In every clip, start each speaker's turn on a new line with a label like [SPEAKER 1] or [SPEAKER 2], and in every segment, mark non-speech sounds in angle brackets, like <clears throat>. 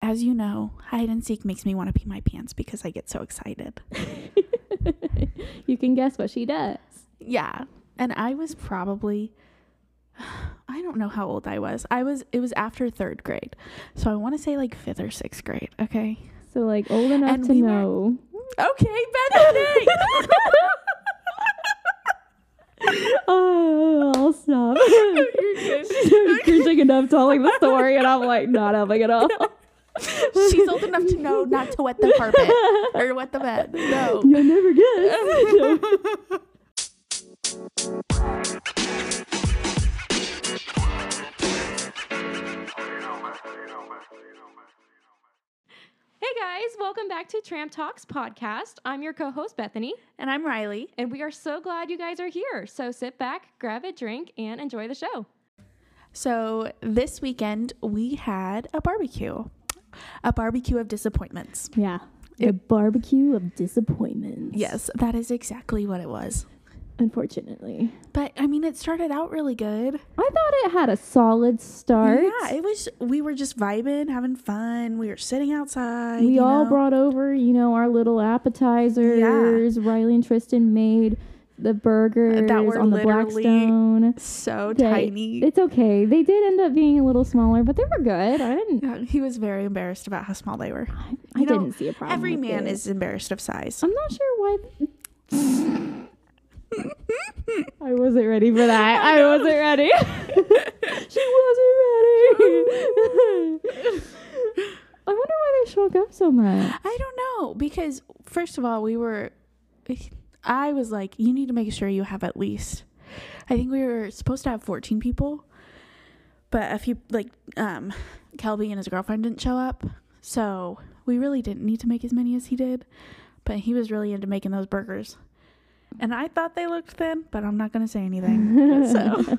[SPEAKER 1] as you know, hide and seek makes me want to pee my pants because I get so excited.
[SPEAKER 2] you can guess what she does.
[SPEAKER 1] Yeah. And I was probably <sighs> I don't know how old I was. I was it was after 3rd grade. So I want to say like 5th or 6th grade, okay?
[SPEAKER 2] So like old enough
[SPEAKER 1] And
[SPEAKER 2] to
[SPEAKER 1] we were-
[SPEAKER 2] know.
[SPEAKER 1] Okay, <laughs> Benedict.
[SPEAKER 2] Oh, I'll <laughs> stop.
[SPEAKER 1] You're
[SPEAKER 2] <laughs>
[SPEAKER 1] good.
[SPEAKER 2] She's already cringing enough telling the story, and I'm like not helping at all.
[SPEAKER 1] She's old enough to know not to wet the carpet or wet the bed. No.
[SPEAKER 2] <laughs> You'll never guess. <laughs> hey guys, welcome back to Tramp Talks podcast. I'm your co-host Bethany,
[SPEAKER 1] And I'm Riley.
[SPEAKER 2] and we are so glad you guys are here. So sit back, grab a drink, and enjoy the show.
[SPEAKER 1] So this weekend we had a barbecue. A barbecue of disappointments.
[SPEAKER 2] Yeah. The barbecue of disappointments.
[SPEAKER 1] Yes, that is exactly what it was.
[SPEAKER 2] Unfortunately.
[SPEAKER 1] But I mean, it started out really good.
[SPEAKER 2] I thought it had a solid start.
[SPEAKER 1] Yeah, it was. We were just vibing, having fun. We were sitting outside.
[SPEAKER 2] we
[SPEAKER 1] uh, you
[SPEAKER 2] all
[SPEAKER 1] know.
[SPEAKER 2] brought over, you know, our little appetizers. Riley and Tristan made the burgers
[SPEAKER 1] Uh, were
[SPEAKER 2] on the
[SPEAKER 1] literally
[SPEAKER 2] Blackstone.
[SPEAKER 1] so
[SPEAKER 2] They-
[SPEAKER 1] tiny.
[SPEAKER 2] It's okay. They did end up being a little smaller, but they were good. I didn't.
[SPEAKER 1] Yeah, he was very embarrassed about how small they were.
[SPEAKER 2] I, I
[SPEAKER 1] You know,
[SPEAKER 2] didn't see a problem.
[SPEAKER 1] Every
[SPEAKER 2] with
[SPEAKER 1] man
[SPEAKER 2] it.
[SPEAKER 1] is embarrassed of
[SPEAKER 2] <laughs>
[SPEAKER 1] size.
[SPEAKER 2] I'm not sure why. I wasn't ready
[SPEAKER 1] <laughs>
[SPEAKER 2] for that. I, wasn't ready. <laughs> she wasn't ready.
[SPEAKER 1] <laughs>
[SPEAKER 2] <laughs> I wonder why they shrunk up so much.
[SPEAKER 1] I don't know because first of all, we were. I was like, you need to make sure you have at least. I think we were supposed to have fourteen people, but a few like um, Kelby and his girlfriend didn't show up, so we really didn't need to make as many as he did. But he was really into making those burgers, and I thought they looked thin, but I'm not gonna say anything.
[SPEAKER 2] <laughs>
[SPEAKER 1] so,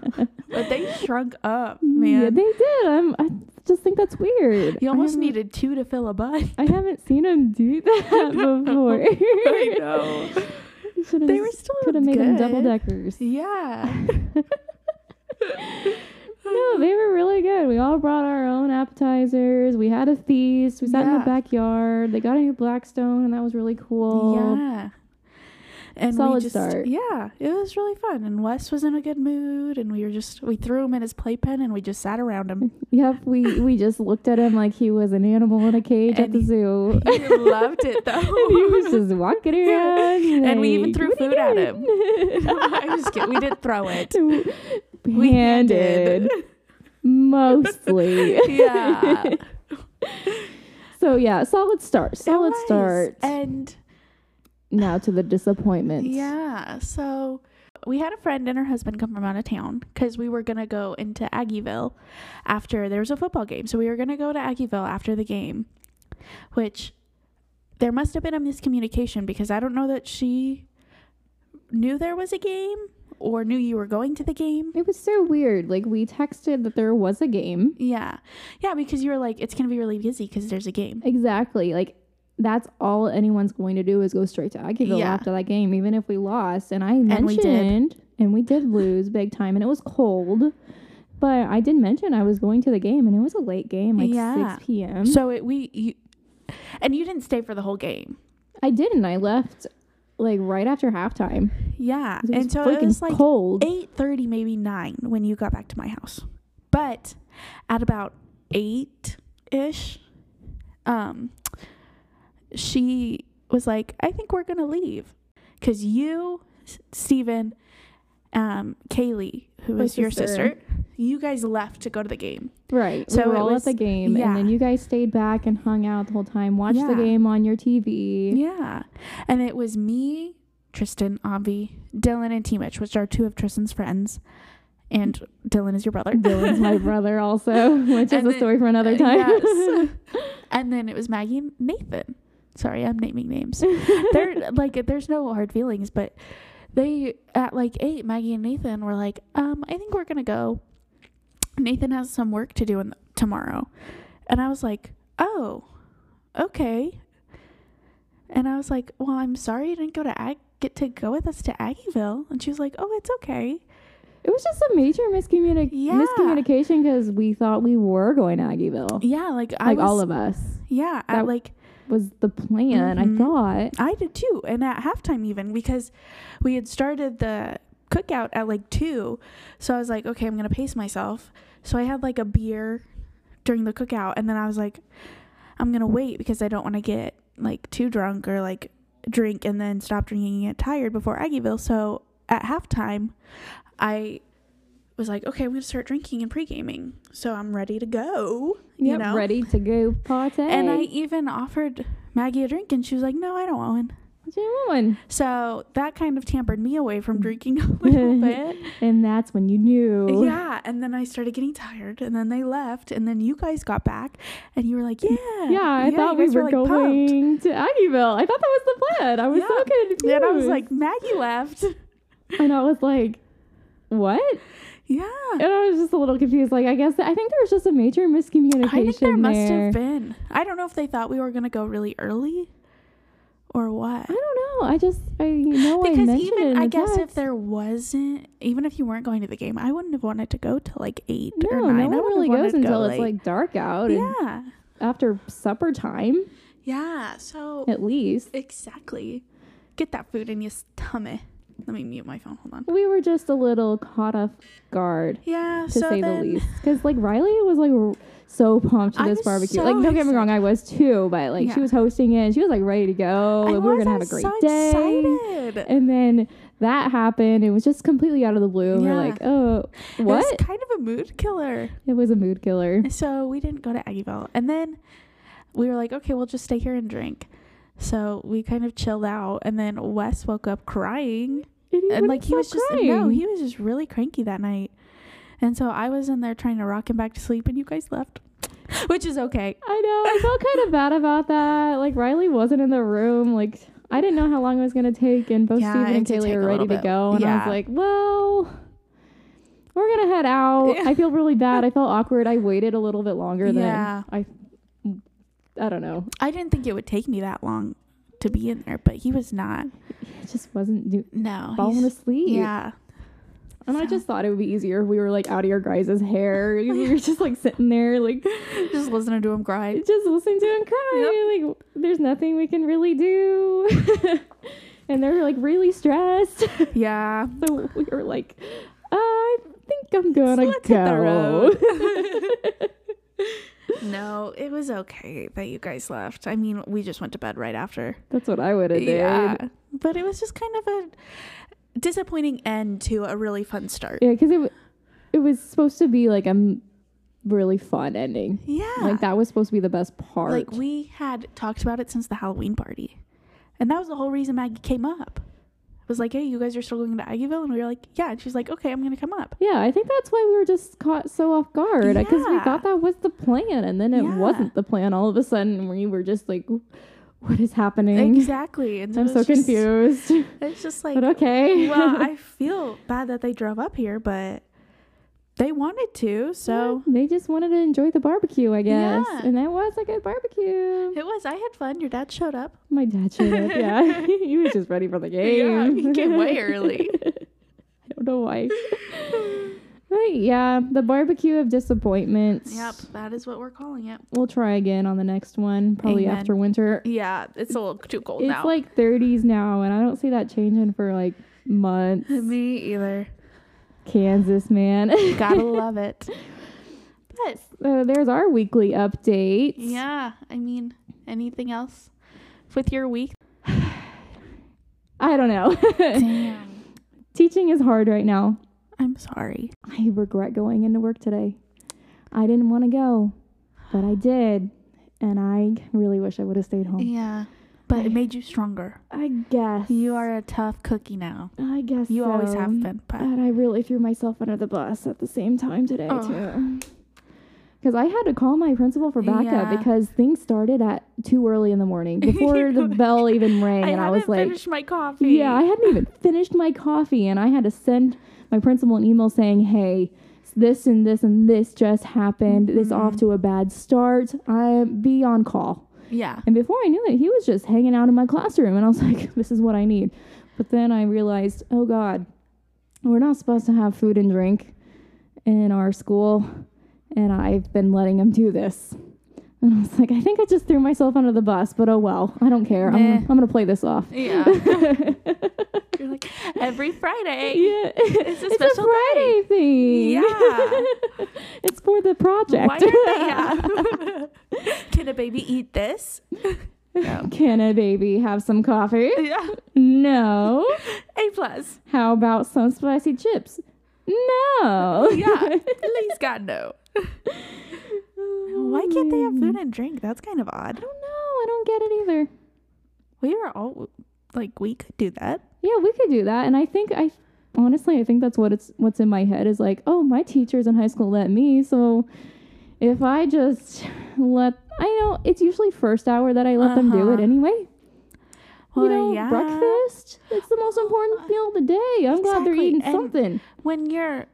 [SPEAKER 1] but they shrunk up, man.
[SPEAKER 2] Yeah, they did. I'm, I just think that's weird.
[SPEAKER 1] you almost
[SPEAKER 2] I haven't-
[SPEAKER 1] needed two to fill a bun.
[SPEAKER 2] I haven't seen them
[SPEAKER 1] <laughs>
[SPEAKER 2] do that <laughs> before.
[SPEAKER 1] I
[SPEAKER 2] <laughs>
[SPEAKER 1] know.
[SPEAKER 2] You should've
[SPEAKER 1] They were
[SPEAKER 2] just
[SPEAKER 1] still
[SPEAKER 2] coulda made them double
[SPEAKER 1] good.
[SPEAKER 2] deckers.
[SPEAKER 1] Yeah.
[SPEAKER 2] <laughs> No, they were really good. We all brought our own appetizers. We had a feast. We sat in
[SPEAKER 1] Yeah.
[SPEAKER 2] the backyard. They got a new Blackstone, and that was really cool.
[SPEAKER 1] Yeah. And we
[SPEAKER 2] Solid
[SPEAKER 1] just,
[SPEAKER 2] start.
[SPEAKER 1] Yeah, it was really fun. And Wes was in a good mood, and we were just we threw him in his playpen, and we just sat around
[SPEAKER 2] <laughs>
[SPEAKER 1] him.
[SPEAKER 2] Yep, we, we just looked at him like he was an animal in a cage at
[SPEAKER 1] And
[SPEAKER 2] the zoo.
[SPEAKER 1] He loved it though.
[SPEAKER 2] and <laughs> he was just
[SPEAKER 1] <laughs>
[SPEAKER 2] walking around.
[SPEAKER 1] And we even
[SPEAKER 2] like,
[SPEAKER 1] threw
[SPEAKER 2] "What are you
[SPEAKER 1] food at <laughs>
[SPEAKER 2] doing?"
[SPEAKER 1] I'm just kidding. We didn't throw
[SPEAKER 2] <laughs>
[SPEAKER 1] it. We <laughs>
[SPEAKER 2] handed mostly.
[SPEAKER 1] Yeah, it
[SPEAKER 2] so yeah, <laughs> solid start. Solid
[SPEAKER 1] was.
[SPEAKER 2] start.
[SPEAKER 1] And
[SPEAKER 2] now to the disappointments.
[SPEAKER 1] yeah, so we had a friend and her husband come from out of town because we were gonna go into Aggieville after there was a football game. So we were gonna go to Aggieville after the game, which there must have been a miscommunication because I don't know that she knew there was a game or knew you were going to the game.
[SPEAKER 2] It was so weird. Like we texted that there was a game.
[SPEAKER 1] Yeah. Yeah, because you were like, it's going to be really busy because there's a game.
[SPEAKER 2] Exactly. Like that's all anyone's going to do is go straight to Aggieville
[SPEAKER 1] Yeah.
[SPEAKER 2] after that game, even if we lost. And I
[SPEAKER 1] we
[SPEAKER 2] mentioned
[SPEAKER 1] did.
[SPEAKER 2] and we did lose big time and it was cold. But I did mention I was going to the game and it was a late game, like
[SPEAKER 1] Yeah.
[SPEAKER 2] six PM.
[SPEAKER 1] So it, we, you, and you didn't stay for the whole game.
[SPEAKER 2] I didn't. I left like right after halftime.
[SPEAKER 1] Yeah.
[SPEAKER 2] It was
[SPEAKER 1] And so
[SPEAKER 2] freaking
[SPEAKER 1] it was like
[SPEAKER 2] cold.
[SPEAKER 1] 8.30, maybe 9 when you got back to my house. But at about 8-ish, um, she was like, I think we're going to leave. Because you, S- Steven, um, Kaylee, who
[SPEAKER 2] My
[SPEAKER 1] was your
[SPEAKER 2] sister.
[SPEAKER 1] sister, you guys left to go to the game.
[SPEAKER 2] Right.
[SPEAKER 1] So
[SPEAKER 2] we were
[SPEAKER 1] it
[SPEAKER 2] all
[SPEAKER 1] was-
[SPEAKER 2] at the game,
[SPEAKER 1] yeah.
[SPEAKER 2] and then you guys stayed back and hung out the whole time. Watched
[SPEAKER 1] Yeah.
[SPEAKER 2] the game on your TV.
[SPEAKER 1] Yeah. And it was me, Tristan, Avi, Dylan, and T Mitch, which are two of Tristan's friends. And Dylan is your brother.
[SPEAKER 2] Dylan's my brother, also, <laughs> which is
[SPEAKER 1] And then-
[SPEAKER 2] a
[SPEAKER 1] uh,
[SPEAKER 2] story for another time. <laughs>
[SPEAKER 1] Yes. and then it was Maggie and Nathan. Sorry, I'm naming
[SPEAKER 2] <laughs>
[SPEAKER 1] names. They're like there's no hard feelings, but they at like eight, Maggie and Nathan were like, um, I think we're gonna go. Nathan has some work to do in tomorrow. And I was like, Oh, okay. And I was like, Well, I'm sorry you didn't go to Ag- get to go with us to Aggieville. And she was like, Oh, it's okay.
[SPEAKER 2] It was just a major miscommuni-
[SPEAKER 1] Yeah.
[SPEAKER 2] miscommunication because we thought we were going to Aggieville.
[SPEAKER 1] Yeah, like I
[SPEAKER 2] like
[SPEAKER 1] was,
[SPEAKER 2] all of us
[SPEAKER 1] yeah, I,
[SPEAKER 2] that-
[SPEAKER 1] like
[SPEAKER 2] was the plan.
[SPEAKER 1] Mhm.
[SPEAKER 2] I thought.
[SPEAKER 1] I did too, and at halftime even because we had started the cookout at like two, so I was like, okay, I'm gonna pace myself. So I had like a beer during the cookout, and then I was like, I'm gonna wait because I don't want to get like too drunk or like drink and then stop drinking and get tired before Aggieville. So at halftime, I was like, okay, I'm gonna start drinking and pre gaming, so I'm ready to go.
[SPEAKER 2] Yep,
[SPEAKER 1] you know,
[SPEAKER 2] ready to go party.
[SPEAKER 1] and I even offered Maggie a drink, and she was like, "No, I don't want one."
[SPEAKER 2] Gentlemen.
[SPEAKER 1] So that kind of tampered me away
[SPEAKER 2] Mm.
[SPEAKER 1] from drinking <laughs> a
[SPEAKER 2] <laughs>
[SPEAKER 1] little bit.
[SPEAKER 2] and that's when you knew.
[SPEAKER 1] Yeah, and then I started getting tired, and then they left, and then you guys got back, and you were like, "Yeah,
[SPEAKER 2] Yeah, I
[SPEAKER 1] you
[SPEAKER 2] thought we
[SPEAKER 1] guys
[SPEAKER 2] were,
[SPEAKER 1] like, pumped."
[SPEAKER 2] going to Aggieville. I thought that was the plan. I was so
[SPEAKER 1] Yeah.
[SPEAKER 2] confused.
[SPEAKER 1] And I was like, "Maggie left." <laughs>
[SPEAKER 2] and I was like, what?
[SPEAKER 1] Yeah,
[SPEAKER 2] And I was just a little confused. Like, I guess I think there was just a major miscommunication.
[SPEAKER 1] I think there must
[SPEAKER 2] there.
[SPEAKER 1] have been. I don't know if they thought we were gonna go really early, or what.
[SPEAKER 2] I don't know. I just I know I
[SPEAKER 1] Because
[SPEAKER 2] mentioned it
[SPEAKER 1] even
[SPEAKER 2] in
[SPEAKER 1] I
[SPEAKER 2] the
[SPEAKER 1] guess if
[SPEAKER 2] text.
[SPEAKER 1] there wasn't, even if you weren't going to the game, I wouldn't have wanted to go till like eight or
[SPEAKER 2] no,
[SPEAKER 1] nine.
[SPEAKER 2] no
[SPEAKER 1] I
[SPEAKER 2] one
[SPEAKER 1] wouldn't
[SPEAKER 2] really
[SPEAKER 1] have wanted
[SPEAKER 2] goes
[SPEAKER 1] to go
[SPEAKER 2] until
[SPEAKER 1] late.
[SPEAKER 2] it's like dark out and
[SPEAKER 1] yeah,
[SPEAKER 2] after supper time
[SPEAKER 1] yeah. So
[SPEAKER 2] at least.
[SPEAKER 1] Exactly. Get that food in your stomach. Let me mute my phone. Hold on.
[SPEAKER 2] We were just a little caught off guard.
[SPEAKER 1] Yeah.
[SPEAKER 2] to
[SPEAKER 1] so
[SPEAKER 2] say
[SPEAKER 1] then,
[SPEAKER 2] the least. Because like Riley was like r- so pumped to
[SPEAKER 1] I
[SPEAKER 2] this
[SPEAKER 1] was
[SPEAKER 2] barbecue.
[SPEAKER 1] so
[SPEAKER 2] like don't get me wrong, I was too, but like
[SPEAKER 1] Yeah.
[SPEAKER 2] she was hosting it. And she was like ready to go.
[SPEAKER 1] I
[SPEAKER 2] Oh, and we were
[SPEAKER 1] was,
[SPEAKER 2] gonna
[SPEAKER 1] I
[SPEAKER 2] have a
[SPEAKER 1] was
[SPEAKER 2] great
[SPEAKER 1] so
[SPEAKER 2] day.
[SPEAKER 1] Excited.
[SPEAKER 2] And then that happened. It was just completely out of the blue. And
[SPEAKER 1] Yeah.
[SPEAKER 2] We're like, oh,
[SPEAKER 1] It was
[SPEAKER 2] what?
[SPEAKER 1] kind of a mood killer.
[SPEAKER 2] It was a mood killer.
[SPEAKER 1] So we didn't go to Aggieville, and then we were like, okay, we'll just stay here and drink. So we kind of chilled out, and then Wes woke up crying,
[SPEAKER 2] And,
[SPEAKER 1] and
[SPEAKER 2] wouldn't
[SPEAKER 1] like he
[SPEAKER 2] stop
[SPEAKER 1] was just
[SPEAKER 2] crying.
[SPEAKER 1] no, he was just really cranky that night. And so I was in there trying to rock him back to sleep, and you guys left, which is okay.
[SPEAKER 2] I know. I felt
[SPEAKER 1] <laughs>
[SPEAKER 2] kind of bad about that. Like Riley wasn't in the room. Like I didn't know how long it was gonna take, and both
[SPEAKER 1] Yeah,
[SPEAKER 2] Steven
[SPEAKER 1] it
[SPEAKER 2] and
[SPEAKER 1] did
[SPEAKER 2] Kaylee
[SPEAKER 1] take a
[SPEAKER 2] were ready
[SPEAKER 1] little
[SPEAKER 2] to
[SPEAKER 1] bit.
[SPEAKER 2] go, and I
[SPEAKER 1] Yeah.
[SPEAKER 2] was like, well. We're gonna
[SPEAKER 1] <laughs>
[SPEAKER 2] head out.
[SPEAKER 1] Yeah.
[SPEAKER 2] I feel really bad. I felt awkward. I waited a little bit longer
[SPEAKER 1] Yeah.
[SPEAKER 2] than I. I don't know.
[SPEAKER 1] I didn't think it would take me that long to be in there, but he was not.
[SPEAKER 2] It just wasn't do-
[SPEAKER 1] No,
[SPEAKER 2] falling
[SPEAKER 1] he's-
[SPEAKER 2] asleep.
[SPEAKER 1] Oh, <laughs> yeah,
[SPEAKER 2] and I just thought it would be easier if we were like out of your guys'
[SPEAKER 1] <laughs>
[SPEAKER 2] hair. We were just like sitting there, like
[SPEAKER 1] just listening to him cry.
[SPEAKER 2] just listen to him cry. Like there's nothing we can really do. <laughs> and they're like really stressed.
[SPEAKER 1] <laughs> Yeah,
[SPEAKER 2] <laughs> So we were like, uh, I think I'm gonna
[SPEAKER 1] let's
[SPEAKER 2] go.
[SPEAKER 1] hit the <laughs> road. no, it was okay that you guys left. I mean, we just went to bed right after.
[SPEAKER 2] <laughs> That's what I would have did.
[SPEAKER 1] Yeah,
[SPEAKER 2] Yeah,
[SPEAKER 1] but it was just kind of a disappointing end to a really fun start.
[SPEAKER 2] because it w- it was supposed to be like a m- really fun ending.
[SPEAKER 1] Yeah,
[SPEAKER 2] Like that was supposed to be the best part.
[SPEAKER 1] Like we had talked about it since the Halloween party, and that was the whole reason Maggie came up. Was like, hey, you guys are still going to Aggieville, and we were like, yeah. And she's like, okay, I'm gonna come up.
[SPEAKER 2] yeah, I think that's why we were just caught so off guard because we
[SPEAKER 1] Yeah.
[SPEAKER 2] thought that was the plan, and then it
[SPEAKER 1] Yeah.
[SPEAKER 2] wasn't the plan. All of a sudden, we were just like, "What is happening?"
[SPEAKER 1] Exactly. And
[SPEAKER 2] I'm
[SPEAKER 1] it
[SPEAKER 2] so
[SPEAKER 1] was just-
[SPEAKER 2] confused. <laughs>
[SPEAKER 1] It's just like,
[SPEAKER 2] but okay.
[SPEAKER 1] well, <laughs> I feel bad that they drove up here, but they wanted to, so
[SPEAKER 2] they just wanted to enjoy the barbecue, I guess,
[SPEAKER 1] Yeah.
[SPEAKER 2] and that was a good barbecue.
[SPEAKER 1] it was. I had fun. Your dad showed <laughs> up.
[SPEAKER 2] My dad showed up.
[SPEAKER 1] <laughs>
[SPEAKER 2] Yeah, <laughs> he was just ready for the game.
[SPEAKER 1] he came
[SPEAKER 2] <laughs>
[SPEAKER 1] way early.
[SPEAKER 2] I don't know why. But yeah, the barbecue of disappointments.
[SPEAKER 1] Yep, that is what we're calling it.
[SPEAKER 2] We'll try again on the next one, probably
[SPEAKER 1] Amen.
[SPEAKER 2] after winter.
[SPEAKER 1] Yeah, it's a little too cold
[SPEAKER 2] It's
[SPEAKER 1] now.
[SPEAKER 2] like 30s now, and I don't see that changing for like
[SPEAKER 1] <laughs> <laughs>
[SPEAKER 2] months.
[SPEAKER 1] me either.
[SPEAKER 2] Kansas, man. <laughs>
[SPEAKER 1] Gotta love <laughs> it. But
[SPEAKER 2] so there's our weekly updates.
[SPEAKER 1] Yeah, I mean, anything else with your week? <laughs>
[SPEAKER 2] I don't know. <laughs>
[SPEAKER 1] Damn.
[SPEAKER 2] Teaching is hard right now.
[SPEAKER 1] I'm sorry.
[SPEAKER 2] I regret going into work today. I didn't want to go, but I did. And I really wish I would have stayed home.
[SPEAKER 1] Yeah, but it made you stronger.
[SPEAKER 2] I guess.
[SPEAKER 1] You are a tough cookie now.
[SPEAKER 2] I guess.
[SPEAKER 1] You always
[SPEAKER 2] so.
[SPEAKER 1] have been, but
[SPEAKER 2] And I really threw myself under the bus at the same time today,
[SPEAKER 1] Oh.
[SPEAKER 2] too. Because I had to call my principal for backup
[SPEAKER 1] Yeah.
[SPEAKER 2] because things started at too early in the morning
[SPEAKER 1] <laughs>
[SPEAKER 2] before the bell even rang.
[SPEAKER 1] I
[SPEAKER 2] and I was
[SPEAKER 1] haven't
[SPEAKER 2] like,
[SPEAKER 1] finished my coffee.
[SPEAKER 2] Yeah, I hadn't even finished my coffee, and I had to send my principal an email saying, "Hey, this and this and this just happened. It's off to a bad start. I be on call."
[SPEAKER 1] yeah.
[SPEAKER 2] And before I knew it, he was just <laughs> hanging out in my classroom, and I was like, "This is what I need." But then I realized, oh God, we're not supposed to have food and drink in our school, and I've been letting them do this. And I was like, I think I just threw myself under the bus, but oh well, I don't care. I'm,
[SPEAKER 1] Nah.
[SPEAKER 2] gonna- I'm gonna play this off. <laughs>
[SPEAKER 1] Yeah. You're like every Friday.
[SPEAKER 2] Yeah.
[SPEAKER 1] It's a special
[SPEAKER 2] Friday thing.
[SPEAKER 1] Yeah.
[SPEAKER 2] <laughs> it's for the project.
[SPEAKER 1] Why
[SPEAKER 2] <laughs>
[SPEAKER 1] are they? Yeah. <laughs> Can a baby eat this? No.
[SPEAKER 2] <laughs> Can a baby have some coffee?
[SPEAKER 1] Yeah.
[SPEAKER 2] No.
[SPEAKER 1] <laughs> A plus.
[SPEAKER 2] How about some spicy chips? No.
[SPEAKER 1] <laughs> Oh,
[SPEAKER 2] <laughs>
[SPEAKER 1] Yeah. Please God no.
[SPEAKER 2] Oh,
[SPEAKER 1] Why can't they have food and drink? That's kind of
[SPEAKER 2] I
[SPEAKER 1] odd.
[SPEAKER 2] don't know. I don't get it either.
[SPEAKER 1] We were all like we could do that.
[SPEAKER 2] Yeah, we could do that. And I think I honestly I think that's what it's what's in my head is like, oh, my teachers in high school let me, so if I just let I know it's usually first hour that I let them do it
[SPEAKER 1] Uh-huh.
[SPEAKER 2] anyway.
[SPEAKER 1] Well,
[SPEAKER 2] you know,
[SPEAKER 1] yeah.
[SPEAKER 2] breakfast. It's the most important meal of the day. I'm glad they're
[SPEAKER 1] Exactly.
[SPEAKER 2] eating
[SPEAKER 1] And-
[SPEAKER 2] something.
[SPEAKER 1] When you're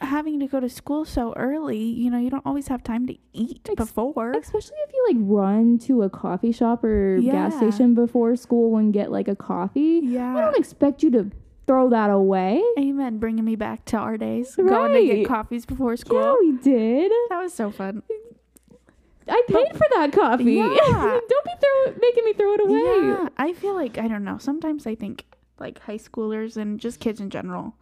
[SPEAKER 1] having to go to school so early, you know, you don't always have time to eat
[SPEAKER 2] Ex-
[SPEAKER 1] before.
[SPEAKER 2] Especially if you like run to a coffee shop or gas
[SPEAKER 1] Yeah.
[SPEAKER 2] station before school and get like a coffee. I
[SPEAKER 1] yeah.
[SPEAKER 2] don't expect you to throw that away.
[SPEAKER 1] Amen. Bringing me back to our days. Going to
[SPEAKER 2] Right.
[SPEAKER 1] get coffees before school.
[SPEAKER 2] Yeah, we did.
[SPEAKER 1] That was so fun.
[SPEAKER 2] I paid for that coffee.
[SPEAKER 1] Yeah.
[SPEAKER 2] <laughs> Don't be throw, making me throw it away.
[SPEAKER 1] Yeah, I feel like I don't know. Sometimes I think like high schoolers and just kids in general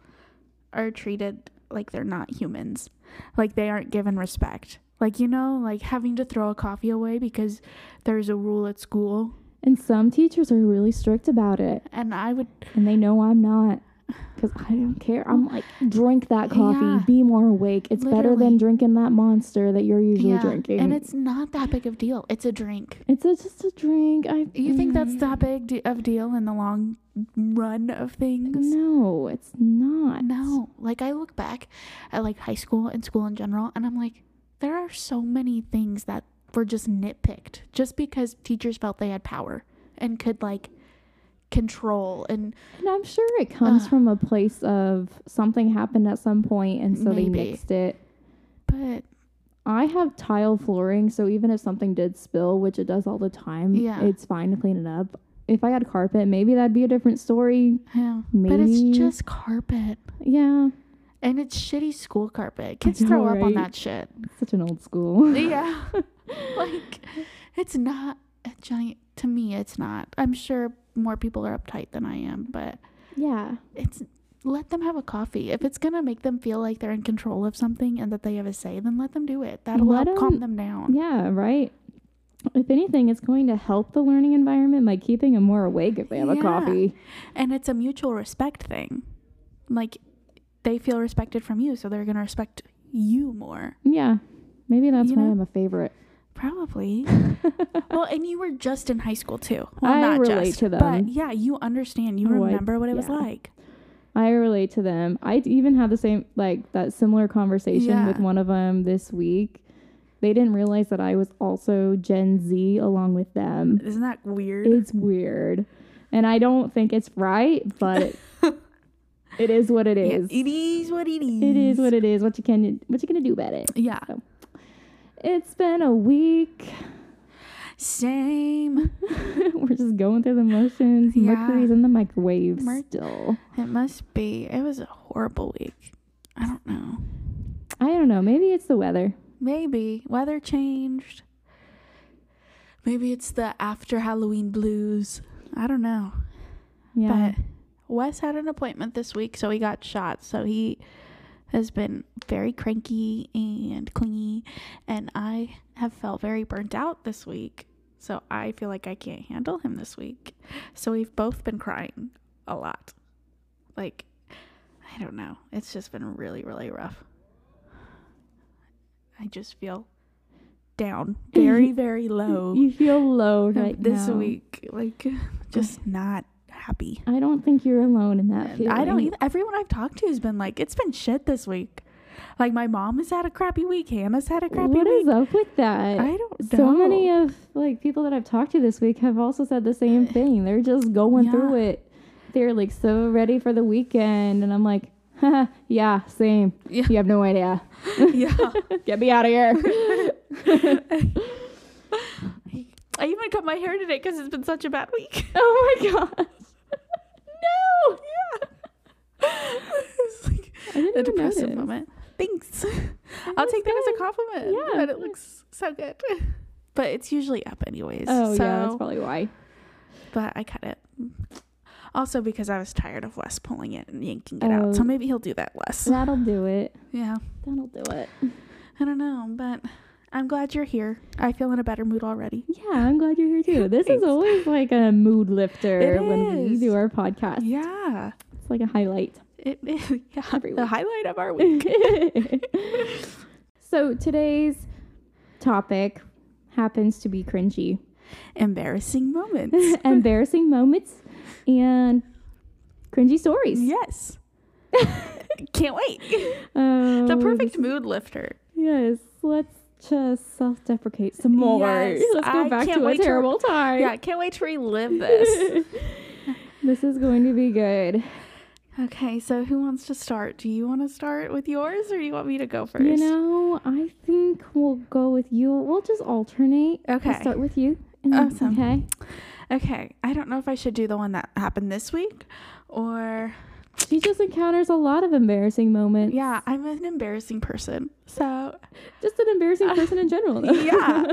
[SPEAKER 1] are treated like they're not humans. Like they aren't given respect. Like you know, like having to throw a coffee away because there's a rule at school
[SPEAKER 2] And some teachers are really strict about it,
[SPEAKER 1] and I would
[SPEAKER 2] and they know I'm not. Because I don't care. I'm like, drink that coffee.
[SPEAKER 1] Yeah.
[SPEAKER 2] Be more awake. It's better than
[SPEAKER 1] Literally.
[SPEAKER 2] drinking that monster that you're usually
[SPEAKER 1] yeah,
[SPEAKER 2] drinking.
[SPEAKER 1] and it's not that big of deal. It's a drink.
[SPEAKER 2] It's a, just a drink. I Mm-hmm.
[SPEAKER 1] You think that's that
[SPEAKER 2] Mm.
[SPEAKER 1] big de- of deal in the long run of things?
[SPEAKER 2] no, it's not.
[SPEAKER 1] No. Like I look back at like high school and school in general and I'm like there are so many things that were just nitpicked just because teachers felt they had power and could like control and
[SPEAKER 2] and I'm sure it comes
[SPEAKER 1] Ugh.
[SPEAKER 2] from a place of something happened at some point, and so they
[SPEAKER 1] Maybe.
[SPEAKER 2] mixed it.
[SPEAKER 1] but
[SPEAKER 2] I have tile flooring, so even if something did spill, which it does all the time,
[SPEAKER 1] Yeah.
[SPEAKER 2] it's fine to clean it up. If I had carpet, maybe that'd be a different story.
[SPEAKER 1] yeah. but it's
[SPEAKER 2] Maybe.
[SPEAKER 1] just carpet
[SPEAKER 2] Yeah,
[SPEAKER 1] and it's shitty school carpet. Kids
[SPEAKER 2] know,
[SPEAKER 1] throw up on
[SPEAKER 2] right?
[SPEAKER 1] that shit.
[SPEAKER 2] it's such an old school.
[SPEAKER 1] <laughs> yeah. like it's not a giant to me it's not. I'm sure more people are uptight than I am, but
[SPEAKER 2] yeah,
[SPEAKER 1] it's let them have a coffee. If it's gonna make them feel like they're in control of something and that they have a say, then let them do it. That'll
[SPEAKER 2] Let
[SPEAKER 1] help calm
[SPEAKER 2] 'em-
[SPEAKER 1] them down.
[SPEAKER 2] yeah, right. If anything, it's going to help the learning environment by keeping them more awake if they have a
[SPEAKER 1] Yeah.
[SPEAKER 2] coffee.
[SPEAKER 1] And it's a mutual respect thing. Like they feel respected from you, so they're gonna respect you more.
[SPEAKER 2] Yeah, maybe that's
[SPEAKER 1] You
[SPEAKER 2] why
[SPEAKER 1] know-
[SPEAKER 2] I'm a favorite.
[SPEAKER 1] Probably. <laughs> well, and you were just in high school too. Well,
[SPEAKER 2] I
[SPEAKER 1] not
[SPEAKER 2] relate
[SPEAKER 1] just,
[SPEAKER 2] to them.
[SPEAKER 1] but yeah, you understand. You
[SPEAKER 2] Oh, I-
[SPEAKER 1] remember what it was
[SPEAKER 2] yeah.
[SPEAKER 1] like.
[SPEAKER 2] I relate to them. I d- even had the same like that similar conversation
[SPEAKER 1] Yeah.
[SPEAKER 2] with one of them this week. They didn't realize that I was also Gen Z along with them.
[SPEAKER 1] Isn't that weird?
[SPEAKER 2] It's weird, and I don't think it's right,
[SPEAKER 1] <laughs>
[SPEAKER 2] but it is what it
[SPEAKER 1] Yeah,
[SPEAKER 2] is.
[SPEAKER 1] it is what it is.
[SPEAKER 2] It is what it is. What you can what you gonna do about it?
[SPEAKER 1] Yeah.
[SPEAKER 2] It's been a week. <laughs>
[SPEAKER 1] Same.
[SPEAKER 2] We're just going through the motions.
[SPEAKER 1] Yeah.
[SPEAKER 2] Mercury's in the microwave
[SPEAKER 1] Mer-
[SPEAKER 2] still.
[SPEAKER 1] It must be. It was a horrible week. I don't know.
[SPEAKER 2] I don't know. Maybe it's the weather.
[SPEAKER 1] Maybe weather changed. Maybe it's the after Halloween blues. I don't know.
[SPEAKER 2] Yeah.
[SPEAKER 1] But Wes had an appointment this week, so he got shot. So he has been very cranky and clingy. And I have felt very burnt out this week. So I feel like I can't handle him this week. So we've both been crying a lot. Like, I don't know. It's just been really, really rough. I just feel down,
[SPEAKER 2] <laughs>
[SPEAKER 1] very, very low
[SPEAKER 2] you feel low right
[SPEAKER 1] <laughs> this
[SPEAKER 2] now.
[SPEAKER 1] week. Like, just not happy.
[SPEAKER 2] I don't think you're alone in that feeling.
[SPEAKER 1] I don't either. Everyone I've talked to has been like, it's been shit this week. Like my mom has had a crappy week. Hannah's had a crappy
[SPEAKER 2] What
[SPEAKER 1] week.
[SPEAKER 2] is up with that?
[SPEAKER 1] I don't
[SPEAKER 2] so
[SPEAKER 1] know.
[SPEAKER 2] many of like people that I've talked to this week have also said the
[SPEAKER 1] <sighs>
[SPEAKER 2] same thing. They're just going through
[SPEAKER 1] Yeah.
[SPEAKER 2] it. They're like so ready for the weekend, and I'm like, Haha, yeah, same.
[SPEAKER 1] Yeah.
[SPEAKER 2] You have no
[SPEAKER 1] <laughs>
[SPEAKER 2] idea.
[SPEAKER 1] yeah.
[SPEAKER 2] Get me out of <laughs> here.
[SPEAKER 1] I even cut my hair today because it's been such a bad week. <laughs> <laughs>
[SPEAKER 2] oh my gosh. no.
[SPEAKER 1] Yeah.
[SPEAKER 2] didn't
[SPEAKER 1] a
[SPEAKER 2] even
[SPEAKER 1] depressive
[SPEAKER 2] notice.
[SPEAKER 1] moment.
[SPEAKER 2] <laughs>
[SPEAKER 1] Thanks. <laughs> I'll
[SPEAKER 2] that's
[SPEAKER 1] take that as
[SPEAKER 2] good.
[SPEAKER 1] a compliment.
[SPEAKER 2] Yeah,
[SPEAKER 1] That it
[SPEAKER 2] yeah.
[SPEAKER 1] looks so good. <laughs> But it's usually up anyways.
[SPEAKER 2] Oh
[SPEAKER 1] so,
[SPEAKER 2] yeah, that's probably
[SPEAKER 1] <laughs>
[SPEAKER 2] why.
[SPEAKER 1] but I cut it. Also because I was tired of Wes pulling it and yanking it
[SPEAKER 2] Oh.
[SPEAKER 1] out. So maybe he'll do that less.
[SPEAKER 2] That'll do it.
[SPEAKER 1] Yeah.
[SPEAKER 2] That'll do it.
[SPEAKER 1] I don't know, but I'm glad you're here. I feel in a better mood already.
[SPEAKER 2] Yeah, I'm glad you're here too. This is
[SPEAKER 1] Thanks.
[SPEAKER 2] always like a mood lifter
[SPEAKER 1] It
[SPEAKER 2] when we
[SPEAKER 1] is.
[SPEAKER 2] do our podcast.
[SPEAKER 1] Yeah.
[SPEAKER 2] It's like a highlight.
[SPEAKER 1] It, <laughs> yeah.
[SPEAKER 2] Every
[SPEAKER 1] The
[SPEAKER 2] week.
[SPEAKER 1] highlight of our week.
[SPEAKER 2] <laughs> so today's topic happens to be cringy, <laughs>
[SPEAKER 1] Embarrassing moments.
[SPEAKER 2] embarrassing moments, and cringy stories. <laughs>
[SPEAKER 1] yes. Can't wait.
[SPEAKER 2] Um,
[SPEAKER 1] The perfect mood lifter.
[SPEAKER 2] Yes. Let's just self-deprecate some more.
[SPEAKER 1] Yes,
[SPEAKER 2] <laughs> Let's go
[SPEAKER 1] I
[SPEAKER 2] back
[SPEAKER 1] can't
[SPEAKER 2] to a
[SPEAKER 1] wait to-
[SPEAKER 2] terrible time.
[SPEAKER 1] Yeah, can't wait to relive
[SPEAKER 2] <laughs>
[SPEAKER 1] this.
[SPEAKER 2] This is going to be good.
[SPEAKER 1] okay, so who wants to start? Do you want to start with yours or do you want me to go first?
[SPEAKER 2] You know, I think we'll go with you. We'll just alternate. We'll
[SPEAKER 1] Okay.
[SPEAKER 2] start with you. and then-
[SPEAKER 1] Awesome.
[SPEAKER 2] Okay.
[SPEAKER 1] Okay, I don't know if I should do the one that happened this week or.
[SPEAKER 2] She just encounters a lot of embarrassing moments.
[SPEAKER 1] Yeah, I'm an embarrassing person. So,
[SPEAKER 2] Just an embarrassing person in general.
[SPEAKER 1] <laughs>
[SPEAKER 2] though.
[SPEAKER 1] yeah.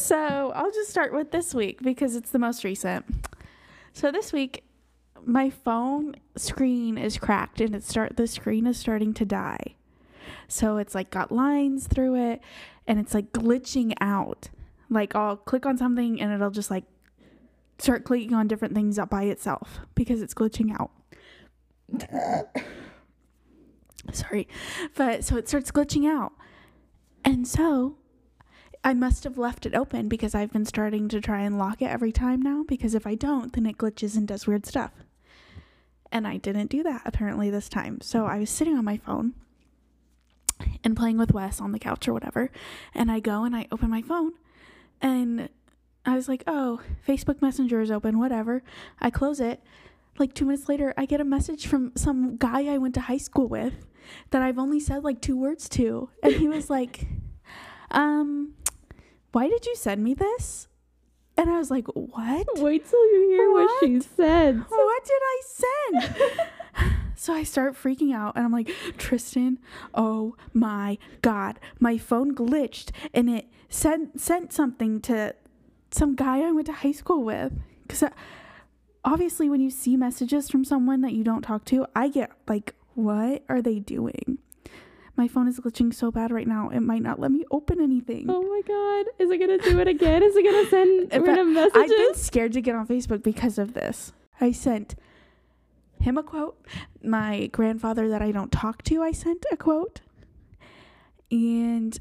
[SPEAKER 1] so I'll just start with this week because it's the most recent. So this week, my phone screen is cracked and it start the screen is starting to die. So it's like got lines through it and it's like glitching out. Like I'll click on something and it'll just like start clicking on different things up by itself because it's glitching out. <coughs> Sorry. But so it starts glitching out. And so I must have left it open because I've been starting to try and lock it every time now because if I don't, then it glitches and does weird stuff. And I didn't do that apparently this time. So I was sitting on my phone and playing with Wes on the couch or whatever. And I go and I open my phone and I was like, oh, Facebook Messenger is open, whatever. I close it. Like two minutes later, I get a message from some guy I went to high school with that I've only said like two words to. And he was like, um, why did you send me this? And I was like, what?
[SPEAKER 2] Wait till you hear what,
[SPEAKER 1] What? Oh
[SPEAKER 2] she said.
[SPEAKER 1] What did I send? <laughs> so I start freaking out and I'm like, Tristan, oh my god, my phone glitched and it sent sent something to some guy I went to high school with. Cause I- obviously, when you see messages from someone that you don't talk to, I get like, what are they doing? My phone is glitching so bad right now, it might not let me open anything.
[SPEAKER 2] Oh my god. Is it gonna do it again? Is it gonna
[SPEAKER 1] <laughs>
[SPEAKER 2] send
[SPEAKER 1] In
[SPEAKER 2] random
[SPEAKER 1] I've been
[SPEAKER 2] messages?
[SPEAKER 1] scared to get on Facebook because of this. I sent him a quote. My grandfather that I don't talk to, I sent a quote. And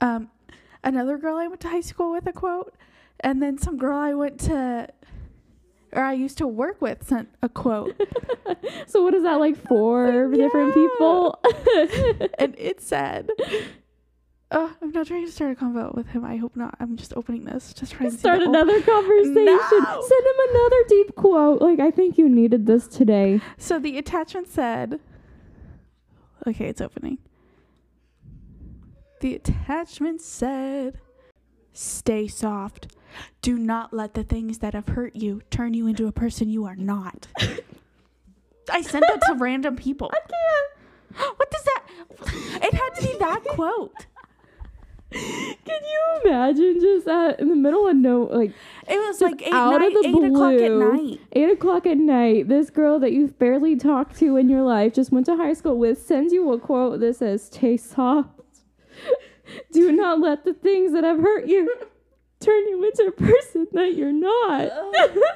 [SPEAKER 1] um, another girl I went to high school with a quote. And then some girl I went to, or I used to work with, sent a quote.
[SPEAKER 2] <laughs> so what is that like for different
[SPEAKER 1] Yeah.
[SPEAKER 2] people?
[SPEAKER 1] <laughs>
[SPEAKER 2] <laughs>
[SPEAKER 1] and it said, oh, I'm not trying to start a convo with him. I hope not. I'm just opening this. Just trying to
[SPEAKER 2] Start
[SPEAKER 1] see the-
[SPEAKER 2] another conversation.
[SPEAKER 1] No.
[SPEAKER 2] Send him another deep quote. Like I think you needed
[SPEAKER 1] <laughs>
[SPEAKER 2] this today.
[SPEAKER 1] So the attachment said, okay, it's opening. The attachment said, stay soft. Do not let the things that have hurt you turn you into a person you are not. I sent that to random people.
[SPEAKER 2] <laughs> I can't.
[SPEAKER 1] What does that? It had to be that quote.
[SPEAKER 2] Can you imagine just uh, in the middle of no like
[SPEAKER 1] It was
[SPEAKER 2] Just
[SPEAKER 1] like eight,
[SPEAKER 2] out
[SPEAKER 1] nine,
[SPEAKER 2] of the
[SPEAKER 1] eight o'clock at
[SPEAKER 2] blue.
[SPEAKER 1] night. <laughs>
[SPEAKER 2] eight o'clock at night, this girl that you've barely talked to in your life, just went to high school with, sends you a quote that says, Stay soft. <laughs> Do not let the things that have hurt you <laughs> turn you into a person that you're not. <laughs>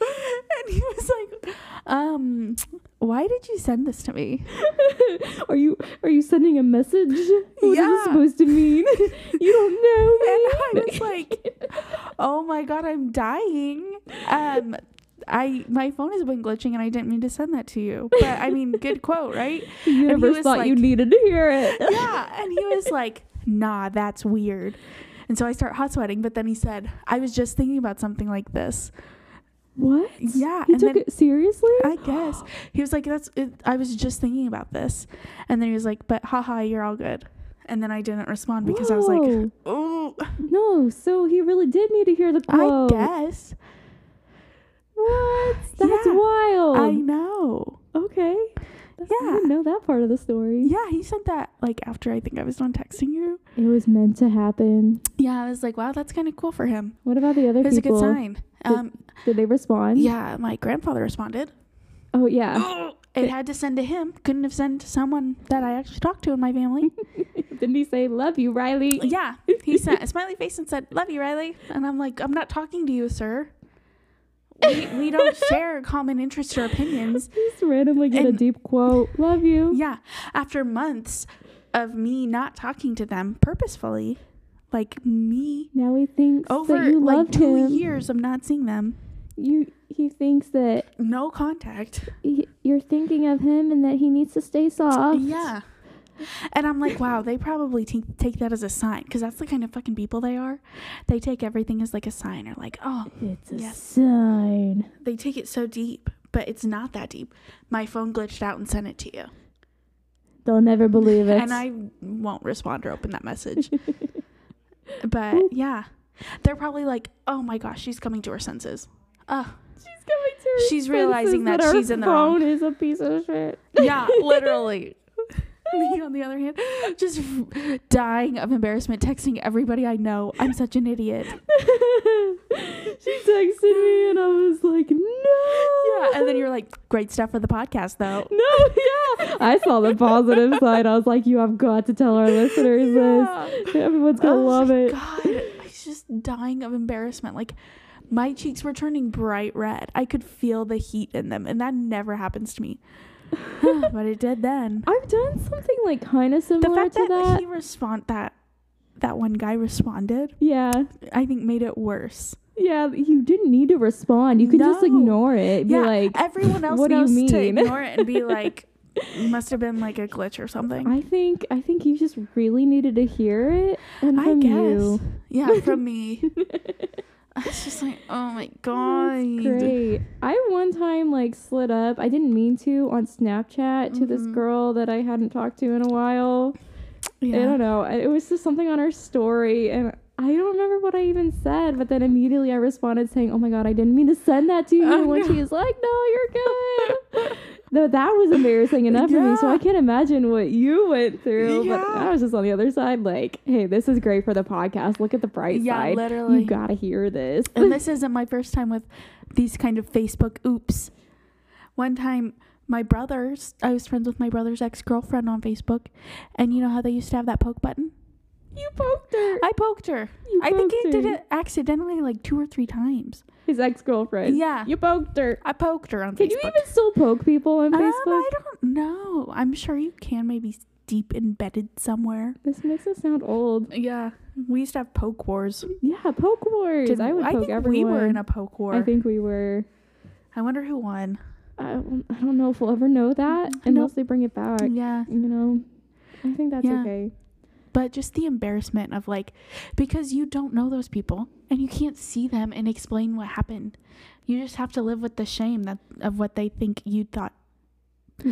[SPEAKER 1] And he was like, um, why did you send this to me?
[SPEAKER 2] are you are you sending a message? What is
[SPEAKER 1] Yeah.
[SPEAKER 2] it supposed
[SPEAKER 1] <laughs>
[SPEAKER 2] to mean? you don't know
[SPEAKER 1] And I
[SPEAKER 2] me.
[SPEAKER 1] was
[SPEAKER 2] <laughs>
[SPEAKER 1] like, "Oh my god, I'm dying." Um, I my phone has been glitching, and I didn't mean to send that to you. But I mean,
[SPEAKER 2] <laughs>
[SPEAKER 1] good quote, right?
[SPEAKER 2] the
[SPEAKER 1] he
[SPEAKER 2] universe
[SPEAKER 1] was
[SPEAKER 2] thought you
[SPEAKER 1] like-
[SPEAKER 2] needed to hear it.
[SPEAKER 1] Yeah. And he was like, "Nah, that's weird." And so I start hot sweating, but then he said, "I was just thinking about something like this."
[SPEAKER 2] <laughs> What?
[SPEAKER 1] Yeah,
[SPEAKER 2] He
[SPEAKER 1] and
[SPEAKER 2] took
[SPEAKER 1] then-
[SPEAKER 2] it seriously?
[SPEAKER 1] I
[SPEAKER 2] <gasps>
[SPEAKER 1] guess he was like, "That's." It, I was just thinking about this, and then he was like, "But haha, you're all good." And then I didn't respond because I was like,
[SPEAKER 2] Whoa.
[SPEAKER 1] "Ooh,
[SPEAKER 2] No, so he really did need to hear the
[SPEAKER 1] I
[SPEAKER 2] quote.
[SPEAKER 1] guess."
[SPEAKER 2] What? That's
[SPEAKER 1] Yeah.
[SPEAKER 2] wild.
[SPEAKER 1] I know.
[SPEAKER 2] okay. That's, I
[SPEAKER 1] Yeah.
[SPEAKER 2] didn't know that part of the story.
[SPEAKER 1] Yeah, he said that like after I think I was done texting you.
[SPEAKER 2] It was meant to happen.
[SPEAKER 1] Yeah, I was like, wow, that's kind of cool for him.
[SPEAKER 2] What about the other
[SPEAKER 1] It was a
[SPEAKER 2] people?
[SPEAKER 1] good sign. Um,
[SPEAKER 2] Did they respond?
[SPEAKER 1] yeah, my grandfather responded.
[SPEAKER 2] Oh yeah.
[SPEAKER 1] <gasps>
[SPEAKER 2] <laughs>
[SPEAKER 1] It had to send to him. Couldn't have sent to someone that I actually talked to in my
[SPEAKER 2] <laughs>
[SPEAKER 1] family.
[SPEAKER 2] Didn't he say "Love you, Riley"?
[SPEAKER 1] yeah, he sent a smiley face and said, "Love you, Riley." And I'm like, I'm not talking to you, sir. We we
[SPEAKER 2] <laughs>
[SPEAKER 1] don't share common interests or opinions.
[SPEAKER 2] Just randomly get a
[SPEAKER 1] And-
[SPEAKER 2] deep quote. Love you.
[SPEAKER 1] Yeah, after months of me not talking to them purposefully, like me
[SPEAKER 2] Now he thinks
[SPEAKER 1] over
[SPEAKER 2] that you
[SPEAKER 1] like
[SPEAKER 2] loved
[SPEAKER 1] two
[SPEAKER 2] him.
[SPEAKER 1] years of not seeing them,
[SPEAKER 2] You he thinks that
[SPEAKER 1] no contact.
[SPEAKER 2] y you're thinking of him and that he needs to stay soft.
[SPEAKER 1] Yeah. Oh, And I'm like, wow, they probably t- take that as a sign because that's the kind of fucking people they are. They take everything as like a sign or like, oh,
[SPEAKER 2] It's a
[SPEAKER 1] Yes.
[SPEAKER 2] sign.
[SPEAKER 1] they take it so deep, but it's not that deep. My phone glitched out and sent it to you.
[SPEAKER 2] They'll never believe it.
[SPEAKER 1] And I won't respond or open that message. but yeah, they're probably like, oh my gosh, she's coming to her senses. Oh,
[SPEAKER 2] <laughs> she's coming to her
[SPEAKER 1] She's realizing
[SPEAKER 2] senses
[SPEAKER 1] that
[SPEAKER 2] her
[SPEAKER 1] she's in the
[SPEAKER 2] phone
[SPEAKER 1] wrong.
[SPEAKER 2] is a piece of shit. <laughs>
[SPEAKER 1] yeah, literally. <laughs> Me, on the other hand, just dying of embarrassment, texting everybody I know, I'm such an
[SPEAKER 2] <laughs>
[SPEAKER 1] idiot.
[SPEAKER 2] she texted me and I was like, no.
[SPEAKER 1] Yeah, and then you're like, great stuff for the podcast, though.
[SPEAKER 2] <laughs> No, yeah. I
[SPEAKER 1] <laughs>
[SPEAKER 2] saw the positive side. I was like, you have got to tell our listeners this. <laughs> Everyone's gonna
[SPEAKER 1] Oh my
[SPEAKER 2] love it.
[SPEAKER 1] God, I was just dying of embarrassment. Like, my cheeks were turning bright red. I could feel the heat in them, and that never happens to me. <sighs> but it did
[SPEAKER 2] <laughs>
[SPEAKER 1] then.
[SPEAKER 2] I've done something like kind of
[SPEAKER 1] The
[SPEAKER 2] similar
[SPEAKER 1] fact
[SPEAKER 2] to
[SPEAKER 1] that,
[SPEAKER 2] that.
[SPEAKER 1] he respond that that one guy responded,
[SPEAKER 2] yeah.
[SPEAKER 1] I think made it worse.
[SPEAKER 2] Yeah, you didn't need to respond. You could just
[SPEAKER 1] No.
[SPEAKER 2] ignore it. Be
[SPEAKER 1] yeah,
[SPEAKER 2] like, <laughs>
[SPEAKER 1] everyone else
[SPEAKER 2] "What do you
[SPEAKER 1] knows to
[SPEAKER 2] mean?"
[SPEAKER 1] ignore it and
[SPEAKER 2] <laughs>
[SPEAKER 1] be like, must have been like a glitch or something.
[SPEAKER 2] I think I think you just really needed to hear it. And
[SPEAKER 1] I
[SPEAKER 2] from
[SPEAKER 1] guess.
[SPEAKER 2] you.
[SPEAKER 1] Yeah, from
[SPEAKER 2] <laughs>
[SPEAKER 1] me. It's just like, oh my god.
[SPEAKER 2] That's great. I one time like slid up. I didn't mean to on Snapchat to this
[SPEAKER 1] Mhm.
[SPEAKER 2] girl that I hadn't talked to in a while.
[SPEAKER 1] Yeah.
[SPEAKER 2] I don't know. I- It was just something on her story, and I don't remember what I even said. But then immediately I responded saying, "Oh my god, I didn't mean to send
[SPEAKER 1] <laughs>
[SPEAKER 2] that to you."
[SPEAKER 1] Oh,
[SPEAKER 2] and when
[SPEAKER 1] no.
[SPEAKER 2] she was like, "No, you're good," Th- that was embarrassing enough for me. So
[SPEAKER 1] Yeah.
[SPEAKER 2] I can't imagine what you went through. But
[SPEAKER 1] Yeah.
[SPEAKER 2] I was just on the other side, like, "Hey, this is great for the podcast. Look at the bright
[SPEAKER 1] Yeah,
[SPEAKER 2] side.
[SPEAKER 1] literally.
[SPEAKER 2] You gotta hear this."
[SPEAKER 1] <laughs> and this isn't my first time with these kind of Facebook oops. One time, my brother's, I was friends with my brother's ex girlfriend on Facebook, and you know how they used to have that poke button?
[SPEAKER 2] you poked her.
[SPEAKER 1] I poked her.
[SPEAKER 2] You
[SPEAKER 1] I think
[SPEAKER 2] poked
[SPEAKER 1] he did
[SPEAKER 2] her.
[SPEAKER 1] it accidentally like two or three times.
[SPEAKER 2] His ex girlfriend.
[SPEAKER 1] Yeah.
[SPEAKER 2] You poked her.
[SPEAKER 1] I poked her on
[SPEAKER 2] Can
[SPEAKER 1] Facebook.
[SPEAKER 2] you even still poke people on
[SPEAKER 1] Um,
[SPEAKER 2] Facebook?
[SPEAKER 1] I don't know. I'm sure you can, maybe s- deep embedded somewhere.
[SPEAKER 2] This makes us sound old.
[SPEAKER 1] Yeah. We used to have poke wars.
[SPEAKER 2] Yeah, poke wars.
[SPEAKER 1] Did-
[SPEAKER 2] I would poke
[SPEAKER 1] think We
[SPEAKER 2] everyone.
[SPEAKER 1] were in a poke war.
[SPEAKER 2] I think we were.
[SPEAKER 1] I wonder who won.
[SPEAKER 2] I, don't- I don't know if we'll ever know that
[SPEAKER 1] Nope.
[SPEAKER 2] unless they bring it back.
[SPEAKER 1] Yeah.
[SPEAKER 2] You know, I think that's
[SPEAKER 1] Yeah.
[SPEAKER 2] okay.
[SPEAKER 1] But just the embarrassment of like, because you don't know those people and you can't see them and explain what happened. You just have to live with the shame that of what they think you thought.
[SPEAKER 2] Hmm.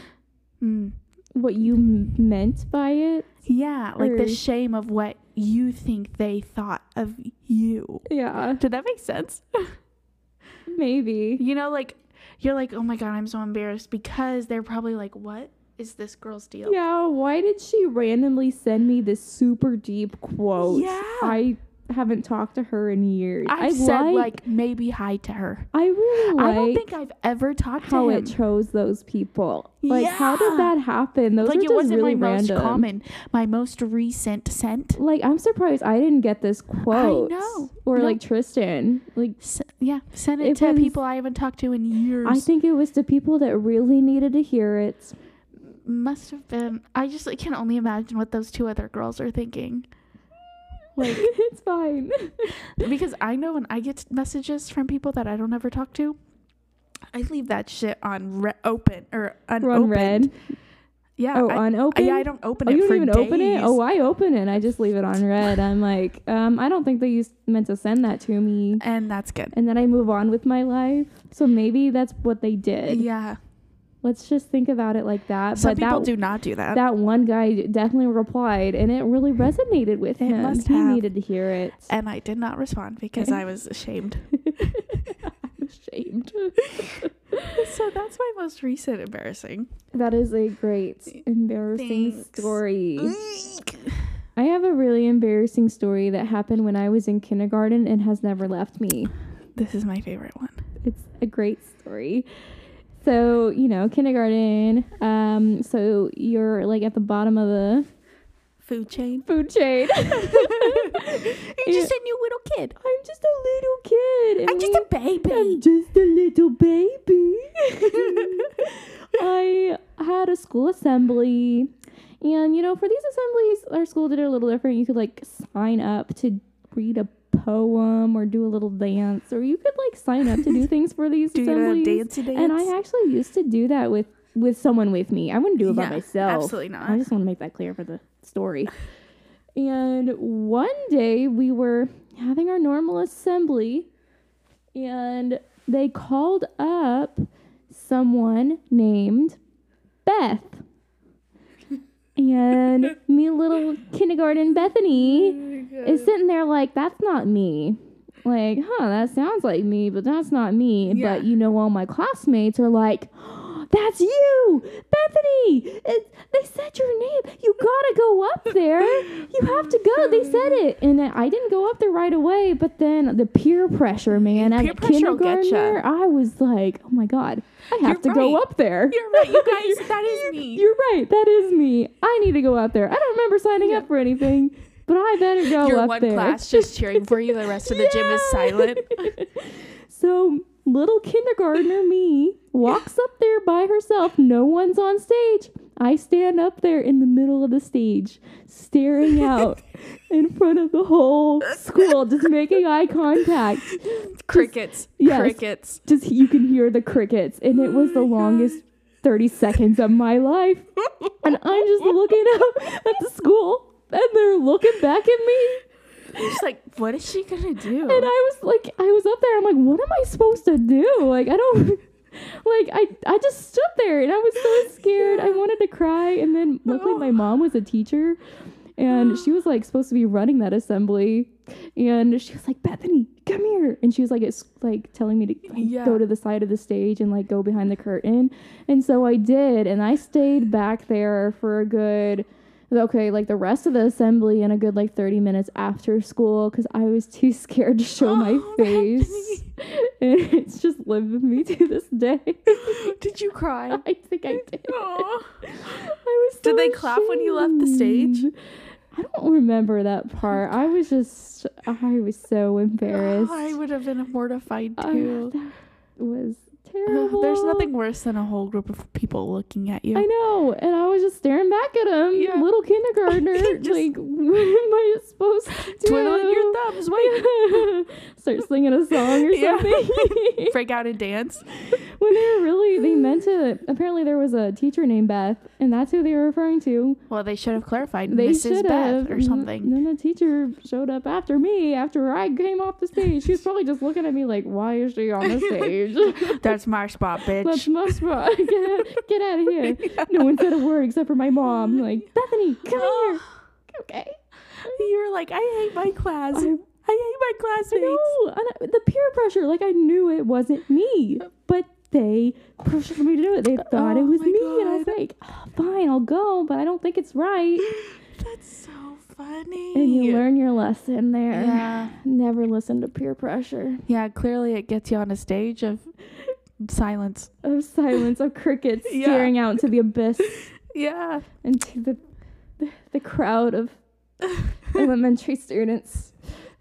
[SPEAKER 1] Mm.
[SPEAKER 2] What you m- meant by it?
[SPEAKER 1] Yeah, like the
[SPEAKER 2] Or-
[SPEAKER 1] shame of what you think they thought of you.
[SPEAKER 2] Yeah,
[SPEAKER 1] Did that make sense?
[SPEAKER 2] maybe.
[SPEAKER 1] You know, like you're like, oh my god, I'm so embarrassed because they're probably like, what is this girl's deal?
[SPEAKER 2] Yeah. Why did she randomly send me this super deep quote?
[SPEAKER 1] Yeah.
[SPEAKER 2] I haven't talked to her in years.
[SPEAKER 1] I've
[SPEAKER 2] I
[SPEAKER 1] said
[SPEAKER 2] like,
[SPEAKER 1] like, maybe hi to her.
[SPEAKER 2] I really like
[SPEAKER 1] I don't think I've ever talked
[SPEAKER 2] how
[SPEAKER 1] to him.
[SPEAKER 2] it chose those people. Like, how did
[SPEAKER 1] Yeah.
[SPEAKER 2] that happen? Those
[SPEAKER 1] like
[SPEAKER 2] are
[SPEAKER 1] it
[SPEAKER 2] just
[SPEAKER 1] wasn't
[SPEAKER 2] really
[SPEAKER 1] my
[SPEAKER 2] random.
[SPEAKER 1] most common, my most recent sent.
[SPEAKER 2] Like I'm surprised I didn't get this quote.
[SPEAKER 1] know.
[SPEAKER 2] Or
[SPEAKER 1] No.
[SPEAKER 2] like Tristan. Like
[SPEAKER 1] S- yeah, sent it,
[SPEAKER 2] It
[SPEAKER 1] to
[SPEAKER 2] was-
[SPEAKER 1] people I haven't talked to in years.
[SPEAKER 2] I think it was to people that really needed to hear it.
[SPEAKER 1] must have been. I just like, can only imagine what those two other girls are thinking. <laughs> Like,
[SPEAKER 2] <laughs> it's fine.
[SPEAKER 1] because I know when I get messages from people that I don't ever talk to, I leave that shit on re- open or unopened.
[SPEAKER 2] Run red.
[SPEAKER 1] Yeah.
[SPEAKER 2] Oh,
[SPEAKER 1] I,
[SPEAKER 2] unopened.
[SPEAKER 1] Yeah, I don't open
[SPEAKER 2] Oh,
[SPEAKER 1] it.
[SPEAKER 2] you don't
[SPEAKER 1] for
[SPEAKER 2] even open it.
[SPEAKER 1] days.
[SPEAKER 2] Oh, I open it. and I just leave it on red. I'm like, um, I don't think they used meant to send that to me.
[SPEAKER 1] and that's good.
[SPEAKER 2] And then I move on with my life. So maybe that's what they did.
[SPEAKER 1] Yeah.
[SPEAKER 2] Let's just think about it like that.
[SPEAKER 1] Some
[SPEAKER 2] Uh, but
[SPEAKER 1] people
[SPEAKER 2] that
[SPEAKER 1] do not do that.
[SPEAKER 2] that one guy definitely replied, and it really resonated with
[SPEAKER 1] It
[SPEAKER 2] him.
[SPEAKER 1] must
[SPEAKER 2] he
[SPEAKER 1] have.
[SPEAKER 2] needed to hear it. <laughs>
[SPEAKER 1] and I did not respond because I was ashamed.
[SPEAKER 2] I'm ashamed.
[SPEAKER 1] <laughs> so that's my most recent embarrassing.
[SPEAKER 2] That is a great embarrassing
[SPEAKER 1] Thanks. Mm.
[SPEAKER 2] story. I have a really embarrassing story that happened when I was in kindergarten and has never left me.
[SPEAKER 1] This is my favorite one.
[SPEAKER 2] It's a great story. So, you know, kindergarten, um so you're like at the bottom of the
[SPEAKER 1] Food <laughs> chain.
[SPEAKER 2] food chain. <laughs>
[SPEAKER 1] You're just a new little kid.
[SPEAKER 2] I'm just a little kid. and
[SPEAKER 1] I'm just
[SPEAKER 2] we-
[SPEAKER 1] a baby.
[SPEAKER 2] I'm just a
[SPEAKER 1] <laughs>
[SPEAKER 2] little baby. I had a school assembly. And, you know, for these assemblies, our school did it a little different. You could, like, sign up to read a poem or do a little dance, or you could, like, sign up
[SPEAKER 1] <laughs>
[SPEAKER 2] to do things for these
[SPEAKER 1] Do you know
[SPEAKER 2] assemblies.
[SPEAKER 1] dancey dance?
[SPEAKER 2] And I actually used to do that with, with someone with me. I wouldn't do it by
[SPEAKER 1] Yeah,
[SPEAKER 2] myself.
[SPEAKER 1] Absolutely not. <laughs>
[SPEAKER 2] I just want to make that clear for the story. And one day we were having our normal assembly, and they called up someone named Beth. And me, little kindergarten
[SPEAKER 1] Oh
[SPEAKER 2] Bethany, is sitting there like, that's not me. Like, huh, that sounds like me, but that's not me.
[SPEAKER 1] Yeah.
[SPEAKER 2] But you know, all my classmates are like, <gasps> that's you, Bethany. It, they said your name. You gotta go up there. You have to go. They said it, and then I didn't go up there right away. But then the peer pressure, man,
[SPEAKER 1] Peer
[SPEAKER 2] as a
[SPEAKER 1] pressure will get ya.
[SPEAKER 2] kindergartner, I was like, oh my god, I have to
[SPEAKER 1] You're
[SPEAKER 2] go
[SPEAKER 1] right.
[SPEAKER 2] up there.
[SPEAKER 1] <laughs> You're right, you
[SPEAKER 2] <laughs>
[SPEAKER 1] guys. That is me.
[SPEAKER 2] You're right. That is me. I need to go out there. I don't remember signing
[SPEAKER 1] Yeah.
[SPEAKER 2] up for anything, but I better go
[SPEAKER 1] Your
[SPEAKER 2] up
[SPEAKER 1] one
[SPEAKER 2] there.
[SPEAKER 1] class just cheering for you. The rest of the gym is
[SPEAKER 2] <laughs> Yeah.
[SPEAKER 1] silent. <laughs>
[SPEAKER 2] so little kindergartner me walks up there by herself. No one's on stage. I stand up there in the middle of the stage, staring out in front of the whole school, just making eye contact.
[SPEAKER 1] Crickets.
[SPEAKER 2] Yes.
[SPEAKER 1] Crickets.
[SPEAKER 2] Just you can hear the crickets, and it was the
[SPEAKER 1] Oh
[SPEAKER 2] longest
[SPEAKER 1] <gasps>
[SPEAKER 2] <laughs> 30 seconds of my life. And I'm just looking up at the school, and they're looking back at me.
[SPEAKER 1] She's like, what is she gonna
[SPEAKER 2] And
[SPEAKER 1] do?
[SPEAKER 2] I was like, I was up there. I'm like, what am I supposed to do? Like, I don't, <laughs> like, I, I just stood there and I was so scared. I wanted to cry. And then luckily, my mom was a teacher and she was like supposed to be running that assembly. And she was like, Bethany, come here. And she was like, it's like telling me to like,
[SPEAKER 1] Yeah.
[SPEAKER 2] go to the side of the stage and like go behind the curtain. And so I did. And I stayed back there for a good, okay, like the rest of the assembly and a good like 30 minutes after school because I was too scared to show my
[SPEAKER 1] Oh,
[SPEAKER 2] face. <laughs> And it's just lived with me <laughs> to this day.
[SPEAKER 1] Did you <laughs> cry?
[SPEAKER 2] <laughs>
[SPEAKER 1] Oh,
[SPEAKER 2] I think I did.
[SPEAKER 1] Aw.
[SPEAKER 2] I was so
[SPEAKER 1] Did they clap when you left the stage? Oh
[SPEAKER 2] ashamed. I don't remember that part. I was just, I was so embarrassed.
[SPEAKER 1] I would have been mortified
[SPEAKER 2] Uh,
[SPEAKER 1] too.
[SPEAKER 2] that was terrible.
[SPEAKER 1] Ugh, <sighs> There's nothing worse than a whole group of people looking at you.
[SPEAKER 2] I know, and I was just staring back at him,
[SPEAKER 1] Yeah. <laughs>
[SPEAKER 2] little kindergartner.
[SPEAKER 1] Just-
[SPEAKER 2] like, <laughs> what am I supposed to do?
[SPEAKER 1] Twiddling your thumbs, wait.
[SPEAKER 2] <laughs> Start singing a song or
[SPEAKER 1] <laughs> Yeah. <laughs>
[SPEAKER 2] something.
[SPEAKER 1] Break out and dance.
[SPEAKER 2] <laughs> when they were really, they meant it. Apparently, there was a teacher named Beth, and that's who they were referring to.
[SPEAKER 1] Well, they should have clarified
[SPEAKER 2] They
[SPEAKER 1] Mrs.
[SPEAKER 2] should have
[SPEAKER 1] Beth or something.
[SPEAKER 2] Then the teacher showed up after me, after I came off the stage. She was probably just looking at me like, "Why is she
[SPEAKER 1] <laughs>
[SPEAKER 2] on the stage?"
[SPEAKER 1] That's my spot,
[SPEAKER 2] That's
[SPEAKER 1] bitch.
[SPEAKER 2] my spot. <laughs> Get out, get out
[SPEAKER 1] <laughs>
[SPEAKER 2] of here. No one said
[SPEAKER 1] <gasps>
[SPEAKER 2] a word except for my mom. Like, Bethany, come here. Okay.
[SPEAKER 1] you were like, I hate my class. I,
[SPEAKER 2] I-
[SPEAKER 1] hate my
[SPEAKER 2] I
[SPEAKER 1] classmates.
[SPEAKER 2] know. And I- the peer pressure, like, I knew it wasn't me, but they pressured me to do it. They thought
[SPEAKER 1] Oh
[SPEAKER 2] it was
[SPEAKER 1] my
[SPEAKER 2] me. And I was
[SPEAKER 1] God.
[SPEAKER 2] like, oh, fine, I'll go, but I don't think it's right.
[SPEAKER 1] That's so funny.
[SPEAKER 2] And you learn your lesson there.
[SPEAKER 1] Yeah.
[SPEAKER 2] Never listen to peer pressure
[SPEAKER 1] Yeah, clearly it gets you on a stage of
[SPEAKER 2] <laughs>
[SPEAKER 1] silence.
[SPEAKER 2] of silence, of crickets
[SPEAKER 1] Yeah.
[SPEAKER 2] staring out into the abyss,
[SPEAKER 1] Yeah.
[SPEAKER 2] into the, the, the crowd
[SPEAKER 1] <laughs>
[SPEAKER 2] of elementary students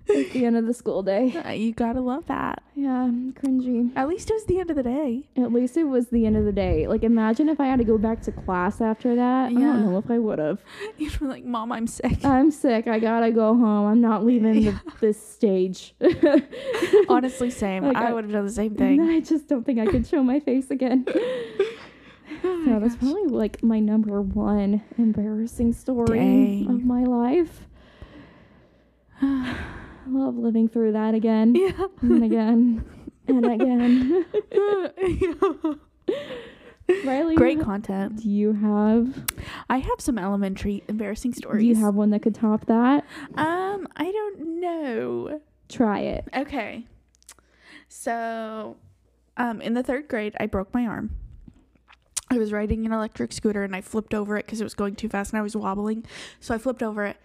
[SPEAKER 2] at the end of the school day.
[SPEAKER 1] you gotta love that.
[SPEAKER 2] Yeah, cringy.
[SPEAKER 1] At least it was the end of the day. <laughs>
[SPEAKER 2] At least it was the end of the day. Like, imagine if I had to go back to class after that. I
[SPEAKER 1] Yeah.
[SPEAKER 2] don't know if I would have.
[SPEAKER 1] You were like, Mom, I'm
[SPEAKER 2] <laughs>
[SPEAKER 1] sick.
[SPEAKER 2] I'm sick. I gotta go home. I'm not
[SPEAKER 1] <laughs>
[SPEAKER 2] leaving the, this stage. <laughs>
[SPEAKER 1] Honestly, same.
[SPEAKER 2] Like,
[SPEAKER 1] I
[SPEAKER 2] I-
[SPEAKER 1] would have done the same thing.
[SPEAKER 2] <laughs> I just don't think I could show my
[SPEAKER 1] <laughs>
[SPEAKER 2] face again.
[SPEAKER 1] Oh
[SPEAKER 2] No, that's probably like my number one embarrassing story
[SPEAKER 1] Dang.
[SPEAKER 2] of my
[SPEAKER 1] <sighs>
[SPEAKER 2] life. Love living through that again <laughs>
[SPEAKER 1] Yeah. <laughs>
[SPEAKER 2] and again and again. Riley,
[SPEAKER 1] Great
[SPEAKER 2] you ha-
[SPEAKER 1] content.
[SPEAKER 2] do you have
[SPEAKER 1] I have some elementary embarrassing stories.
[SPEAKER 2] do you have one that could top that?
[SPEAKER 1] Um, I don't know.
[SPEAKER 2] Try it.
[SPEAKER 1] Okay. So Um, in the third grade, I broke my arm. I was riding an electric scooter and I flipped over it because it was going too fast and I was wobbling. So I flipped over it,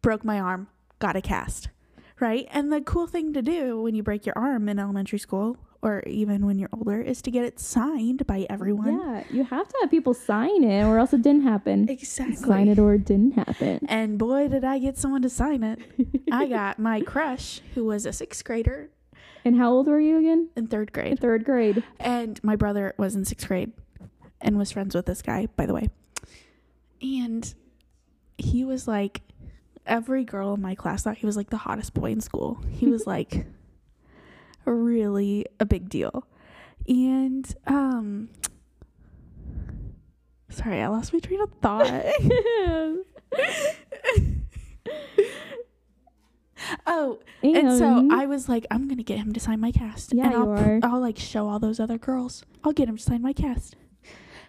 [SPEAKER 1] broke my arm, got a cast. Right? And the cool thing to do when you break your arm in elementary school or even when you're older is to get it signed by everyone.
[SPEAKER 2] Yeah, you have to have people sign it, or else it didn't happen.
[SPEAKER 1] Exactly.
[SPEAKER 2] Sign it, or it didn't happen.
[SPEAKER 1] And boy, did I get someone to sign
[SPEAKER 2] <laughs>
[SPEAKER 1] it. I got my crush, who was a sixth grader
[SPEAKER 2] And how old were you again?
[SPEAKER 1] in third grade.
[SPEAKER 2] In third grade.
[SPEAKER 1] And my brother was in sixth grade and was friends with this guy, by the way. And he was like, every girl in my class thought he was like the hottest boy in school. He
[SPEAKER 2] <laughs>
[SPEAKER 1] was like really a big deal. And, um, sorry, I lost my train of
[SPEAKER 2] <laughs>
[SPEAKER 1] thought. oh, <laughs> and so I was like, I'm gonna get him to sign my cast.
[SPEAKER 2] um. Yeah,
[SPEAKER 1] and I'll,
[SPEAKER 2] you
[SPEAKER 1] pr- <laughs>
[SPEAKER 2] are.
[SPEAKER 1] I'll like show all those other girls. I'll get him to sign my cast.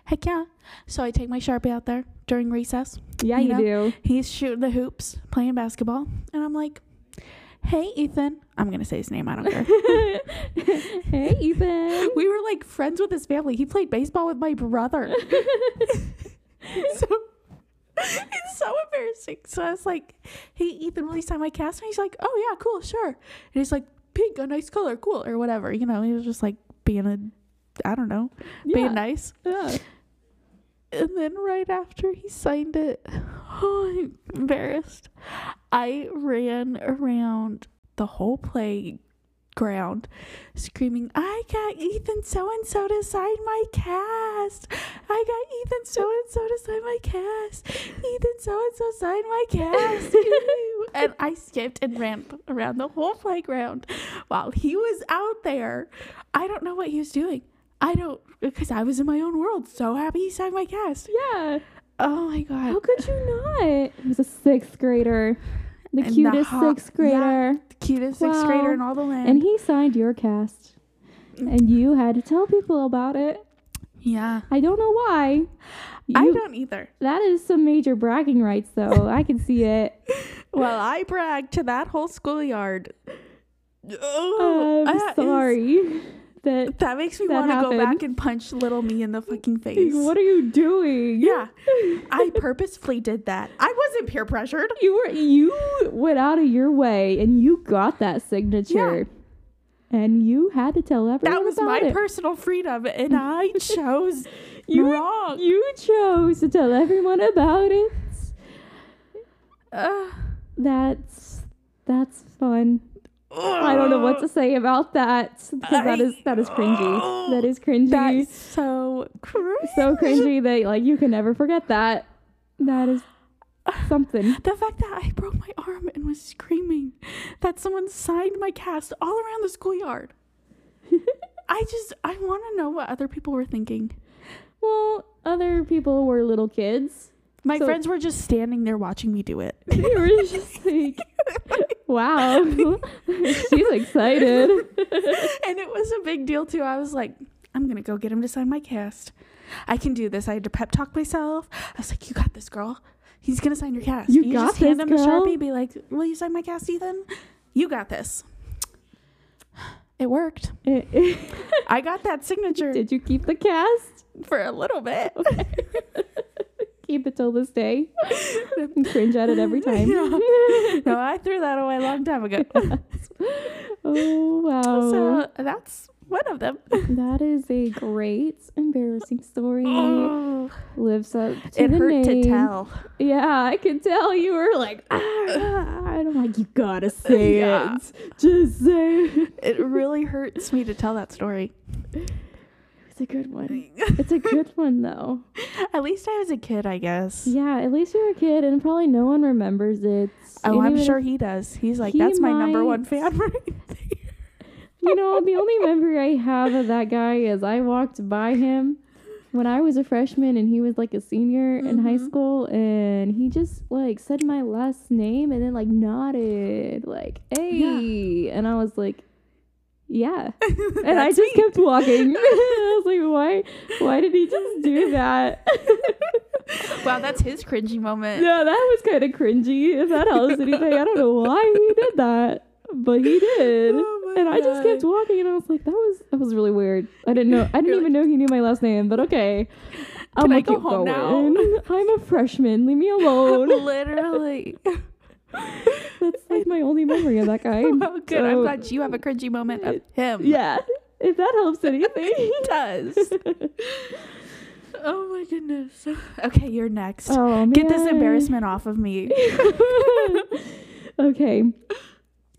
[SPEAKER 1] Heck yeah! So I take my sharpie out there during recess.
[SPEAKER 2] yeah,
[SPEAKER 1] you
[SPEAKER 2] you, do.
[SPEAKER 1] He's shooting the hoops, playing basketball, and I'm like, "Hey, Ethan." I'm gonna say his name. I don't care. <laughs>
[SPEAKER 2] <laughs> hey, Ethan.
[SPEAKER 1] we were like friends with his family. He played baseball with my
[SPEAKER 2] <laughs>
[SPEAKER 1] brother. <laughs> so it's so embarrassing. So I was like, hey, Ethan, will you sign my cast? And he's like, oh, yeah, cool, sure. And he's like, pink, a nice color, cool, or whatever. You know, he was just like being a, I don't know, being
[SPEAKER 2] yeah. uh,
[SPEAKER 1] nice.
[SPEAKER 2] yeah.
[SPEAKER 1] And then right after he signed it, <gasps> oh, I'm embarrassed. I ran around the whole playground screaming, I got Ethan so and so to sign my cast. I got Ethan so and so to sign my cast. Ethan so and so signed my cast.
[SPEAKER 2] <laughs>
[SPEAKER 1] Ooh. and I skipped and ran around the whole playground while he was out there. I don't know what he was doing. I don't, because I was in my own world. So happy he signed my cast.
[SPEAKER 2] Yeah.
[SPEAKER 1] Oh my God.
[SPEAKER 2] How could
[SPEAKER 1] <laughs>
[SPEAKER 2] you not? He was a sixth grader. The
[SPEAKER 1] And the
[SPEAKER 2] cutest
[SPEAKER 1] hot-
[SPEAKER 2] sixth grader.
[SPEAKER 1] yeah. Cutest sixth
[SPEAKER 2] Wow.
[SPEAKER 1] grader in all the land.
[SPEAKER 2] And he signed your cast. And you had to tell people about it.
[SPEAKER 1] yeah.
[SPEAKER 2] I don't know why.
[SPEAKER 1] I
[SPEAKER 2] You-
[SPEAKER 1] don't either.
[SPEAKER 2] <laughs> That is some major bragging rights, though. I can see it.
[SPEAKER 1] Well, I bragged to that whole schoolyard. <laughs> Oh,
[SPEAKER 2] I'm
[SPEAKER 1] that is-
[SPEAKER 2] sorry. that.
[SPEAKER 1] that makes me
[SPEAKER 2] That
[SPEAKER 1] want to go back
[SPEAKER 2] happened.
[SPEAKER 1] and punch little me
[SPEAKER 2] <laughs>
[SPEAKER 1] in the fucking face.
[SPEAKER 2] What are you doing?
[SPEAKER 1] yeah, I
[SPEAKER 2] <laughs>
[SPEAKER 1] purposefully did that. I wasn't peer pressured.
[SPEAKER 2] You were you went out of your way and you got that signature. And you had to tell everyone
[SPEAKER 1] That was
[SPEAKER 2] about
[SPEAKER 1] my
[SPEAKER 2] it.
[SPEAKER 1] personal freedom,
[SPEAKER 2] <laughs>
[SPEAKER 1] and I chose
[SPEAKER 2] You-
[SPEAKER 1] wrong.
[SPEAKER 2] you chose to tell everyone about it.
[SPEAKER 1] Ugh.
[SPEAKER 2] That's that's fun. I don't know what
[SPEAKER 1] Uh,
[SPEAKER 2] to say about that. 'cause that is that is cringy.
[SPEAKER 1] <gasps>
[SPEAKER 2] That is cringy.
[SPEAKER 1] That's so crazy.
[SPEAKER 2] <laughs> so cringy that like you can never forget that. That is something.
[SPEAKER 1] The fact that I broke my arm and was screaming that someone signed my cast all around the schoolyard. I just, I want to know what other people were thinking.
[SPEAKER 2] <sighs> Well, other people were little <laughs> kids.
[SPEAKER 1] My
[SPEAKER 2] So-
[SPEAKER 1] friends were just standing there watching me do it.
[SPEAKER 2] <laughs> They were just like,
[SPEAKER 1] <laughs>
[SPEAKER 2] wow, <laughs> she's
[SPEAKER 1] <laughs>
[SPEAKER 2] excited.
[SPEAKER 1] and it was a big deal too. I was like, I'm gonna go get him to sign my cast. I can do this. I had to pep talk myself. I was like, You got this, girl. He's gonna sign your cast.
[SPEAKER 2] You got
[SPEAKER 1] just hand
[SPEAKER 2] this,
[SPEAKER 1] him the
[SPEAKER 2] girl.
[SPEAKER 1] sharpie. Be like, Will you sign my cast, Ethan? You got this. <sighs> It
[SPEAKER 2] <laughs>
[SPEAKER 1] worked. I got that signature
[SPEAKER 2] Did you keep the <laughs> cast?
[SPEAKER 1] for a little bit.
[SPEAKER 2] <laughs> Keep it till this <laughs> day. And cringe at it every time. <laughs>
[SPEAKER 1] Yeah. No, I threw that away a long time ago.
[SPEAKER 2] Oh wow,
[SPEAKER 1] So that's one of them.
[SPEAKER 2] that is a great embarrassing <gasps> story. Lives up to
[SPEAKER 1] Oh. it
[SPEAKER 2] the
[SPEAKER 1] hurt
[SPEAKER 2] name.
[SPEAKER 1] to tell.
[SPEAKER 2] Yeah, I could tell you were like, ah, <laughs> and I'm like, you gotta say
[SPEAKER 1] Yeah.
[SPEAKER 2] it. Just say it.
[SPEAKER 1] It really hurts me to tell that
[SPEAKER 2] <laughs>
[SPEAKER 1] story.
[SPEAKER 2] It's a good one. It's a good one though.
[SPEAKER 1] At least I was a kid, I guess.
[SPEAKER 2] Yeah, at least you're a kid, and probably no one remembers it.
[SPEAKER 1] Oh,
[SPEAKER 2] And
[SPEAKER 1] I'm
[SPEAKER 2] even
[SPEAKER 1] sure he does. He's like,
[SPEAKER 2] He
[SPEAKER 1] that's my number
[SPEAKER 2] might-
[SPEAKER 1] one fan. <laughs> right
[SPEAKER 2] if- You know, the only memory I have of that guy is I walked by him when I was a freshman, and he was like a senior in high
[SPEAKER 1] Mhm.
[SPEAKER 2] school, and he just like said my last name, and then like nodded, like "Hey," and I was like,
[SPEAKER 1] <laughs>
[SPEAKER 2] "Yeah." <laughs> and I
[SPEAKER 1] That's
[SPEAKER 2] just kept walking. <laughs> I was like, "Why? Why did he
[SPEAKER 1] <laughs>
[SPEAKER 2] just do that?"
[SPEAKER 1] me. wow, that's his cringy moment.
[SPEAKER 2] Yeah, that was kind of cringy. If that helps anything, I don't know why he did that, but he did.
[SPEAKER 1] Oh my
[SPEAKER 2] and I just kept
[SPEAKER 1] God.
[SPEAKER 2] walking, and I was like, "That was that was really weird. I didn't know. I didn't even know he knew my last name, but okay. I'm
[SPEAKER 1] Can I
[SPEAKER 2] gonna
[SPEAKER 1] go
[SPEAKER 2] keep
[SPEAKER 1] home
[SPEAKER 2] going. <laughs> I'm a freshman. Leave me alone.
[SPEAKER 1] <laughs>
[SPEAKER 2] <laughs>
[SPEAKER 1] Literally.
[SPEAKER 2] That's
[SPEAKER 1] <laughs>
[SPEAKER 2] like my only memory of that guy.
[SPEAKER 1] Oh, good. I'm
[SPEAKER 2] So,
[SPEAKER 1] glad you have a cringy moment
[SPEAKER 2] <laughs>
[SPEAKER 1] of him. <laughs>
[SPEAKER 2] Yeah, if that helps anything. <laughs>
[SPEAKER 1] It does. oh my goodness. <sighs> Okay, you're next.
[SPEAKER 2] oh man.
[SPEAKER 1] Get this embarrassment off of me.
[SPEAKER 2] <laughs> okay.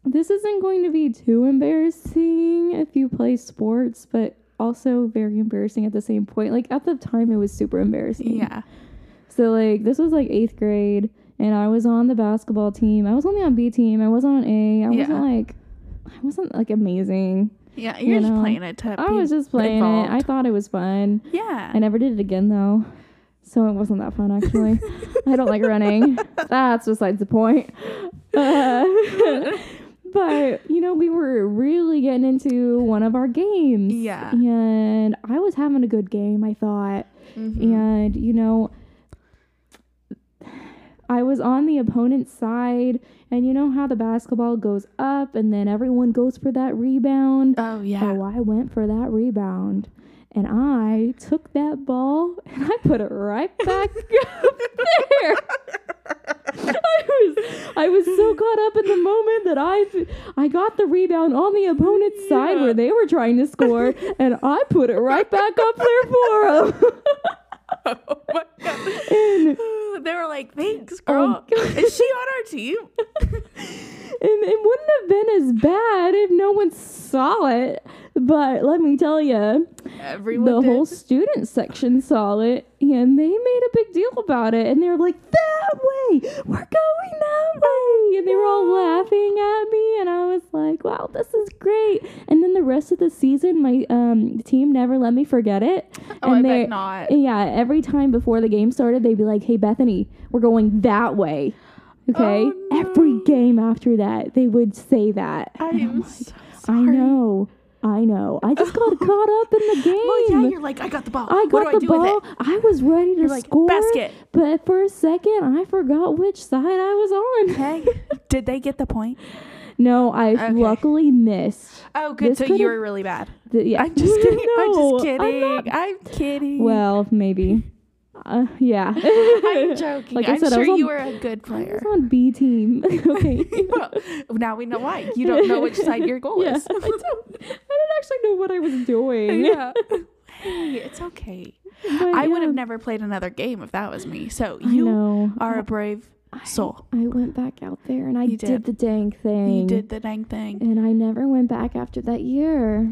[SPEAKER 2] This isn't going to be too embarrassing if you play sports, but also very embarrassing at the same point. Like at the time, it was super embarrassing.
[SPEAKER 1] yeah.
[SPEAKER 2] So like this was like eighth grade, and I was on the basketball team. I was only on B team. I wasn't on A. I
[SPEAKER 1] Yeah.
[SPEAKER 2] wasn't like, I wasn't like amazing.
[SPEAKER 1] Yeah, you're
[SPEAKER 2] You
[SPEAKER 1] just
[SPEAKER 2] know,
[SPEAKER 1] playing it to
[SPEAKER 2] I
[SPEAKER 1] be
[SPEAKER 2] was just playing
[SPEAKER 1] involved.
[SPEAKER 2] it. I thought it was fun.
[SPEAKER 1] yeah.
[SPEAKER 2] I never did it again though. So it wasn't that
[SPEAKER 1] <laughs>
[SPEAKER 2] fun actually. I don't like running. <laughs> That's besides the point. Uh,
[SPEAKER 1] Oh,
[SPEAKER 2] but you know, we were really getting into one of our games.
[SPEAKER 1] Yeah.
[SPEAKER 2] And I was having a good game, I thought.
[SPEAKER 1] Mhm.
[SPEAKER 2] And you know, I was on the opponent's side, and you know how the basketball goes up and then everyone goes for that rebound.
[SPEAKER 1] Oh yeah.
[SPEAKER 2] So I went for that rebound and I took that ball and I put it right
[SPEAKER 1] <laughs>
[SPEAKER 2] back up there. <laughs> I was I was so caught up in the moment that I I got the rebound on the opponent's side where they were trying to score and I put it right back up there for them.
[SPEAKER 1] <laughs>
[SPEAKER 2] <laughs>
[SPEAKER 1] Oh my god.
[SPEAKER 2] and
[SPEAKER 1] They were like, "Thanks, girl.
[SPEAKER 2] Oh, God.
[SPEAKER 1] Is she on our team?"
[SPEAKER 2] <laughs> And it wouldn't have been as bad if no one saw it. But let me tell you,
[SPEAKER 1] Everyone.
[SPEAKER 2] the
[SPEAKER 1] did.
[SPEAKER 2] whole student section saw it and they made a big deal about it and they were like that way we're going that way and they were all laughing at me and i was like wow this is great and then the rest of the season my um, team never let me forget it
[SPEAKER 1] Oh,
[SPEAKER 2] and
[SPEAKER 1] I
[SPEAKER 2] they
[SPEAKER 1] bet not. <laughs>
[SPEAKER 2] and yeah every time before the game started they'd be like hey bethany we're going that way okay
[SPEAKER 1] Oh, no.
[SPEAKER 2] every game after that they would say that
[SPEAKER 1] I
[SPEAKER 2] And I'm
[SPEAKER 1] am
[SPEAKER 2] like,
[SPEAKER 1] so
[SPEAKER 2] I
[SPEAKER 1] sorry.
[SPEAKER 2] know. I know. I just
[SPEAKER 1] <laughs>
[SPEAKER 2] got caught up in the game.
[SPEAKER 1] Well, yeah, you're like, I got the ball.
[SPEAKER 2] I
[SPEAKER 1] what do
[SPEAKER 2] got the
[SPEAKER 1] I do
[SPEAKER 2] ball.
[SPEAKER 1] with it?
[SPEAKER 2] I was ready to
[SPEAKER 1] You're like,
[SPEAKER 2] score.
[SPEAKER 1] basket.
[SPEAKER 2] But for a second, I forgot which side I was on.
[SPEAKER 1] Hey, <laughs> did they get the point?
[SPEAKER 2] <laughs> no, I
[SPEAKER 1] Okay.
[SPEAKER 2] luckily missed.
[SPEAKER 1] Oh, good.
[SPEAKER 2] This
[SPEAKER 1] so
[SPEAKER 2] could've-
[SPEAKER 1] you were really bad.
[SPEAKER 2] The, yeah.
[SPEAKER 1] I'm
[SPEAKER 2] <laughs>
[SPEAKER 1] just kidding. I'm
[SPEAKER 2] No,
[SPEAKER 1] just
[SPEAKER 2] I'm
[SPEAKER 1] kidding.
[SPEAKER 2] not-
[SPEAKER 1] I'm, kidding.
[SPEAKER 2] well, maybe. Uh, yeah.
[SPEAKER 1] <laughs>
[SPEAKER 2] <laughs>
[SPEAKER 1] I'm joking.
[SPEAKER 2] Like I
[SPEAKER 1] I'm
[SPEAKER 2] said, I
[SPEAKER 1] sure
[SPEAKER 2] was on-
[SPEAKER 1] you were a good
[SPEAKER 2] <laughs> I was
[SPEAKER 1] player.
[SPEAKER 2] on B team. <laughs> okay.
[SPEAKER 1] <laughs> Well, now we know why. <laughs> You don't know which side your goal
[SPEAKER 2] <laughs> Yeah,
[SPEAKER 1] is.
[SPEAKER 2] I, don't, I didn't actually know what I was doing. <laughs>
[SPEAKER 1] yeah. Hey, it's okay.
[SPEAKER 2] But
[SPEAKER 1] I would
[SPEAKER 2] yeah,
[SPEAKER 1] have never played another game if that was me. So
[SPEAKER 2] I
[SPEAKER 1] you
[SPEAKER 2] know.
[SPEAKER 1] are a brave
[SPEAKER 2] I-
[SPEAKER 1] soul.
[SPEAKER 2] I went back out there and I
[SPEAKER 1] You
[SPEAKER 2] did.
[SPEAKER 1] did.
[SPEAKER 2] the dang thing.
[SPEAKER 1] You did the dang thing.
[SPEAKER 2] And I never went back after that year.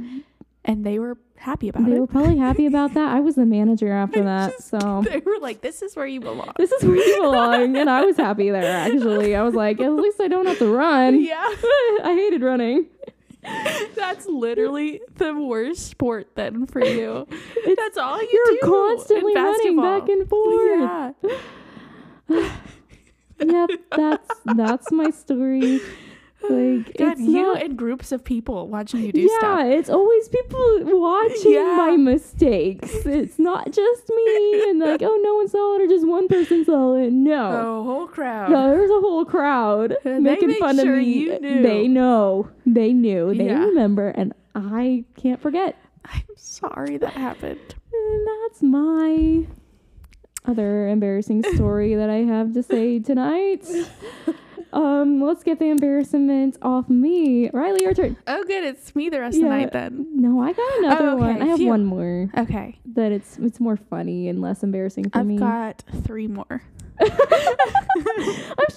[SPEAKER 1] And they were happy about
[SPEAKER 2] They
[SPEAKER 1] it.
[SPEAKER 2] were probably happy about that. I was the manager
[SPEAKER 1] <laughs>
[SPEAKER 2] after
[SPEAKER 1] I'm
[SPEAKER 2] that.
[SPEAKER 1] just
[SPEAKER 2] So
[SPEAKER 1] They were like, this is where you
[SPEAKER 2] <laughs>
[SPEAKER 1] belong.
[SPEAKER 2] this is where you belong. And I was happy there, actually. I was like, at least I don't have to run.
[SPEAKER 1] Yeah.
[SPEAKER 2] <laughs>
[SPEAKER 1] <laughs>
[SPEAKER 2] I hated running.
[SPEAKER 1] That's literally the worst sport then for you.
[SPEAKER 2] <laughs> It's-
[SPEAKER 1] That's all you
[SPEAKER 2] You're
[SPEAKER 1] do.
[SPEAKER 2] constantly
[SPEAKER 1] in
[SPEAKER 2] running back
[SPEAKER 1] basketball.
[SPEAKER 2] and forth.
[SPEAKER 1] Yeah.
[SPEAKER 2] Yep, that's that's my story. Like
[SPEAKER 1] God,
[SPEAKER 2] it's
[SPEAKER 1] you
[SPEAKER 2] not,
[SPEAKER 1] and groups of people watching you do
[SPEAKER 2] yeah,
[SPEAKER 1] stuff.
[SPEAKER 2] it's always people watching
[SPEAKER 1] Yeah.
[SPEAKER 2] my mistakes. It's not just me and like, oh, no one saw it or just one person saw it. No.
[SPEAKER 1] The whole crowd.
[SPEAKER 2] No, there's a whole crowd
[SPEAKER 1] They
[SPEAKER 2] making
[SPEAKER 1] make
[SPEAKER 2] fun
[SPEAKER 1] sure
[SPEAKER 2] of me.
[SPEAKER 1] you knew.
[SPEAKER 2] They know. They knew. They
[SPEAKER 1] Yeah.
[SPEAKER 2] remember, and I can't forget.
[SPEAKER 1] <laughs> I'm sorry that happened.
[SPEAKER 2] And that's my
[SPEAKER 1] <laughs>
[SPEAKER 2] other embarrassing story that I have to say tonight. Um, let's get the embarrassment off me. Riley, your turn.
[SPEAKER 1] Oh, good. It's me the rest of the
[SPEAKER 2] Yeah.
[SPEAKER 1] night then.
[SPEAKER 2] No, I got another
[SPEAKER 1] Oh,
[SPEAKER 2] one.
[SPEAKER 1] okay,
[SPEAKER 2] I have
[SPEAKER 1] phew.
[SPEAKER 2] one more
[SPEAKER 1] Okay.
[SPEAKER 2] that it's it's more funny and less embarrassing for
[SPEAKER 1] I've
[SPEAKER 2] me.
[SPEAKER 1] got three more.
[SPEAKER 2] <laughs> I'm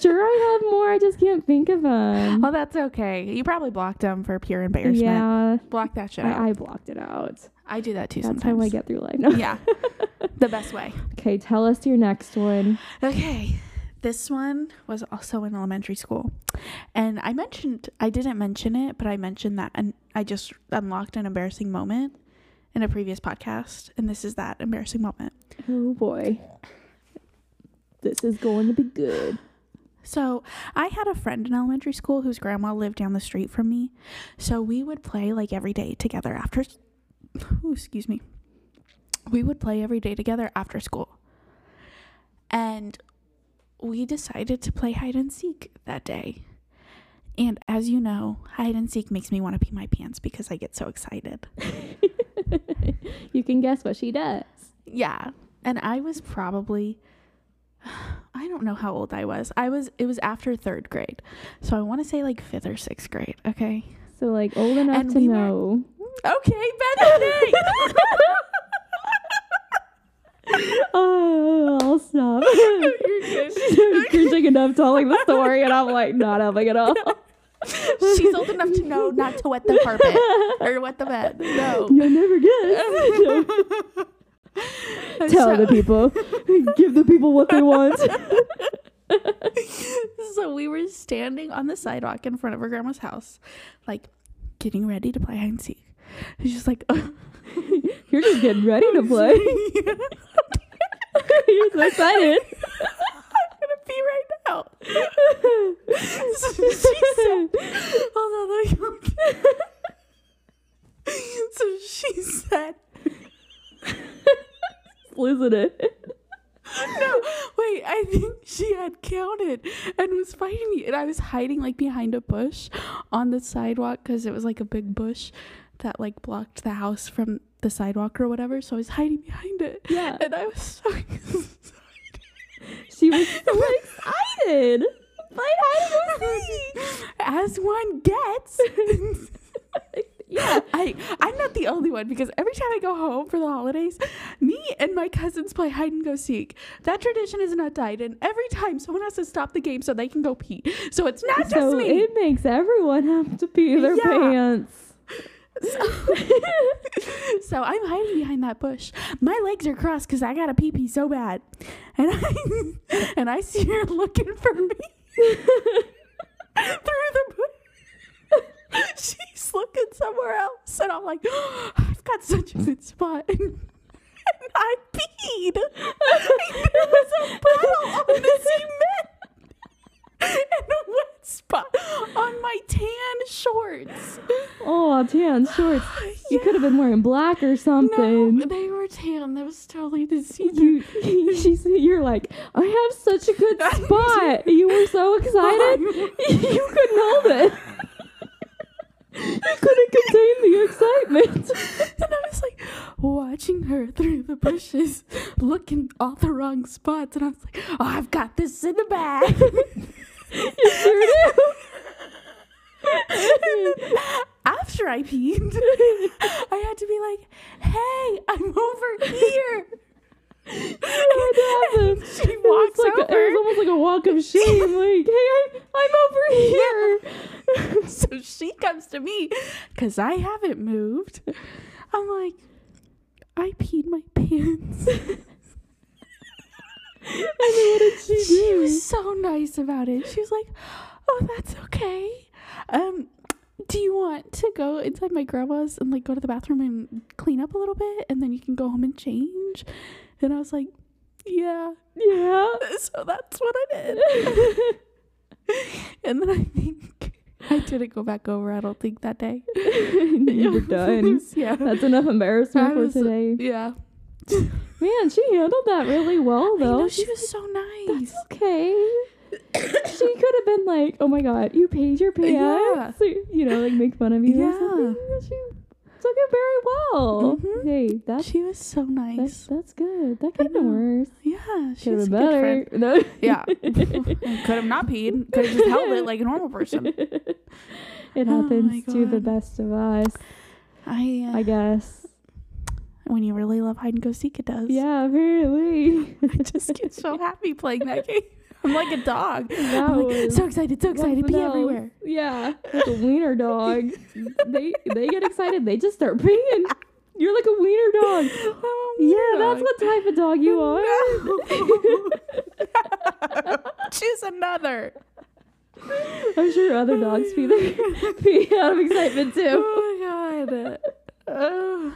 [SPEAKER 2] sure I have more. I just can't think of them.
[SPEAKER 1] Well, Oh, that's okay. You probably blocked them for pure embarrassment.
[SPEAKER 2] Yeah,
[SPEAKER 1] Block that shit out.
[SPEAKER 2] I, I blocked it out.
[SPEAKER 1] I, do that too
[SPEAKER 2] That's
[SPEAKER 1] sometimes.
[SPEAKER 2] how I get through life. No. <laughs>
[SPEAKER 1] yeah. The best way.
[SPEAKER 2] Okay, tell us your next one.
[SPEAKER 1] Okay. This one was also in elementary school. And I mentioned, I didn't mention it, but I mentioned that and I just unlocked an embarrassing moment in a previous podcast. And this is that embarrassing moment.
[SPEAKER 2] Oh boy. This is going to be good.
[SPEAKER 1] So I had a friend in elementary school whose grandma lived down the street from me. So we would play like every day together after. <laughs> Ooh, excuse me. We would play every day together after school. And we decided to play hide and seek that day. And as you know, hide and seek makes me want to pee my pants because I get so excited.
[SPEAKER 2] you can guess what she does.
[SPEAKER 1] Yeah. And I was probably <sighs> I don't know how old I was. I was it was after 3rd grade. So I want to say like 5th or 6th grade, okay?
[SPEAKER 2] So like old enough
[SPEAKER 1] And
[SPEAKER 2] to
[SPEAKER 1] we were-
[SPEAKER 2] know.
[SPEAKER 1] <laughs> Okay, <laughs> Benedict.
[SPEAKER 2] oh, I'll stop.
[SPEAKER 1] <laughs> You're good.
[SPEAKER 2] <laughs> She's already cringing enough telling the story, and I'm like not helping at all.
[SPEAKER 1] <laughs> She's old enough to know not to wet the carpet or wet the bed. No.
[SPEAKER 2] You'll never
[SPEAKER 1] <laughs>
[SPEAKER 2] guess. <laughs>
[SPEAKER 1] So-
[SPEAKER 2] Tell the people. <laughs> Give the people what they want.
[SPEAKER 1] <laughs> so we were standing on the sidewalk in front of her grandma's house, like getting ready to play hide and seek. And she's like, <laughs>
[SPEAKER 2] You're just getting ready to play. You're so excited.
[SPEAKER 1] <laughs> I'm gonna pee right
[SPEAKER 2] <laughs>
[SPEAKER 1] now. <laughs> So she said, Hold on, let me. so she said,
[SPEAKER 2] Listen it.
[SPEAKER 1] No, wait, I think she had counted and was fighting me. And I was hiding like behind a bush on the sidewalk because it was like a big bush that like blocked the house from the sidewalk or whatever. So I was hiding behind it.
[SPEAKER 2] Yeah.
[SPEAKER 1] And I was so <laughs>
[SPEAKER 2] She <laughs> was so excited. Played hide and
[SPEAKER 1] As one gets.
[SPEAKER 2] seek. <laughs> Yeah.
[SPEAKER 1] <laughs> I I'm not the only one because every time I go home for the holidays, me and my cousins play hide and go seek. That tradition is not died, and every time someone has to stop the game so they can go pee. So it's not just
[SPEAKER 2] So
[SPEAKER 1] me.
[SPEAKER 2] it makes everyone have to pee their
[SPEAKER 1] Yeah.
[SPEAKER 2] pants.
[SPEAKER 1] So, <laughs> so I'm hiding behind that bush. My legs are crossed because I got a pee pee so bad, and I <laughs> and I see her looking for me <laughs> through the bush. <laughs> She's looking somewhere else, and I'm like, <gasps> I've got such a good spot. <laughs> And I peed. <laughs> And there was a puddle on the cement <laughs> and a wet spot on my tan shorts.
[SPEAKER 2] Oh,
[SPEAKER 1] <sighs>
[SPEAKER 2] tan shorts. You could have been wearing black or something.
[SPEAKER 1] No, they were tan. That was totally deceiving.
[SPEAKER 2] <laughs> You, she's, you're like, I have such
[SPEAKER 1] <laughs>
[SPEAKER 2] a good spot. You were <laughs> so excited.
[SPEAKER 1] Um,
[SPEAKER 2] you couldn't hold it. <laughs>
[SPEAKER 1] <laughs>
[SPEAKER 2] You couldn't contain the excitement.
[SPEAKER 1] <laughs> And I was like watching her through the bushes, looking all the wrong spots, and I was like, "Oh, I've got this in the bag."
[SPEAKER 2] <laughs> You sure do.
[SPEAKER 1] <laughs> After I peed, I had to be like, "Hey, I'm over
[SPEAKER 2] <laughs>
[SPEAKER 1] here."
[SPEAKER 2] What happened?
[SPEAKER 1] And <laughs> she
[SPEAKER 2] It was
[SPEAKER 1] walks
[SPEAKER 2] like a-
[SPEAKER 1] over.
[SPEAKER 2] it was almost like a walk
[SPEAKER 1] <laughs>
[SPEAKER 2] of shame. Like, hey, I, I'm over
[SPEAKER 1] <laughs>
[SPEAKER 2] here.
[SPEAKER 1] so she comes to me because I haven't moved. I'm like, I peed my pants. <laughs>
[SPEAKER 2] and then what did she
[SPEAKER 1] she
[SPEAKER 2] do?
[SPEAKER 1] was so nice about it. She was like, "Oh, that's okay. Um, do you want to go inside my grandma's and like go to the bathroom and clean up a little bit, and then you can go home and change?" And I was like, "Yeah." <laughs>
[SPEAKER 2] Yeah. <laughs>
[SPEAKER 1] So that's what I did. <laughs> and then I think I didn't go back over. I don't think that <laughs> day.
[SPEAKER 2] you were done.
[SPEAKER 1] <laughs> yeah.
[SPEAKER 2] That's enough embarrassment
[SPEAKER 1] I
[SPEAKER 2] for
[SPEAKER 1] was-
[SPEAKER 2] today.
[SPEAKER 1] Yeah.
[SPEAKER 2] Man, she handled that really well,
[SPEAKER 1] I
[SPEAKER 2] though.
[SPEAKER 1] know she was so nice.
[SPEAKER 2] That's okay. she could have been like, "Oh my god, you paid your
[SPEAKER 1] Yeah.
[SPEAKER 2] pants," you know, like make fun of you.
[SPEAKER 1] Yeah.
[SPEAKER 2] Or something. She took it very well.
[SPEAKER 1] Mhm.
[SPEAKER 2] Hey, that's
[SPEAKER 1] she was so
[SPEAKER 2] that's,
[SPEAKER 1] nice.
[SPEAKER 2] that's good. That could have
[SPEAKER 1] know.
[SPEAKER 2] been worse.
[SPEAKER 1] yeah, she
[SPEAKER 2] Could
[SPEAKER 1] was
[SPEAKER 2] have
[SPEAKER 1] a good
[SPEAKER 2] been better.
[SPEAKER 1] <laughs> friend.
[SPEAKER 2] No.
[SPEAKER 1] Yeah, <laughs> could have not peed. Could have just held it like a normal person.
[SPEAKER 2] it
[SPEAKER 1] Oh
[SPEAKER 2] happens
[SPEAKER 1] my
[SPEAKER 2] to the
[SPEAKER 1] God.
[SPEAKER 2] best of us,
[SPEAKER 1] <laughs> I, <sighs> uh,
[SPEAKER 2] I guess.
[SPEAKER 1] when you really love hide and go seek, it does.
[SPEAKER 2] Yeah, apparently.
[SPEAKER 1] <laughs> I <laughs> just get so happy playing that <laughs> game. I'm like a dog.
[SPEAKER 2] That
[SPEAKER 1] I'm like,
[SPEAKER 2] was-
[SPEAKER 1] Oh so excited, so excited,
[SPEAKER 2] Nothing
[SPEAKER 1] pee
[SPEAKER 2] else.
[SPEAKER 1] everywhere.
[SPEAKER 2] Yeah, like a wiener dog. they they get excited. They just start peeing. You're like a wiener
[SPEAKER 1] <laughs>
[SPEAKER 2] dog.
[SPEAKER 1] Oh,
[SPEAKER 2] Yeah, that's what type of dog you are.
[SPEAKER 1] what. <laughs> Choose another.
[SPEAKER 2] I'm sure other dogs
[SPEAKER 1] <laughs>
[SPEAKER 2] pee their pee out of excitement too.
[SPEAKER 1] Oh my god. Oh,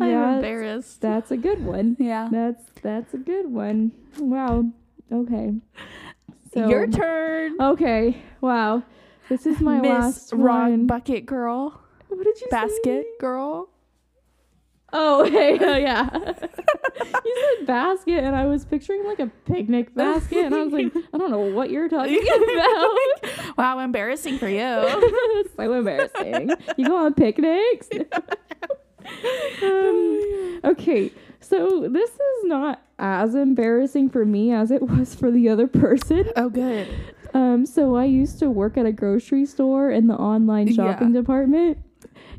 [SPEAKER 1] I'm
[SPEAKER 2] Yeah,
[SPEAKER 1] embarrassed.
[SPEAKER 2] that's a good one.
[SPEAKER 1] Yeah.
[SPEAKER 2] That's that's a good one. Wow. Okay.
[SPEAKER 1] Your turn.
[SPEAKER 2] Okay. Wow. This is Oh, my
[SPEAKER 1] Miss
[SPEAKER 2] last
[SPEAKER 1] Wrong
[SPEAKER 2] one.
[SPEAKER 1] Bucket Girl.
[SPEAKER 2] <laughs> what did you say?
[SPEAKER 1] Basket Girl.
[SPEAKER 2] Oh, <laughs> hey, uh, yeah. you said basket, and I was picturing like a
[SPEAKER 1] <laughs>
[SPEAKER 2] picnic basket, and I was like, I don't know what you're talking about. <laughs>
[SPEAKER 1] Wow, embarrassing for you.
[SPEAKER 2] It's so embarrassing. You go on picnics?
[SPEAKER 1] Oh,
[SPEAKER 2] Um, okay, so this is not as embarrassing for me as it was for the other person.
[SPEAKER 1] <laughs> Oh, good.
[SPEAKER 2] Um, so I used to work at a grocery store in the online shopping
[SPEAKER 1] Yeah.
[SPEAKER 2] department.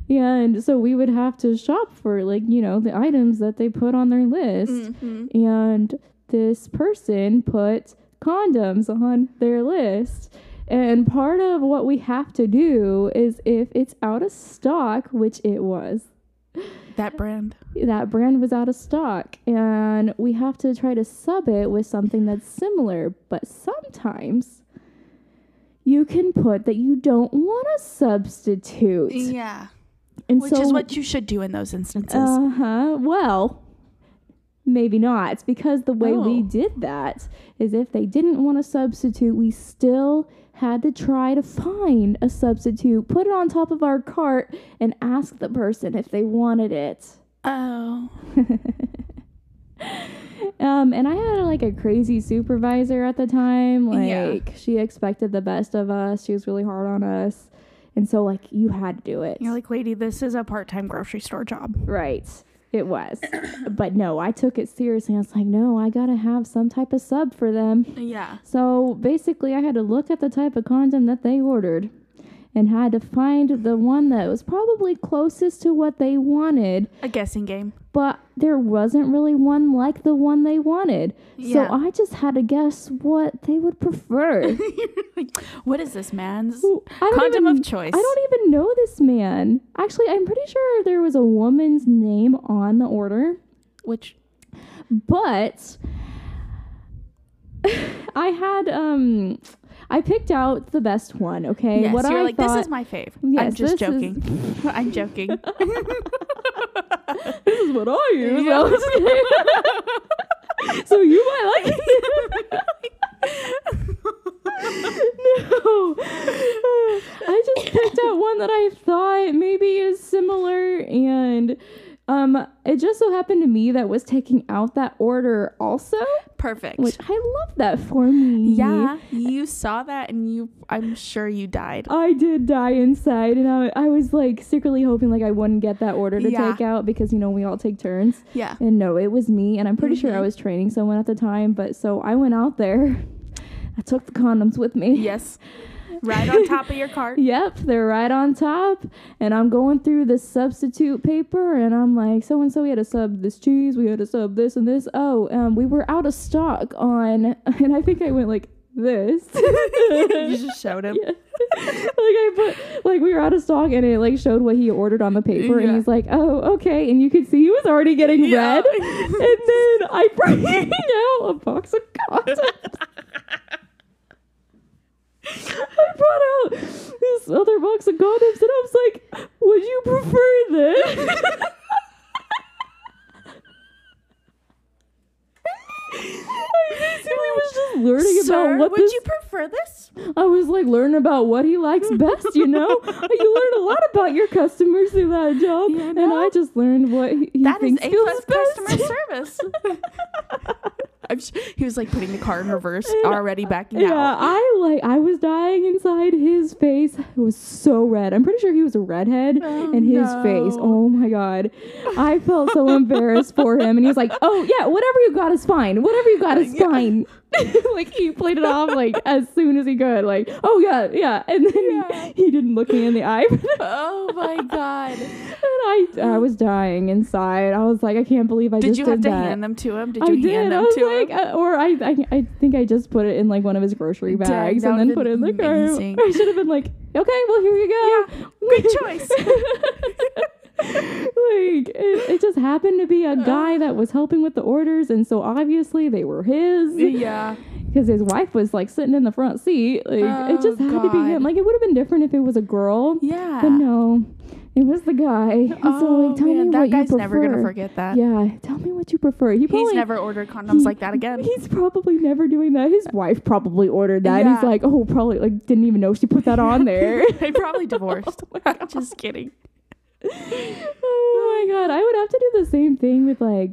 [SPEAKER 2] And so we would have to shop for like, you know, the items that they put on their list.
[SPEAKER 1] Mm-hmm.
[SPEAKER 2] And this person put condoms on their list. And part of what we have to do is if it's out of stock, which it was,
[SPEAKER 1] That brand.
[SPEAKER 2] that brand was out of stock and we have to try to sub it with something that's similar but sometimes you can put that you don't want to substitute
[SPEAKER 1] Yeah.
[SPEAKER 2] and
[SPEAKER 1] Which is what you should do in those instances.
[SPEAKER 2] uh-huh well maybe not because the way we
[SPEAKER 1] Oh.
[SPEAKER 2] did that is if they didn't want to substitute we still had to try to find a substitute put it on top of our cart and ask the person if they wanted it
[SPEAKER 1] oh.
[SPEAKER 2] <laughs> Um, and I had like a crazy supervisor at the time. Like
[SPEAKER 1] Yeah.
[SPEAKER 2] she expected the best of us. She was really hard on us, and so like you had to do it.
[SPEAKER 1] You're like, lady, this is a part time grocery store job.
[SPEAKER 2] right. It was, <coughs> but no, I took it seriously. I was like, no, I gotta have some type of sub for them.
[SPEAKER 1] Yeah.
[SPEAKER 2] So basically, I had to look at the type of condom that they ordered, and had to find the one that was probably closest to what they wanted.
[SPEAKER 1] A guessing <laughs> game.
[SPEAKER 2] but there wasn't really one like the one they wanted.
[SPEAKER 1] Yeah.
[SPEAKER 2] So I just had to guess what they
[SPEAKER 1] <laughs>
[SPEAKER 2] would prefer.
[SPEAKER 1] what is this man's
[SPEAKER 2] Ooh, I don't
[SPEAKER 1] condom
[SPEAKER 2] even-
[SPEAKER 1] of choice?
[SPEAKER 2] I don't even know this man. Actually, I'm pretty sure there was a woman's name on the order,
[SPEAKER 1] Which
[SPEAKER 2] but <laughs> I had um I picked out the best one, okay?
[SPEAKER 1] yes,
[SPEAKER 2] what
[SPEAKER 1] you're
[SPEAKER 2] I
[SPEAKER 1] like,
[SPEAKER 2] thought
[SPEAKER 1] this is my fave.
[SPEAKER 2] Yes,
[SPEAKER 1] I'm just
[SPEAKER 2] this is-
[SPEAKER 1] joking. <laughs> I'm joking.
[SPEAKER 2] <laughs> this is what I use.
[SPEAKER 1] Yeah.
[SPEAKER 2] I was
[SPEAKER 1] <laughs>
[SPEAKER 2] kidding. so you might like
[SPEAKER 1] <laughs>
[SPEAKER 2] it. no. <laughs> I just picked out one that I thought maybe is similar and um it just so happened to me that was taking out that order also,
[SPEAKER 1] Perfect.
[SPEAKER 2] which I love that for me.
[SPEAKER 1] yeah, you saw that and you I'm sure you died.
[SPEAKER 2] I did die inside, and I, I was like secretly hoping like I wouldn't get that order to
[SPEAKER 1] Yeah.
[SPEAKER 2] take out because you know we all take turns. <laughs>
[SPEAKER 1] Yeah.
[SPEAKER 2] And no, it was me, and I'm pretty sure I
[SPEAKER 1] Mm-hmm.
[SPEAKER 2] was training someone at the time. But so I went out there, <laughs> I took the condoms with me.
[SPEAKER 1] Yes. Right on top of your
[SPEAKER 2] <laughs>
[SPEAKER 1] cart.
[SPEAKER 2] Yep, they're right on top, and I'm going through the substitute paper, and I'm like, so and so, we had to sub this cheese, we had to sub this and this. Oh, um, we were out of stock on, <laughs> and I think I went like this.
[SPEAKER 1] <laughs>
[SPEAKER 2] <laughs>
[SPEAKER 1] You just showed him.
[SPEAKER 2] Yeah. <laughs> like I put like we were out of stock and it like showed what he ordered on the paper and
[SPEAKER 1] Yeah.
[SPEAKER 2] he's like, Oh, okay. And you could see he was already getting
[SPEAKER 1] Yeah. <laughs>
[SPEAKER 2] red. and then I bring <laughs> out a box of condoms. I brought out this other box of condoms and I was like, Would you prefer this?
[SPEAKER 1] <laughs>
[SPEAKER 2] I basically was just learning
[SPEAKER 1] Sir,
[SPEAKER 2] about what
[SPEAKER 1] would
[SPEAKER 2] this
[SPEAKER 1] you prefer this?
[SPEAKER 2] I was like learning about what he likes best, you know? you learn a lot about your customers through that job.
[SPEAKER 1] You
[SPEAKER 2] and
[SPEAKER 1] know?
[SPEAKER 2] I just learned what he he
[SPEAKER 1] That is
[SPEAKER 2] thinks
[SPEAKER 1] A
[SPEAKER 2] feels
[SPEAKER 1] plus
[SPEAKER 2] best. <laughs>
[SPEAKER 1] customer service. <laughs> I'm sh- he was like putting the car in reverse,
[SPEAKER 2] And-
[SPEAKER 1] already backing
[SPEAKER 2] Yeah,
[SPEAKER 1] out.
[SPEAKER 2] I like I was dying inside his face. It was so red. I'm pretty sure he was a redhead
[SPEAKER 1] Oh,
[SPEAKER 2] and his face.
[SPEAKER 1] no.
[SPEAKER 2] Oh my god. I felt so embarrassed for him and he's like, "Oh, yeah, whatever you got is fine. Whatever you got
[SPEAKER 1] <laughs>
[SPEAKER 2] is
[SPEAKER 1] Yeah.
[SPEAKER 2] fine." <laughs> like he played it off like as soon as he could. Like, "Oh yeah, yeah." And then
[SPEAKER 1] Yeah.
[SPEAKER 2] he, he didn't look me in the eye. <laughs> for the
[SPEAKER 1] <laughs> Oh my god!
[SPEAKER 2] And I, I was dying inside. I was like, I can't believe I
[SPEAKER 1] Did
[SPEAKER 2] just
[SPEAKER 1] you have
[SPEAKER 2] did
[SPEAKER 1] to
[SPEAKER 2] that.
[SPEAKER 1] hand them to him? Did
[SPEAKER 2] I
[SPEAKER 1] you
[SPEAKER 2] did.
[SPEAKER 1] hand
[SPEAKER 2] I
[SPEAKER 1] them
[SPEAKER 2] was
[SPEAKER 1] to
[SPEAKER 2] like,
[SPEAKER 1] him?
[SPEAKER 2] uh, or I, I, I think I just put it in like one of his grocery
[SPEAKER 1] Dang,
[SPEAKER 2] bags
[SPEAKER 1] that
[SPEAKER 2] and
[SPEAKER 1] would've
[SPEAKER 2] then put it in the
[SPEAKER 1] been
[SPEAKER 2] car.
[SPEAKER 1] amazing.
[SPEAKER 2] <laughs> I should have been like, okay, well here you go.
[SPEAKER 1] Yeah,
[SPEAKER 2] <laughs>
[SPEAKER 1] good choice.
[SPEAKER 2] like it, it just happened to be a guy that was helping with the orders, and so obviously they were his
[SPEAKER 1] yeah,
[SPEAKER 2] because his wife was like sitting in the front seat. Like it just
[SPEAKER 1] Oh,
[SPEAKER 2] had to be
[SPEAKER 1] God.
[SPEAKER 2] him. Like it would have been different if it was a girl.
[SPEAKER 1] yeah.
[SPEAKER 2] But no, it was the guy. And so like,
[SPEAKER 1] Oh,
[SPEAKER 2] tell
[SPEAKER 1] man,
[SPEAKER 2] me
[SPEAKER 1] that
[SPEAKER 2] what
[SPEAKER 1] guy's
[SPEAKER 2] you prefer.
[SPEAKER 1] never gonna forget that.
[SPEAKER 2] Yeah, tell me what you prefer. He probably,
[SPEAKER 1] He's never ordered condoms like that
[SPEAKER 2] <laughs>
[SPEAKER 1] again.
[SPEAKER 2] He's probably never doing that. His wife probably ordered that. and He's
[SPEAKER 1] Yeah.
[SPEAKER 2] like, oh, probably like didn't even know she
[SPEAKER 1] <laughs>
[SPEAKER 2] put that on there. <laughs>
[SPEAKER 1] they probably divorced. Just kidding.
[SPEAKER 2] oh Oh my god, I would have to do the same thing with like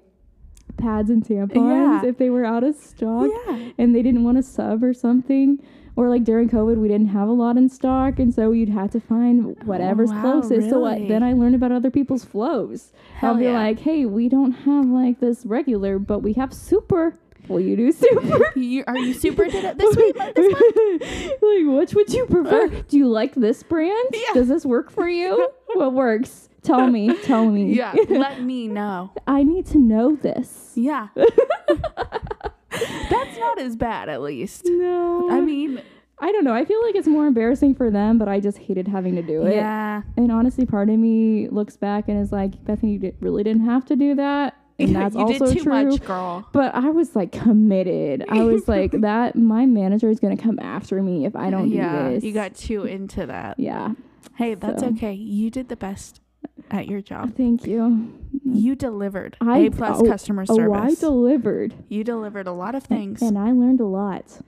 [SPEAKER 2] pads and tampons
[SPEAKER 1] Yeah.
[SPEAKER 2] if they were out of stock
[SPEAKER 1] Yeah.
[SPEAKER 2] and they didn't want a sub or something. Or like during COVID, we didn't have a lot in stock, and so you'd have to find whatever's
[SPEAKER 1] Oh, wow,
[SPEAKER 2] closest. So I,
[SPEAKER 1] really?
[SPEAKER 2] then I learned about other people's flows.
[SPEAKER 1] Hell
[SPEAKER 2] I'll be
[SPEAKER 1] yeah.
[SPEAKER 2] like, hey, we don't have like this regular, but we have super. Will you do super?
[SPEAKER 1] You, are you super did it this
[SPEAKER 2] <laughs>
[SPEAKER 1] week? This month?
[SPEAKER 2] like, which would you
[SPEAKER 1] <laughs>
[SPEAKER 2] prefer? Do you like this brand?
[SPEAKER 1] Yeah.
[SPEAKER 2] Does this work for you? what works? Tell me. Tell
[SPEAKER 1] <laughs>
[SPEAKER 2] me.
[SPEAKER 1] Yeah. Let me know.
[SPEAKER 2] <laughs> I need to know this. <laughs>
[SPEAKER 1] Yeah. That's not as bad, at least.
[SPEAKER 2] No. <laughs>
[SPEAKER 1] I mean,
[SPEAKER 2] I don't know. I feel like it's more embarrassing for them, but I just hated having to do it.
[SPEAKER 1] yeah.
[SPEAKER 2] And honestly, part of me looks back and is like, Bethany, you did, really didn't have to do that.
[SPEAKER 1] <laughs>
[SPEAKER 2] And that's
[SPEAKER 1] you
[SPEAKER 2] also
[SPEAKER 1] did too
[SPEAKER 2] true.
[SPEAKER 1] much, girl.
[SPEAKER 2] But I was like committed. I
[SPEAKER 1] <laughs>
[SPEAKER 2] was like, that my manager is gonna come after me if I don't
[SPEAKER 1] yeah,
[SPEAKER 2] do this.
[SPEAKER 1] you got too into that.
[SPEAKER 2] Yeah.
[SPEAKER 1] Hey, that's
[SPEAKER 2] So.
[SPEAKER 1] okay. You did the best at your
[SPEAKER 2] <laughs>
[SPEAKER 1] job.
[SPEAKER 2] Thank you.
[SPEAKER 1] You delivered
[SPEAKER 2] I-
[SPEAKER 1] A plus
[SPEAKER 2] oh,
[SPEAKER 1] customer
[SPEAKER 2] Oh, I
[SPEAKER 1] service.
[SPEAKER 2] delivered.
[SPEAKER 1] you delivered a lot of things.
[SPEAKER 2] And I learned a lot.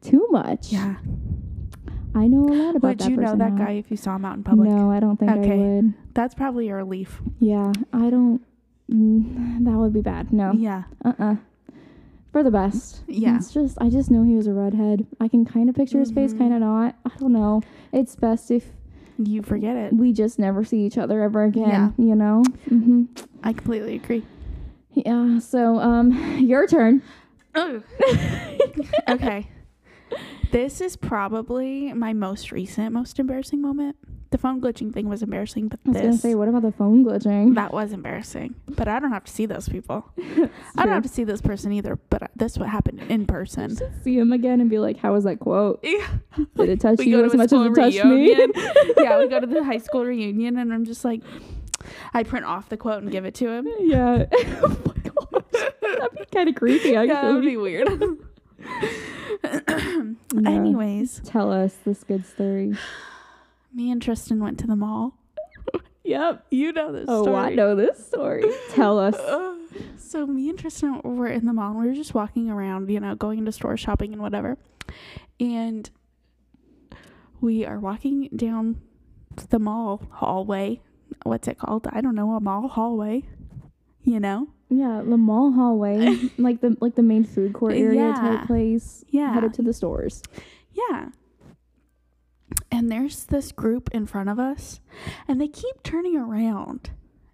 [SPEAKER 2] Too much.
[SPEAKER 1] yeah.
[SPEAKER 2] I know a lot about
[SPEAKER 1] Would
[SPEAKER 2] that
[SPEAKER 1] you know
[SPEAKER 2] person
[SPEAKER 1] that
[SPEAKER 2] now.
[SPEAKER 1] guy if you saw him out in public?
[SPEAKER 2] No, I don't think I
[SPEAKER 1] Okay.
[SPEAKER 2] would.
[SPEAKER 1] That's probably a relief.
[SPEAKER 2] Yeah, I don't. mm, That would be bad. No.
[SPEAKER 1] Yeah.
[SPEAKER 2] Uh uh For the best.
[SPEAKER 1] Yeah.
[SPEAKER 2] It's just, I just know he was a redhead. I can kind of picture his face,
[SPEAKER 1] Mhm.
[SPEAKER 2] kind of not. I don't know. It's best if
[SPEAKER 1] You forget it.
[SPEAKER 2] we just never see each other ever again, you know? hmm
[SPEAKER 1] I completely agree.
[SPEAKER 2] Yeah, so um, <laughs> your turn.
[SPEAKER 1] Oh. okay. This is probably my most recent, most embarrassing moment. The phone glitching thing was embarrassing, but
[SPEAKER 2] I was going to
[SPEAKER 1] this
[SPEAKER 2] say, what about the phone glitching?
[SPEAKER 1] that was embarrassing. But I don't have to see those people.
[SPEAKER 2] It's
[SPEAKER 1] I don't
[SPEAKER 2] true.
[SPEAKER 1] have to see this person either. But this what happened in
[SPEAKER 2] <laughs>
[SPEAKER 1] person. <laughs>
[SPEAKER 2] see him again and be like, how was that quote?
[SPEAKER 1] Yeah,
[SPEAKER 2] Did it touch
[SPEAKER 1] We
[SPEAKER 2] you
[SPEAKER 1] go
[SPEAKER 2] as
[SPEAKER 1] to a
[SPEAKER 2] much as
[SPEAKER 1] school
[SPEAKER 2] it touched
[SPEAKER 1] reunion. <laughs>
[SPEAKER 2] me?
[SPEAKER 1] yeah. We go to the high school reunion, and I'm just like, I print off the quote and give it to him.
[SPEAKER 2] <laughs>
[SPEAKER 1] <laughs>
[SPEAKER 2] yeah. oh my gosh. That'd be kind of creepy, actually.
[SPEAKER 1] Yeah, that would be weird.
[SPEAKER 2] <laughs> <laughs>
[SPEAKER 1] <laughs>
[SPEAKER 2] Yeah.
[SPEAKER 1] Anyways,
[SPEAKER 2] Tell us this good story.
[SPEAKER 1] me and Tristan went to the mall.
[SPEAKER 2] <laughs> Yep.
[SPEAKER 1] You know this
[SPEAKER 2] Oh,
[SPEAKER 1] story.
[SPEAKER 2] I know this
[SPEAKER 1] <laughs>
[SPEAKER 2] story. Tell us.
[SPEAKER 1] Uh, so me and Tristan were in the mall. and We were just walking around, you know, going into store shopping and whatever. And we are walking down the mall hallway. What's it called? I don't know. A mall hallway. You know?
[SPEAKER 2] Yeah, the mall hallway,
[SPEAKER 1] <laughs>
[SPEAKER 2] like the like the main food court area
[SPEAKER 1] Yeah.
[SPEAKER 2] type place.
[SPEAKER 1] Yeah.
[SPEAKER 2] Headed to the
[SPEAKER 1] <laughs>
[SPEAKER 2] stores.
[SPEAKER 1] Yeah. And there's this group in front of us, and they keep turning around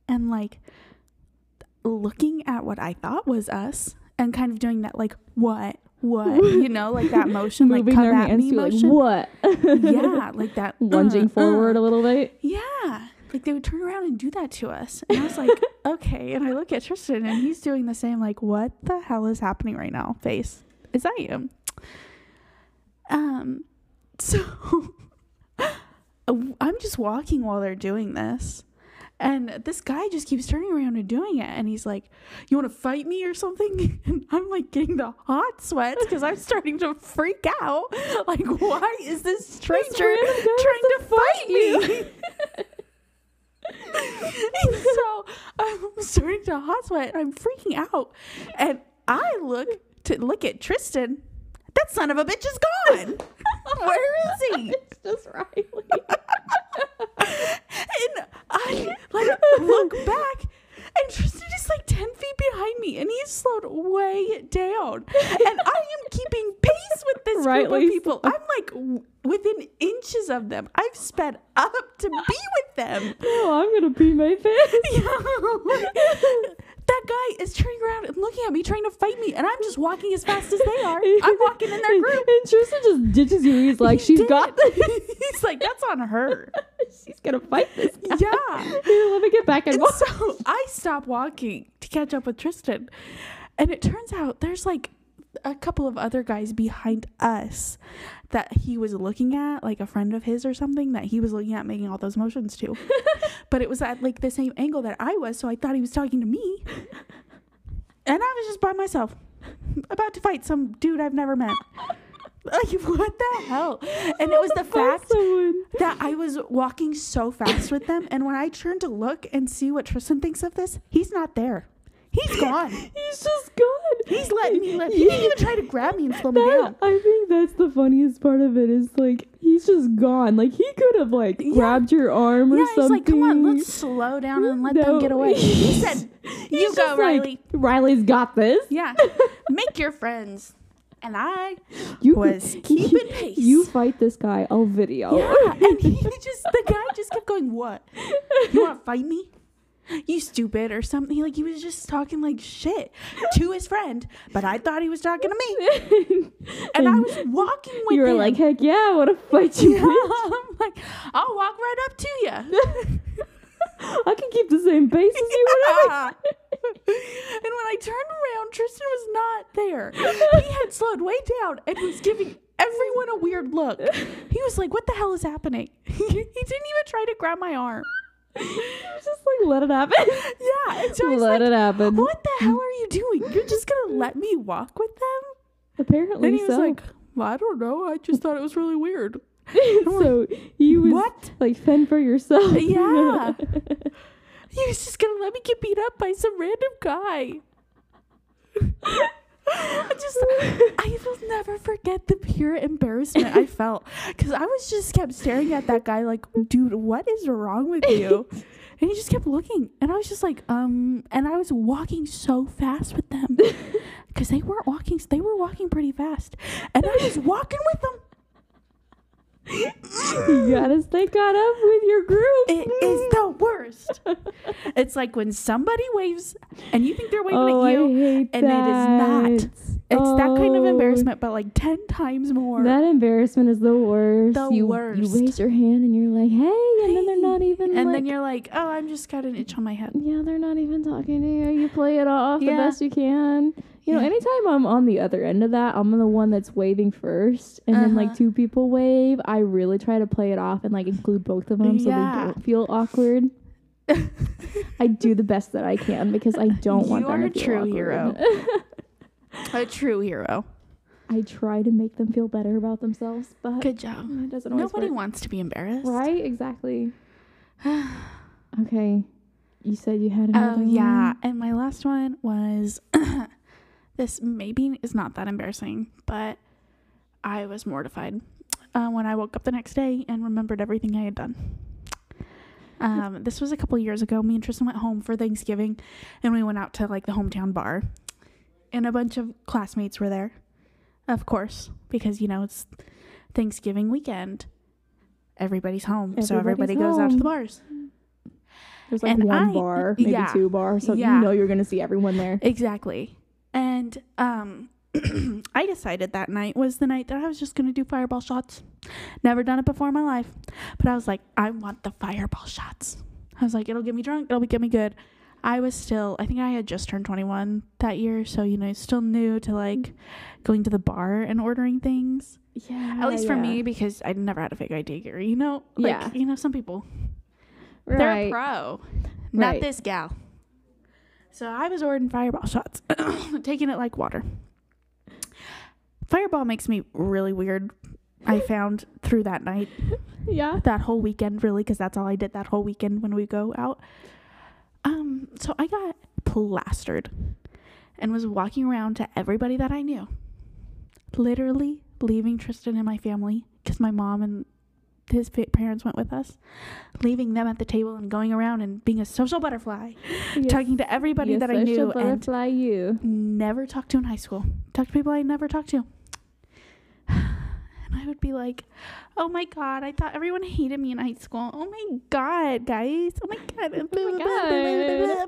[SPEAKER 1] and like looking at what I thought was us and kind of doing that, like, what,
[SPEAKER 2] <laughs>
[SPEAKER 1] what, you know, like that motion, like
[SPEAKER 2] Moving
[SPEAKER 1] come
[SPEAKER 2] their
[SPEAKER 1] at
[SPEAKER 2] hands
[SPEAKER 1] me
[SPEAKER 2] to
[SPEAKER 1] motion.
[SPEAKER 2] <laughs>
[SPEAKER 1] Uh-uh,
[SPEAKER 2] like what?
[SPEAKER 1] yeah, like that
[SPEAKER 2] Lunging
[SPEAKER 1] uh, uh.
[SPEAKER 2] forward a little bit.
[SPEAKER 1] Yeah. Like they would turn around and do that to us. And I was
[SPEAKER 2] <laughs>
[SPEAKER 1] like, okay. And I look at Tristan and he's doing the same, like, what the hell is happening right now? Face. Is that you? Um, <laughs> so I'm just walking while they're doing this. And this guy just keeps turning around and doing it. And he's like, You want to fight me or something? <laughs> And I'm like getting the hot sweats because I'm starting to freak out. <laughs> Like, why is this stranger
[SPEAKER 2] This random guy wants
[SPEAKER 1] trying to, fight,
[SPEAKER 2] you.
[SPEAKER 1] me? <laughs> and so I'm starting to hot sweat and I'm freaking out. And I look to look at Tristan. That son of a bitch is gone. Where is he?
[SPEAKER 2] <laughs> It's just
[SPEAKER 1] <laughs>
[SPEAKER 2] Riley. <laughs>
[SPEAKER 1] and I like look back, and Tristan is like ten feet behind me, and he's slowed way down, and I am keeping pace with this group
[SPEAKER 2] Rightly
[SPEAKER 1] of people. I'm like w- within inches of them. I've sped up to be with them.
[SPEAKER 2] oh, I'm gonna pee
[SPEAKER 1] <laughs>
[SPEAKER 2] my pants. <laughs>
[SPEAKER 1] that guy is turning around and looking at me, trying to fight me, and I'm just walking as fast as
[SPEAKER 2] <laughs>
[SPEAKER 1] they are. I'm walking in their group.
[SPEAKER 2] And Tristan just ditches you. He's like,
[SPEAKER 1] He
[SPEAKER 2] she's got
[SPEAKER 1] did.
[SPEAKER 2] this.
[SPEAKER 1] <laughs> He's like, that's on her.
[SPEAKER 2] <laughs> She's gonna fight this. guy."
[SPEAKER 1] <laughs>
[SPEAKER 2] <laughs>
[SPEAKER 1] Yeah.
[SPEAKER 2] Let me get back and
[SPEAKER 1] And
[SPEAKER 2] walk.
[SPEAKER 1] so <laughs> I stop walking to catch up with Tristan. And it turns out there's like a couple of other guys behind us that he was looking at, like a friend of his or something that he was looking at making all those motions
[SPEAKER 2] <laughs>
[SPEAKER 1] to. but it was at like the same angle that I was, so I thought he was talking to
[SPEAKER 2] <laughs>
[SPEAKER 1] me. And I was just by myself, about to fight some dude I've never met. Like, what the
[SPEAKER 2] <laughs>
[SPEAKER 1] hell? And it was the
[SPEAKER 2] Fight
[SPEAKER 1] fact
[SPEAKER 2] someone.
[SPEAKER 1] that I was walking so fast with them. And when I turned to look and see what Tristan thinks of this, he's not there. <laughs> He's gone.
[SPEAKER 2] <laughs> He's just gone.
[SPEAKER 1] He's letting me
[SPEAKER 2] <laughs>
[SPEAKER 1] live. He didn't even try to grab me and slow me
[SPEAKER 2] That-
[SPEAKER 1] down.
[SPEAKER 2] I think that's the funniest part of it is like he's just gone. Like he could have like
[SPEAKER 1] Yeah.
[SPEAKER 2] grabbed your arm or
[SPEAKER 1] Yeah, he's
[SPEAKER 2] something.
[SPEAKER 1] like, come on, let's slow down and let them
[SPEAKER 2] No.
[SPEAKER 1] get
[SPEAKER 2] <laughs>
[SPEAKER 1] away. He said,
[SPEAKER 2] He's
[SPEAKER 1] you go,
[SPEAKER 2] just like,
[SPEAKER 1] Riley.
[SPEAKER 2] Riley's got this.
[SPEAKER 1] Yeah, make your friends. And I
[SPEAKER 2] You
[SPEAKER 1] was keeping pace.
[SPEAKER 2] You fight this guy. I'll video.
[SPEAKER 1] Yeah, and
[SPEAKER 2] <laughs>
[SPEAKER 1] he just the guy just kept going, "What? You want to fight me? You stupid or something?" He, like he was just talking like shit to his friend, but I thought he was talking to
[SPEAKER 2] <laughs>
[SPEAKER 1] me, and I was walking with
[SPEAKER 2] you were
[SPEAKER 1] him.
[SPEAKER 2] like, heck yeah, I want to fight you.
[SPEAKER 1] Yeah,
[SPEAKER 2] bitch.
[SPEAKER 1] I'm <laughs> like, I'll walk right up to <laughs> you.
[SPEAKER 2] I can keep the same pace as you.
[SPEAKER 1] Yeah.
[SPEAKER 2] whatever.
[SPEAKER 1] <laughs> and when I turned around, Tristan was not <laughs> there. He had slowed way down and was giving everyone a weird look. He was like, "What the hell is happening?" <laughs> he didn't even try to grab my arm.
[SPEAKER 2] <laughs> You just like let it happen.
[SPEAKER 1] Yeah, and so I was
[SPEAKER 2] let
[SPEAKER 1] like,
[SPEAKER 2] it happen.
[SPEAKER 1] What the hell <laughs> are you doing? You're just gonna let me walk with them?
[SPEAKER 2] Apparently,
[SPEAKER 1] Then he was
[SPEAKER 2] so.
[SPEAKER 1] like, well, I don't know. I just thought it was really weird.
[SPEAKER 2] so he was
[SPEAKER 1] What?
[SPEAKER 2] like fend for yourself. <laughs>
[SPEAKER 1] Yeah. <laughs> He was just gonna let me get beat up by some random guy. I just, I will never forget the pure embarrassment I felt because I was just kept staring at that guy like, dude, what is wrong with you? And he just kept looking, and I was just like, um, and I was walking so fast with them because they weren't walking, they were walking pretty fast, and I was walking with them.
[SPEAKER 2] you gotta stay caught up with your group.
[SPEAKER 1] It is the worst. It's like when somebody waves and you think they're waving
[SPEAKER 2] oh,
[SPEAKER 1] at you,
[SPEAKER 2] I hate
[SPEAKER 1] and it is not.
[SPEAKER 2] that.
[SPEAKER 1] It's that kind of
[SPEAKER 2] Oh,
[SPEAKER 1] embarrassment, but like 10 times more.
[SPEAKER 2] That embarrassment is the worst.
[SPEAKER 1] The
[SPEAKER 2] you,
[SPEAKER 1] worst.
[SPEAKER 2] You raise your hand and you're like, hey, and then they're not
[SPEAKER 1] Hey.
[SPEAKER 2] even.
[SPEAKER 1] And
[SPEAKER 2] like,
[SPEAKER 1] then you're like, oh, I'm just got an itch on my head.
[SPEAKER 2] Yeah, they're not even talking to you. You play it off
[SPEAKER 1] Yeah.
[SPEAKER 2] the best you can. You know,
[SPEAKER 1] Yeah.
[SPEAKER 2] anytime I'm on the other end of that, I'm the one that's waving first, and then
[SPEAKER 1] Uh-huh.
[SPEAKER 2] like two people wave. I really try to play it off and like include both of them
[SPEAKER 1] Yeah.
[SPEAKER 2] so they don't feel awkward.
[SPEAKER 1] <laughs>
[SPEAKER 2] I do the best that I can because I don't want
[SPEAKER 1] You
[SPEAKER 2] them
[SPEAKER 1] are
[SPEAKER 2] to
[SPEAKER 1] a
[SPEAKER 2] feel
[SPEAKER 1] true
[SPEAKER 2] awkward.
[SPEAKER 1] hero. <laughs> A true hero.
[SPEAKER 2] I try to make them feel better about themselves, but <sighs>
[SPEAKER 1] Good job.
[SPEAKER 2] it doesn't always
[SPEAKER 1] Nobody
[SPEAKER 2] work.
[SPEAKER 1] wants to be embarrassed.
[SPEAKER 2] Right?
[SPEAKER 1] <sighs>
[SPEAKER 2] Exactly. okay. You said you had another
[SPEAKER 1] Oh, yeah.
[SPEAKER 2] one.
[SPEAKER 1] And my last one was <coughs> this maybe is not that embarrassing, but I was mortified uh, when I woke up the next day and remembered everything I had done. Um, this was a couple years ago. Me and Tristan went home for Thanksgiving and we went out to like the hometown bar. And a bunch of classmates were there, of course, because you know it's Thanksgiving weekend. Everybody's home, so everybody
[SPEAKER 2] Everybody's
[SPEAKER 1] goes out to the
[SPEAKER 2] home.
[SPEAKER 1] bars.
[SPEAKER 2] There's like
[SPEAKER 1] And
[SPEAKER 2] one
[SPEAKER 1] I-
[SPEAKER 2] bar, maybe
[SPEAKER 1] yeah.
[SPEAKER 2] two bars, so
[SPEAKER 1] Yeah.
[SPEAKER 2] you know you're gonna see everyone there.
[SPEAKER 1] Exactly. And um <clears throat> I decided that night was the night that I was just going to do fireball shots. Never done it before in my life, but I was like, I want the fireball shots. I was like, it'll get me drunk, it'll get me good. I was still, I think I had just turned 21 that year, so you know, still new to like going to the bar and ordering things.
[SPEAKER 2] Yeah,
[SPEAKER 1] At least for me, because I'd never had a fake ID here, you know? Like,
[SPEAKER 2] Yeah.
[SPEAKER 1] you know, some people they're a
[SPEAKER 2] right?
[SPEAKER 1] pro, not
[SPEAKER 2] Right.
[SPEAKER 1] this gal. So I was ordering fireball shots, <coughs> taking it like water. Fireball makes me really weird. I found through that night,
[SPEAKER 2] <laughs> yeah,
[SPEAKER 1] that whole weekend, really, because that's all I did that whole weekend when we go out. Um, so I got plastered and was walking around to everybody that I knew, literally leaving Tristan and my family because my mom and his fa- parents went with us, leaving them at the table and going around and being a social butterfly,
[SPEAKER 2] Yes.
[SPEAKER 1] talking to everybody
[SPEAKER 2] Yes,
[SPEAKER 1] that I
[SPEAKER 2] social
[SPEAKER 1] knew and
[SPEAKER 2] butterfly you.
[SPEAKER 1] never talked to in high school. Talked to people I never talked to. <sighs> And I would be like, oh my God, I thought everyone hated me in high school. Oh my God, guys. Oh my
[SPEAKER 2] <laughs>
[SPEAKER 1] God.
[SPEAKER 2] my
[SPEAKER 1] <laughs>
[SPEAKER 2] Oh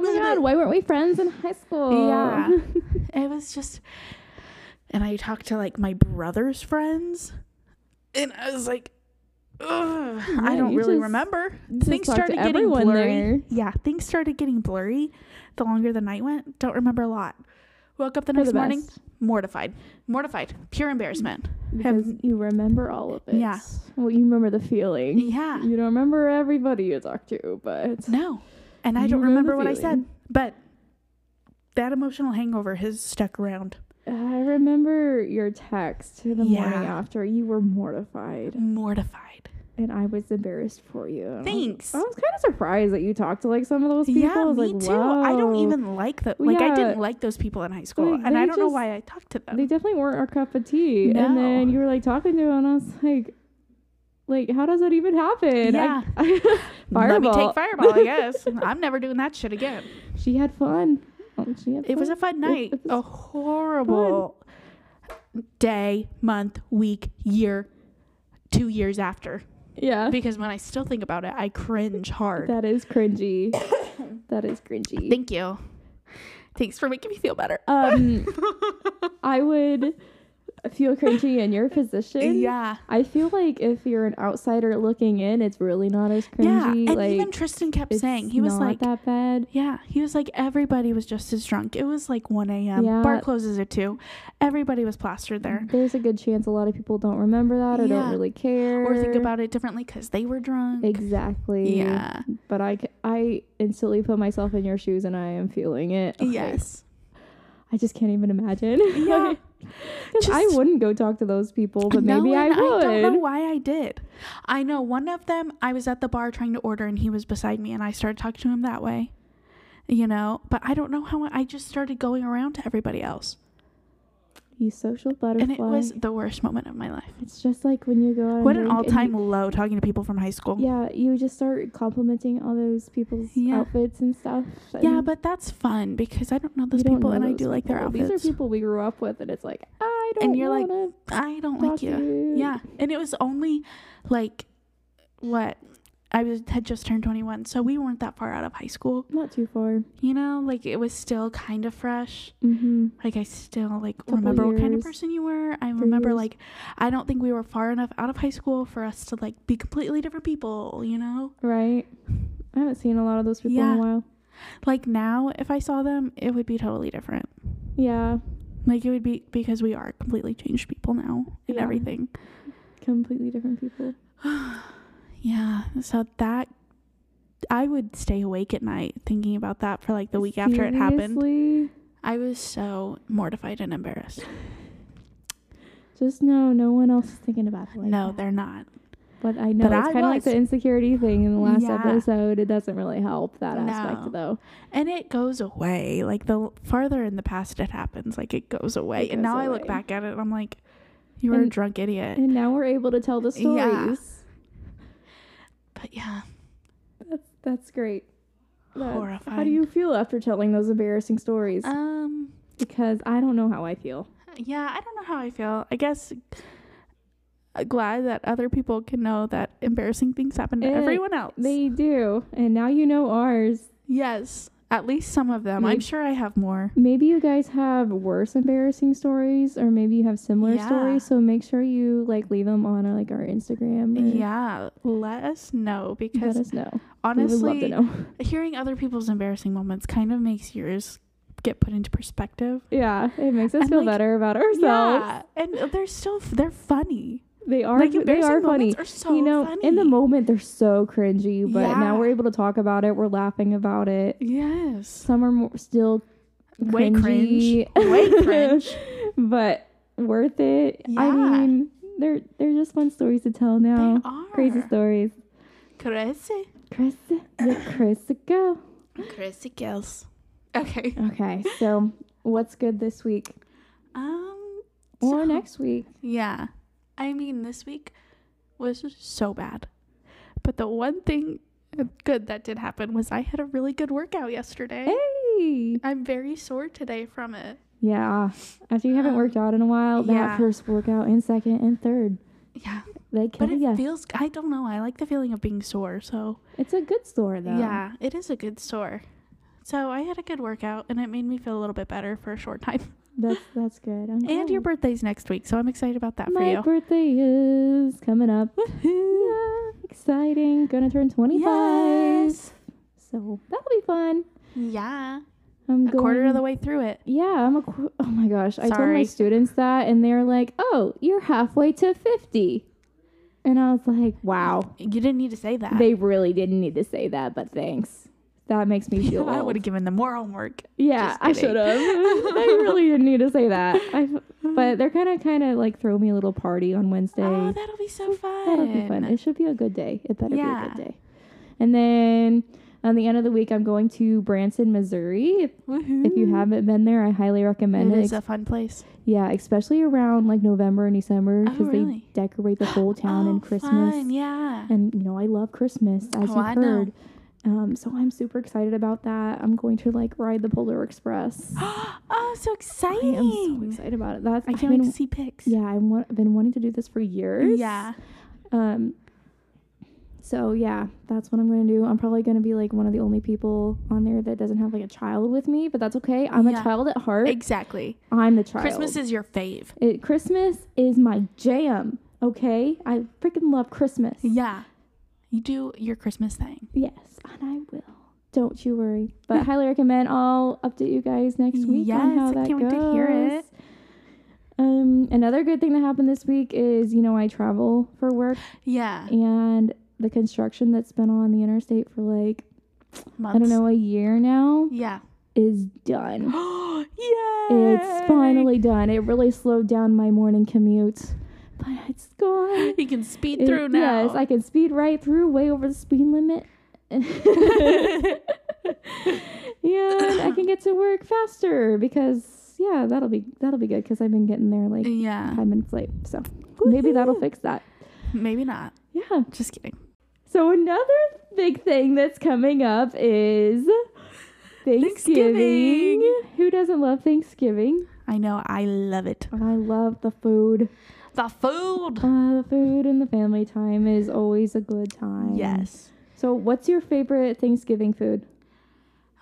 [SPEAKER 2] my god, why weren't we friends in high school?
[SPEAKER 1] Yeah. It was just, and I talked to like my brother's friends, and I was like, Ugh, I
[SPEAKER 2] Yeah,
[SPEAKER 1] don't
[SPEAKER 2] you
[SPEAKER 1] really
[SPEAKER 2] just-
[SPEAKER 1] remember.
[SPEAKER 2] you <laughs> just
[SPEAKER 1] Things
[SPEAKER 2] talked to
[SPEAKER 1] started getting
[SPEAKER 2] everyone
[SPEAKER 1] blurry.
[SPEAKER 2] there.
[SPEAKER 1] Yeah, things started getting blurry the longer the night went. Don't remember a lot. Woke up the
[SPEAKER 2] For
[SPEAKER 1] next
[SPEAKER 2] the
[SPEAKER 1] morning,
[SPEAKER 2] best,
[SPEAKER 1] mortified, mortified, pure embarrassment.
[SPEAKER 2] because you remember all of it.
[SPEAKER 1] Yeah.
[SPEAKER 2] Well, you remember the feeling.
[SPEAKER 1] Yeah,
[SPEAKER 2] You don't remember everybody you talk to, but
[SPEAKER 1] no, and I
[SPEAKER 2] You
[SPEAKER 1] don't
[SPEAKER 2] remember
[SPEAKER 1] remember what
[SPEAKER 2] the
[SPEAKER 1] I said,
[SPEAKER 2] feeling.
[SPEAKER 1] but that emotional hangover has stuck around.
[SPEAKER 2] I remember your text the
[SPEAKER 1] Yeah.
[SPEAKER 2] morning after. You were mortified.
[SPEAKER 1] Mortified.
[SPEAKER 2] and I was embarrassed for you. And I was-
[SPEAKER 1] Thanks.
[SPEAKER 2] I was, kind of surprised that you talked to like some of Oh. those people. I
[SPEAKER 1] yeah,
[SPEAKER 2] was
[SPEAKER 1] me
[SPEAKER 2] like,
[SPEAKER 1] too. I don't
[SPEAKER 2] "Wow."
[SPEAKER 1] even like that.
[SPEAKER 2] Well,
[SPEAKER 1] Like I
[SPEAKER 2] yeah.
[SPEAKER 1] didn't like those people in high school,
[SPEAKER 2] Like,
[SPEAKER 1] and I
[SPEAKER 2] they
[SPEAKER 1] don't know
[SPEAKER 2] just-
[SPEAKER 1] why I talked to them.
[SPEAKER 2] They definitely weren't our cup of tea. And
[SPEAKER 1] No.
[SPEAKER 2] then you were like talking to them, and I was like, like how does that even happen? <laughs> I-
[SPEAKER 1] Yeah. Let me
[SPEAKER 2] fireball.
[SPEAKER 1] take fireball. I
[SPEAKER 2] <laughs>
[SPEAKER 1] guess I'm never doing that shit again.
[SPEAKER 2] she had fun. Oh, she had
[SPEAKER 1] It was
[SPEAKER 2] fun.
[SPEAKER 1] a fun night.
[SPEAKER 2] it was
[SPEAKER 1] A horrible day, month, week, year, two years after.
[SPEAKER 2] yeah.
[SPEAKER 1] Because when I still think about it, I cringe hard.
[SPEAKER 2] That
[SPEAKER 1] <coughs>
[SPEAKER 2] is cringy. that is cringy.
[SPEAKER 1] Thank you. Thanks for making me feel better. <laughs>
[SPEAKER 2] um, I would feel cringy in your position.
[SPEAKER 1] yeah.
[SPEAKER 2] I feel like if you're an outsider looking in, it's really not as
[SPEAKER 1] Yeah.
[SPEAKER 2] cringy.
[SPEAKER 1] And
[SPEAKER 2] like,
[SPEAKER 1] even Tristan kept
[SPEAKER 2] it's
[SPEAKER 1] saying, he was
[SPEAKER 2] not
[SPEAKER 1] like,
[SPEAKER 2] that bad.
[SPEAKER 1] yeah, he was like, everybody was just as drunk. It was like 1 a.m.
[SPEAKER 2] Yeah.
[SPEAKER 1] Bar closes at 2. Everybody was plastered there.
[SPEAKER 2] There's a good chance a lot of people don't remember that or don't
[SPEAKER 1] Yeah.
[SPEAKER 2] really care
[SPEAKER 1] Or think about it differently because they were drunk.
[SPEAKER 2] Exactly.
[SPEAKER 1] Yeah.
[SPEAKER 2] But I, c- I instantly put myself in your shoes and I am feeling it. Like,
[SPEAKER 1] Yes.
[SPEAKER 2] I just can't even imagine. <laughs>
[SPEAKER 1] Yeah.
[SPEAKER 2] 'Cause I
[SPEAKER 1] Just-
[SPEAKER 2] wouldn't go talk to those people, but maybe
[SPEAKER 1] No,
[SPEAKER 2] I
[SPEAKER 1] and
[SPEAKER 2] would.
[SPEAKER 1] I don't know why I did. I know one of them. I was at the bar trying to order, and he was beside me, and I started talking to him that way. You know, but I don't know how I just started going around to everybody else,
[SPEAKER 2] You social butterfly.
[SPEAKER 1] and it was the worst moment of my life.
[SPEAKER 2] It's just like when you go out. and
[SPEAKER 1] What an
[SPEAKER 2] drink and you-
[SPEAKER 1] all-time low talking to people from high school.
[SPEAKER 2] Yeah, you just start complimenting all those people's
[SPEAKER 1] Yeah.
[SPEAKER 2] outfits and stuff.
[SPEAKER 1] Yeah,
[SPEAKER 2] and
[SPEAKER 1] but that's fun because I don't know
[SPEAKER 2] you
[SPEAKER 1] those
[SPEAKER 2] don't
[SPEAKER 1] people,
[SPEAKER 2] know
[SPEAKER 1] and I
[SPEAKER 2] those
[SPEAKER 1] do like their
[SPEAKER 2] people.
[SPEAKER 1] outfits.
[SPEAKER 2] These are people we grew up with, and it's like I don't.
[SPEAKER 1] And you're like,
[SPEAKER 2] wanna
[SPEAKER 1] I don't
[SPEAKER 2] talk
[SPEAKER 1] like
[SPEAKER 2] to
[SPEAKER 1] you. Yeah, and it was only like what I was had just turned 21, so we weren't that far out of high school.
[SPEAKER 2] not too far.
[SPEAKER 1] You know, like it was still kind of fresh.
[SPEAKER 2] Mm-hmm.
[SPEAKER 1] like I still like
[SPEAKER 2] Couple
[SPEAKER 1] remember what kind of
[SPEAKER 2] years.
[SPEAKER 1] person you were. I
[SPEAKER 2] Three
[SPEAKER 1] remember
[SPEAKER 2] years.
[SPEAKER 1] like I don't think we were far enough out of high school for us to like be completely different people, you know?
[SPEAKER 2] Right. I haven't seen a lot of those people in
[SPEAKER 1] Yeah.
[SPEAKER 2] a while.
[SPEAKER 1] Like now if I saw them, it would be totally different.
[SPEAKER 2] Yeah,
[SPEAKER 1] Like it would be because we are completely changed people now and
[SPEAKER 2] Yeah.
[SPEAKER 1] everything.
[SPEAKER 2] completely different people.
[SPEAKER 1] Yeah. So that I would stay awake at night thinking about that for like the week after it happened.
[SPEAKER 2] Seriously?
[SPEAKER 1] I was so mortified and embarrassed.
[SPEAKER 2] Just know, no one else is thinking about it. Like
[SPEAKER 1] no,
[SPEAKER 2] that.
[SPEAKER 1] they're not.
[SPEAKER 2] But I know
[SPEAKER 1] But
[SPEAKER 2] it's
[SPEAKER 1] I
[SPEAKER 2] kind of like
[SPEAKER 1] was.
[SPEAKER 2] the insecurity thing in the last
[SPEAKER 1] Yeah.
[SPEAKER 2] episode. It doesn't really help that
[SPEAKER 1] No.
[SPEAKER 2] aspect though.
[SPEAKER 1] And it goes away. Like the farther in the past it happens, like it goes away.
[SPEAKER 2] It
[SPEAKER 1] and
[SPEAKER 2] goes
[SPEAKER 1] now I look
[SPEAKER 2] away.
[SPEAKER 1] back at it and I'm like, you were a
[SPEAKER 2] And-
[SPEAKER 1] drunk idiot.
[SPEAKER 2] And now we're able to tell the stories.
[SPEAKER 1] Yeah. but yeah,
[SPEAKER 2] That's that's great. That's- How do
[SPEAKER 1] Horrifying.
[SPEAKER 2] you feel after telling those embarrassing stories?
[SPEAKER 1] um,
[SPEAKER 2] because I don't know how I feel.
[SPEAKER 1] yeah, I don't know how I feel. I guess uh, glad that other people can know that embarrassing things happen to
[SPEAKER 2] Eh,
[SPEAKER 1] everyone else.
[SPEAKER 2] They do, and now you know ours.
[SPEAKER 1] yes, at least some of them. I'm
[SPEAKER 2] Maybe-
[SPEAKER 1] sure I have more.
[SPEAKER 2] Maybe you guys have worse embarrassing stories, or maybe you have similar
[SPEAKER 1] Yeah.
[SPEAKER 2] stories. So make sure you like leave them on uh, like our Instagram. Or
[SPEAKER 1] Yeah, let us know
[SPEAKER 2] let
[SPEAKER 1] because
[SPEAKER 2] us know. we would love to
[SPEAKER 1] honestly,
[SPEAKER 2] know. <laughs>
[SPEAKER 1] hearing other people's embarrassing moments kind of makes yours get put into perspective.
[SPEAKER 2] yeah, it makes us
[SPEAKER 1] And,
[SPEAKER 2] feel
[SPEAKER 1] like,
[SPEAKER 2] better about ourselves.
[SPEAKER 1] Yeah, and uh, they're still they're funny.
[SPEAKER 2] They are
[SPEAKER 1] like
[SPEAKER 2] they
[SPEAKER 1] embarrassing
[SPEAKER 2] are funny.
[SPEAKER 1] moments are so
[SPEAKER 2] you know,
[SPEAKER 1] funny.
[SPEAKER 2] in the moment they're so cringy, but now
[SPEAKER 1] Yeah.
[SPEAKER 2] we're able to talk about it. We're laughing about it.
[SPEAKER 1] yes,
[SPEAKER 2] Some are more, still
[SPEAKER 1] way
[SPEAKER 2] cringy.
[SPEAKER 1] cringe,
[SPEAKER 2] <laughs>
[SPEAKER 1] way cringe.
[SPEAKER 2] but worth it. I
[SPEAKER 1] Yeah.
[SPEAKER 2] mean, they're they're just fun stories to tell now.
[SPEAKER 1] They are
[SPEAKER 2] Crazy stories.
[SPEAKER 1] Crazy,
[SPEAKER 2] Chris, the Chris go.
[SPEAKER 1] crazy girls. Okay.
[SPEAKER 2] Okay, so what's good this week
[SPEAKER 1] Um.
[SPEAKER 2] or
[SPEAKER 1] so-
[SPEAKER 2] next week?
[SPEAKER 1] Yeah. I mean, this week was so bad, but the one thing uh, good that did happen was I had a really good workout yesterday.
[SPEAKER 2] Hey,
[SPEAKER 1] I'm very sore today from it.
[SPEAKER 2] yeah. After you haven't worked out in a while, that
[SPEAKER 1] Yeah.
[SPEAKER 2] first workout and second and third,
[SPEAKER 1] Yeah,
[SPEAKER 2] they
[SPEAKER 1] but
[SPEAKER 2] kill
[SPEAKER 1] it
[SPEAKER 2] ya.
[SPEAKER 1] feels. I don't know. I like the feeling of being sore, so.
[SPEAKER 2] it's a good store though.
[SPEAKER 1] Yeah, it is a good sore. So I had a good workout and it made me feel a little bit better for a short <laughs> time.
[SPEAKER 2] that's that's good. I'm
[SPEAKER 1] And your
[SPEAKER 2] glad.
[SPEAKER 1] birthday's next week, so I'm excited about that
[SPEAKER 2] My
[SPEAKER 1] for
[SPEAKER 2] birthday is coming up.
[SPEAKER 1] you.
[SPEAKER 2] Yeah, exciting. Gonna turn 25.
[SPEAKER 1] Yes.
[SPEAKER 2] So that'll be fun.
[SPEAKER 1] Yeah.
[SPEAKER 2] I'm
[SPEAKER 1] A
[SPEAKER 2] going,
[SPEAKER 1] quarter of the way through it.
[SPEAKER 2] Yeah, I'm a. qu- Oh my gosh! I told my
[SPEAKER 1] Sorry.
[SPEAKER 2] students that, and they're like, "Oh, you're halfway to 50," and I was like, "Wow,
[SPEAKER 1] You didn't need to say that.
[SPEAKER 2] they really didn't need to say that, but thanks. That makes me feel
[SPEAKER 1] <laughs> <laughs> I
[SPEAKER 2] old."
[SPEAKER 1] would have given them more homework.
[SPEAKER 2] yeah, <laughs>
[SPEAKER 1] just
[SPEAKER 2] I
[SPEAKER 1] kidding.
[SPEAKER 2] should have. I really didn't need to say that. I, But they're kind of kind of like throw me a little party on Wednesday.
[SPEAKER 1] Oh, that'll be so fun.
[SPEAKER 2] That'll be fun. It should be a good day. It better be
[SPEAKER 1] Yeah.
[SPEAKER 2] a good day. And then on the end of the week, I'm going to Branson, Missouri. If,
[SPEAKER 1] Woohoo.
[SPEAKER 2] if you haven't been there, I highly recommend
[SPEAKER 1] Mm. it
[SPEAKER 2] it.
[SPEAKER 1] is a fun place.
[SPEAKER 2] yeah, especially around like November and December
[SPEAKER 1] Oh,
[SPEAKER 2] because
[SPEAKER 1] really?
[SPEAKER 2] they decorate the whole town in
[SPEAKER 1] Oh,
[SPEAKER 2] Christmas.
[SPEAKER 1] Fun. Yeah.
[SPEAKER 2] And you know, I love Christmas as
[SPEAKER 1] Oh,
[SPEAKER 2] you've
[SPEAKER 1] I know.
[SPEAKER 2] heard. Um, so I'm super excited about that. I'm going to like ride the
[SPEAKER 1] <gasps>
[SPEAKER 2] Polar Express.
[SPEAKER 1] <gasps> oh, so
[SPEAKER 2] I
[SPEAKER 1] exciting!
[SPEAKER 2] am so excited about it. That's
[SPEAKER 1] I can't
[SPEAKER 2] I've
[SPEAKER 1] wait
[SPEAKER 2] been-
[SPEAKER 1] to see pics.
[SPEAKER 2] Yeah, I want, I've been wanting to do this for years.
[SPEAKER 1] Yeah.
[SPEAKER 2] Um, so yeah, that's what I'm gonna do. I'm probably gonna be like one of the only people on there that doesn't have like a child with me, but that's okay. I'm
[SPEAKER 1] Yeah.
[SPEAKER 2] a child at heart.
[SPEAKER 1] Exactly.
[SPEAKER 2] I'm the child.
[SPEAKER 1] Christmas is your fave.
[SPEAKER 2] it, Christmas is my jam. Okay, I freaking love Christmas.
[SPEAKER 1] Yeah. You do your Christmas thing.
[SPEAKER 2] Yes, and I will. Don't you worry. But I highly recommend. I'll update you guys next week on
[SPEAKER 1] Yes,
[SPEAKER 2] how
[SPEAKER 1] I
[SPEAKER 2] that
[SPEAKER 1] can't
[SPEAKER 2] goes.
[SPEAKER 1] wait to hear it.
[SPEAKER 2] Um, another good thing that happened this week is you know I travel for work
[SPEAKER 1] Yeah.
[SPEAKER 2] and the construction that's been on the interstate for like
[SPEAKER 1] Months.
[SPEAKER 2] I don't know a year now
[SPEAKER 1] Yeah. <gasps>
[SPEAKER 2] is done.
[SPEAKER 1] Yay!
[SPEAKER 2] it's finally done. It really slowed down my morning commute, but it's gone.
[SPEAKER 1] You can speed
[SPEAKER 2] It-
[SPEAKER 1] through now.
[SPEAKER 2] Yes, I can speed right through, way over the speed
[SPEAKER 1] <laughs>
[SPEAKER 2] limit. and I can get to work faster because yeah, that'll be that'll be good because I've been getting there like
[SPEAKER 1] yeah.
[SPEAKER 2] five minutes late. So maybe that'll
[SPEAKER 1] Woohoo.
[SPEAKER 2] fix that.
[SPEAKER 1] Maybe not.
[SPEAKER 2] Yeah.
[SPEAKER 1] Just kidding.
[SPEAKER 2] So another big thing that's coming up is Thanksgiving.
[SPEAKER 1] Thanksgiving.
[SPEAKER 2] Who doesn't love Thanksgiving?
[SPEAKER 1] I know. I love it.
[SPEAKER 2] And I love the food.
[SPEAKER 1] The food.
[SPEAKER 2] Uh, the food and the family time is always a good time.
[SPEAKER 1] Yes.
[SPEAKER 2] So what's your favorite Thanksgiving food?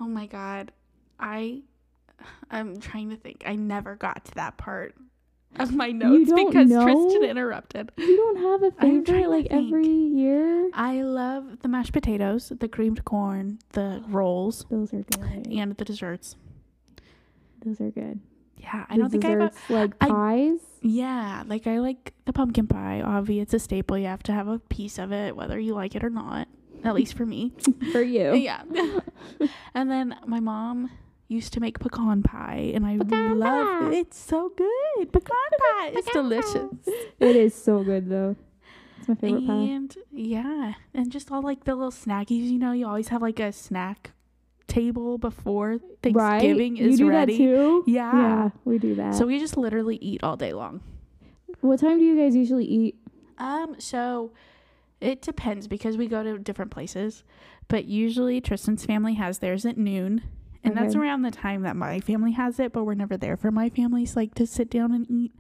[SPEAKER 1] Oh my god. I I'm trying to think. I never got to that part of my notes
[SPEAKER 2] don't
[SPEAKER 1] because
[SPEAKER 2] know?
[SPEAKER 1] Tristan interrupted.
[SPEAKER 2] You don't have a
[SPEAKER 1] I'm trying
[SPEAKER 2] favorite
[SPEAKER 1] to
[SPEAKER 2] like
[SPEAKER 1] think. Uh,
[SPEAKER 2] every year.
[SPEAKER 1] I love the mashed potatoes, the creamed corn, the rolls,
[SPEAKER 2] Those are good.
[SPEAKER 1] and the desserts.
[SPEAKER 2] Those are good.
[SPEAKER 1] Yeah, I
[SPEAKER 2] The
[SPEAKER 1] don't think I have
[SPEAKER 2] desserts, like
[SPEAKER 1] I-
[SPEAKER 2] pies.
[SPEAKER 1] Yeah, like I like the pumpkin pie. Obviously, it's a staple. You have to have a piece of it, whether you like it or not. At least <laughs> for
[SPEAKER 2] <laughs>
[SPEAKER 1] me.
[SPEAKER 2] For you.
[SPEAKER 1] Yeah. <laughs> and then my mom used to make pecan pie, and I
[SPEAKER 2] Pecan
[SPEAKER 1] love
[SPEAKER 2] pie.
[SPEAKER 1] it. It's so good. Pecan pie. It's
[SPEAKER 2] Pecan
[SPEAKER 1] delicious.
[SPEAKER 2] It is so good though. It's my favorite pie.
[SPEAKER 1] And yeah, and just all like the little snackies. You know, you always have like a snack table before Thanksgiving
[SPEAKER 2] right?
[SPEAKER 1] is
[SPEAKER 2] you do
[SPEAKER 1] ready.
[SPEAKER 2] That too?
[SPEAKER 1] Yeah.
[SPEAKER 2] Yeah, we do that.
[SPEAKER 1] So we just literally eat all day long.
[SPEAKER 2] What time do you guys usually eat?
[SPEAKER 1] Um, so it depends because we go to different places, but usually Tristan's family has theirs at noon. And that's
[SPEAKER 2] Okay.
[SPEAKER 1] around the time that my family has it, but we're never there for my family's like to sit down and eat.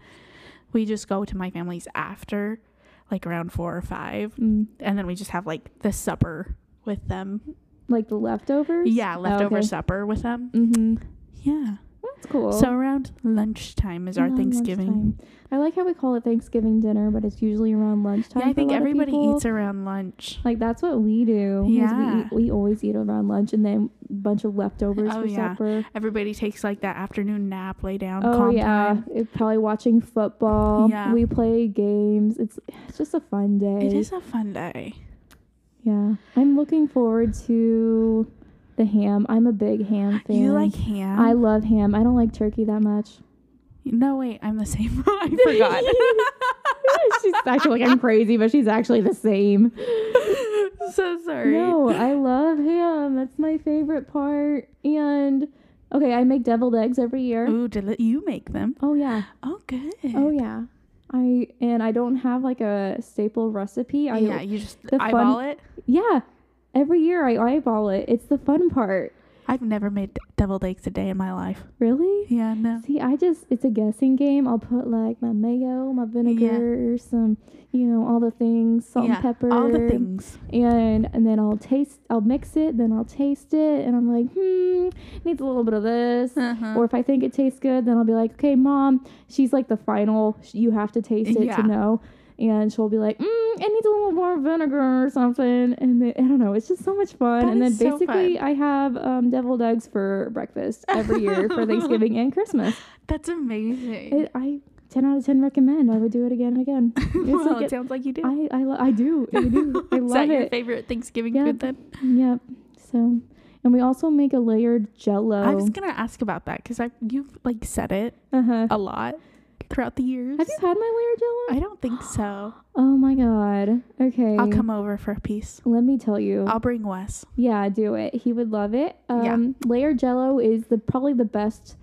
[SPEAKER 1] We just go to my family's after, like around four or five,
[SPEAKER 2] Mm,
[SPEAKER 1] and then we just have like the supper with them.
[SPEAKER 2] like the leftovers? Oh,
[SPEAKER 1] Yeah, leftover
[SPEAKER 2] okay.
[SPEAKER 1] supper with them.
[SPEAKER 2] Mm-hmm.
[SPEAKER 1] Yeah.
[SPEAKER 2] That's cool.
[SPEAKER 1] So around lunchtime is our
[SPEAKER 2] Around
[SPEAKER 1] Thanksgiving.
[SPEAKER 2] lunchtime. I like how we call it Thanksgiving dinner, but it's usually around lunchtime.
[SPEAKER 1] Yeah, I
[SPEAKER 2] for a
[SPEAKER 1] think
[SPEAKER 2] lot of
[SPEAKER 1] everybody
[SPEAKER 2] people.
[SPEAKER 1] eats around lunch.
[SPEAKER 2] Like that's what we do. is
[SPEAKER 1] Yeah.
[SPEAKER 2] we, eat, we always eat around lunch and then a bunch of leftovers
[SPEAKER 1] Oh,
[SPEAKER 2] for
[SPEAKER 1] yeah.
[SPEAKER 2] supper.
[SPEAKER 1] Everybody takes like that afternoon nap, lay down,
[SPEAKER 2] Oh
[SPEAKER 1] calm
[SPEAKER 2] yeah,
[SPEAKER 1] time.
[SPEAKER 2] It- probably watching football.
[SPEAKER 1] Yeah.
[SPEAKER 2] we play games. It's it's just a fun day.
[SPEAKER 1] It is a fun day.
[SPEAKER 2] Yeah, I'm looking forward to the ham. I'm a big ham fan.
[SPEAKER 1] <gasps> You like ham?
[SPEAKER 2] I love ham. I don't like turkey that much. <laughs>
[SPEAKER 1] no wait, I'm the same. <laughs> I forgot.
[SPEAKER 2] she's
[SPEAKER 1] <laughs>
[SPEAKER 2] acting like I'm crazy, but she's actually the same.
[SPEAKER 1] so <laughs> sorry.
[SPEAKER 2] No, I love ham. That's my favorite part. And okay, I make deviled eggs every year.
[SPEAKER 1] Ooh, deli- you make them?
[SPEAKER 2] Oh yeah.
[SPEAKER 1] Oh, good. <laughs>
[SPEAKER 2] Oh yeah. I and I don't have like a staple recipe. I
[SPEAKER 1] yeah. You just
[SPEAKER 2] the fun-
[SPEAKER 1] eyeball it.
[SPEAKER 2] yeah. Every year I eyeball it. It's the fun part.
[SPEAKER 1] I've never made deviled eggs a day in my life.
[SPEAKER 2] Really?
[SPEAKER 1] Yeah, no.
[SPEAKER 2] See, I just it's a guessing game. I'll put like my mayo, my vinegar, some you know, all the things, salt
[SPEAKER 1] yeah,
[SPEAKER 2] and pepper.
[SPEAKER 1] All the things.
[SPEAKER 2] And and then I'll taste I'll mix it, then I'll taste it, and I'm like, hmm, needs a little bit of this.
[SPEAKER 1] Uh-huh.
[SPEAKER 2] Or if I think it tastes good, then I'll be like, okay, mom, she's like the final, sh- you have to taste it
[SPEAKER 1] Yeah.
[SPEAKER 2] to know. And she'll be like, mm, it needs a little more vinegar or something. And then, I don't know, it's just so much fun.
[SPEAKER 1] That
[SPEAKER 2] and then
[SPEAKER 1] is so
[SPEAKER 2] basically, I have um, deviled eggs for breakfast every
[SPEAKER 1] <laughs>
[SPEAKER 2] year for Thanksgiving and Christmas.
[SPEAKER 1] That's amazing. <laughs>
[SPEAKER 2] It, I 10 out of 10 recommend. I would do it again and again. It's
[SPEAKER 1] well,
[SPEAKER 2] like
[SPEAKER 1] it sounds like you do.
[SPEAKER 2] I, I, lo-
[SPEAKER 1] <laughs>
[SPEAKER 2] I do. I do. I
[SPEAKER 1] Is that
[SPEAKER 2] love
[SPEAKER 1] your
[SPEAKER 2] it.
[SPEAKER 1] favorite Thanksgiving
[SPEAKER 2] Yeah.
[SPEAKER 1] food then?
[SPEAKER 2] Yep. So, and we also make a layered jello.
[SPEAKER 1] I was gonna ask about that because I you've like said it
[SPEAKER 2] uh-huh.
[SPEAKER 1] <laughs> a lot. throughout the years.
[SPEAKER 2] Have you had my Laragella?
[SPEAKER 1] Oh, I don't think so.
[SPEAKER 2] oh my god. Okay.
[SPEAKER 1] I'll come over for a piece.
[SPEAKER 2] Let me tell you.
[SPEAKER 1] I'll bring Wes.
[SPEAKER 2] Yeah, do it. He would love it.
[SPEAKER 1] Yeah.
[SPEAKER 2] Um, Layer Jello is the probably the best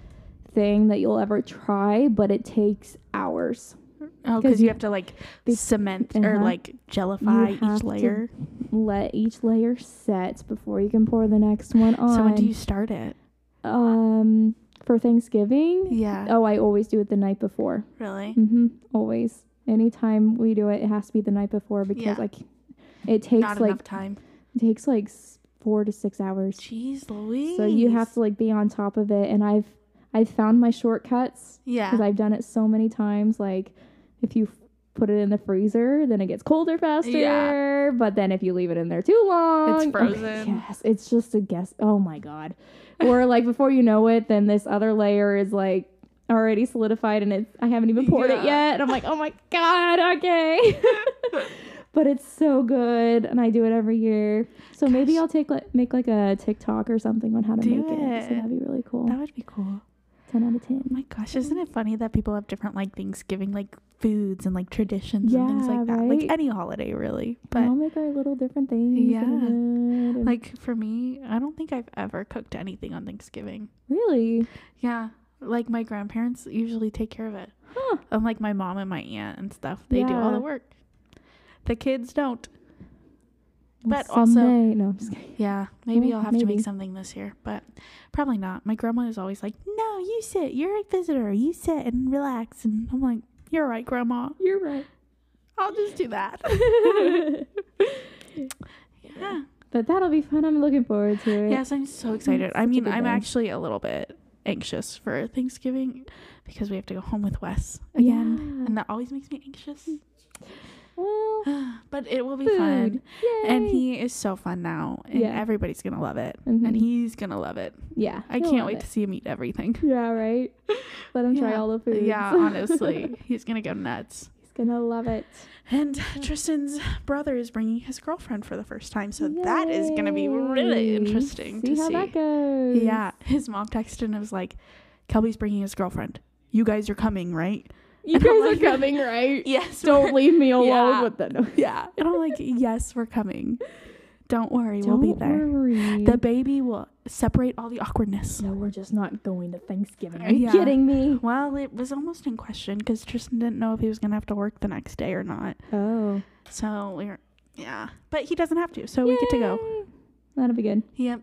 [SPEAKER 2] thing that you'll ever try, but it takes hours.
[SPEAKER 1] Oh,
[SPEAKER 2] 'Cause
[SPEAKER 1] because you
[SPEAKER 2] you-
[SPEAKER 1] have to like
[SPEAKER 2] they-
[SPEAKER 1] cement or
[SPEAKER 2] uh-huh.
[SPEAKER 1] like gelify
[SPEAKER 2] have
[SPEAKER 1] each
[SPEAKER 2] to
[SPEAKER 1] layer.
[SPEAKER 2] Let each layer set before you can pour the next one on.
[SPEAKER 1] So when do you start it?
[SPEAKER 2] um for Thanksgiving?
[SPEAKER 1] Yeah.
[SPEAKER 2] Oh, I always do it the night before.
[SPEAKER 1] Really?
[SPEAKER 2] Mm-hmm. Always. Anytime we do it, it has to be the night before because
[SPEAKER 1] Yeah.
[SPEAKER 2] like it takes
[SPEAKER 1] Not
[SPEAKER 2] like
[SPEAKER 1] enough time.
[SPEAKER 2] it takes like s- four to six hours.
[SPEAKER 1] Jeez Louise.
[SPEAKER 2] So you have to like be on top of it, and I've I've found my shortcuts.
[SPEAKER 1] Yeah.
[SPEAKER 2] because I've done it so many times. Like, if you f- put it in the freezer, then it gets colder faster.
[SPEAKER 1] Yeah.
[SPEAKER 2] But then if you leave it in there too long, okay,
[SPEAKER 1] frozen.
[SPEAKER 2] yes, it's just a guess. Oh my god! Or like before you know it, then this other layer is like already solidified, and it's I haven't even poured it
[SPEAKER 1] Yeah.
[SPEAKER 2] yet. And I'm like, oh my god, okay. <laughs> But it's so good, and I do it every year. So maybe
[SPEAKER 1] Gosh.
[SPEAKER 2] I'll take like, make like a TikTok or something on how to
[SPEAKER 1] Do
[SPEAKER 2] make it. So
[SPEAKER 1] it.
[SPEAKER 2] that'd be really cool.
[SPEAKER 1] that would be cool.
[SPEAKER 2] Ten out of ten.
[SPEAKER 1] Oh my gosh, isn't it funny that people have different like Thanksgiving like foods and like traditions and things
[SPEAKER 2] Yeah,
[SPEAKER 1] like that?
[SPEAKER 2] right?
[SPEAKER 1] Like any holiday really.
[SPEAKER 2] we all
[SPEAKER 1] But
[SPEAKER 2] make our little different things.
[SPEAKER 1] Yeah.
[SPEAKER 2] and good and-
[SPEAKER 1] like for me, I don't think I've ever cooked anything on Thanksgiving.
[SPEAKER 2] really?
[SPEAKER 1] Yeah. Like my grandparents usually take care of it.
[SPEAKER 2] Huh.
[SPEAKER 1] And like my mom and my aunt and stuff. They do all
[SPEAKER 2] Yeah.
[SPEAKER 1] the work. The kids don't.
[SPEAKER 2] Well,
[SPEAKER 1] But also-
[SPEAKER 2] someday- no, I'm just kidding.
[SPEAKER 1] Yeah, maybe
[SPEAKER 2] Well,
[SPEAKER 1] I'll have to
[SPEAKER 2] maybe.
[SPEAKER 1] make something this year, but probably not. My grandma is always like, "No, you sit. You're a visitor. You sit and relax." And I'm like, "You're right, grandma.
[SPEAKER 2] You're
[SPEAKER 1] <laughs>
[SPEAKER 2] right. <laughs>
[SPEAKER 1] I'll just do that." yeah.
[SPEAKER 2] but that'll be fun. I'm looking forward to it.
[SPEAKER 1] Yes, I'm so excited.
[SPEAKER 2] such
[SPEAKER 1] I
[SPEAKER 2] a
[SPEAKER 1] mean,
[SPEAKER 2] good
[SPEAKER 1] I'm
[SPEAKER 2] day.
[SPEAKER 1] actually a little bit anxious for Thanksgiving because we have to go home with Wes again,
[SPEAKER 2] Yeah.
[SPEAKER 1] and that always makes me anxious. <sighs>
[SPEAKER 2] well,
[SPEAKER 1] but it will be
[SPEAKER 2] food.
[SPEAKER 1] fun. And
[SPEAKER 2] Yay.
[SPEAKER 1] he is so fun now, and
[SPEAKER 2] Yeah.
[SPEAKER 1] everybody's gonna love it,
[SPEAKER 2] Mhm.
[SPEAKER 1] and he's gonna love it.
[SPEAKER 2] yeah,
[SPEAKER 1] I
[SPEAKER 2] he'll
[SPEAKER 1] can't
[SPEAKER 2] love
[SPEAKER 1] wait
[SPEAKER 2] it.
[SPEAKER 1] to see him eat everything. <laughs>
[SPEAKER 2] Yeah, right. Let him try
[SPEAKER 1] Yeah.
[SPEAKER 2] all the food. <laughs>
[SPEAKER 1] Yeah, honestly, he's gonna go nuts.
[SPEAKER 2] he's gonna love it.
[SPEAKER 1] And Tristan's brother is bringing his girlfriend for the first time, so that is gonna be really
[SPEAKER 2] Yay.
[SPEAKER 1] interesting
[SPEAKER 2] see
[SPEAKER 1] to
[SPEAKER 2] how
[SPEAKER 1] see.
[SPEAKER 2] that goes.
[SPEAKER 1] Yeah, his mom texted and was like, "Kelby's bringing his girlfriend. You guys are coming, right?" <laughs>
[SPEAKER 2] you
[SPEAKER 1] And I'm
[SPEAKER 2] guys
[SPEAKER 1] like-
[SPEAKER 2] are coming, right?
[SPEAKER 1] <laughs> Yes.
[SPEAKER 2] <laughs> Don't leave me alone
[SPEAKER 1] Yeah.
[SPEAKER 2] with that. No.
[SPEAKER 1] yeah. And I'm like, "Yes, we're coming. Don't worry, we'll be
[SPEAKER 2] Don't
[SPEAKER 1] there.
[SPEAKER 2] worry.
[SPEAKER 1] The baby will separate all the awkwardness."
[SPEAKER 2] No, we're just not going to Thanksgiving.
[SPEAKER 1] Are you kidding
[SPEAKER 2] me?
[SPEAKER 1] Well, it was almost in question because Tristan didn't know if he was gonna have to work the next day or not.
[SPEAKER 2] Oh.
[SPEAKER 1] So we were, yeah. But he doesn't have to, so we get to go.
[SPEAKER 2] That'll be good.
[SPEAKER 1] Yep.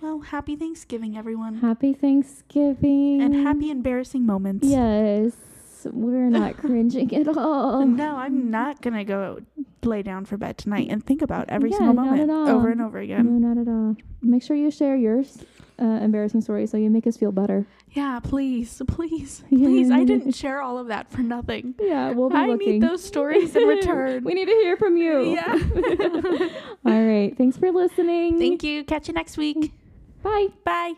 [SPEAKER 1] Well, happy Thanksgiving, everyone.
[SPEAKER 2] Happy Thanksgiving.
[SPEAKER 1] And happy embarrassing moments.
[SPEAKER 2] Yes. We're <laughs> not cringing at all.
[SPEAKER 1] No, I'm not going to go lay down for bed tonight and think about every
[SPEAKER 2] Yeah,
[SPEAKER 1] single
[SPEAKER 2] not at
[SPEAKER 1] moment
[SPEAKER 2] all. Mm.
[SPEAKER 1] over and over
[SPEAKER 2] No,
[SPEAKER 1] again.
[SPEAKER 2] not at all. Make sure you share your uh, embarrassing story so you make us feel better.
[SPEAKER 1] Yeah, please, please, please. I
[SPEAKER 2] <laughs> Yeah.
[SPEAKER 1] didn't share all of that for nothing.
[SPEAKER 2] Yeah, we'll be
[SPEAKER 1] I
[SPEAKER 2] looking.
[SPEAKER 1] need those stories
[SPEAKER 2] <laughs>
[SPEAKER 1] in return.
[SPEAKER 2] we need to hear from you.
[SPEAKER 1] yeah.
[SPEAKER 2] <laughs> all right. Thanks for listening.
[SPEAKER 1] Thank you. Catch you next week.
[SPEAKER 2] Bye.
[SPEAKER 1] Bye.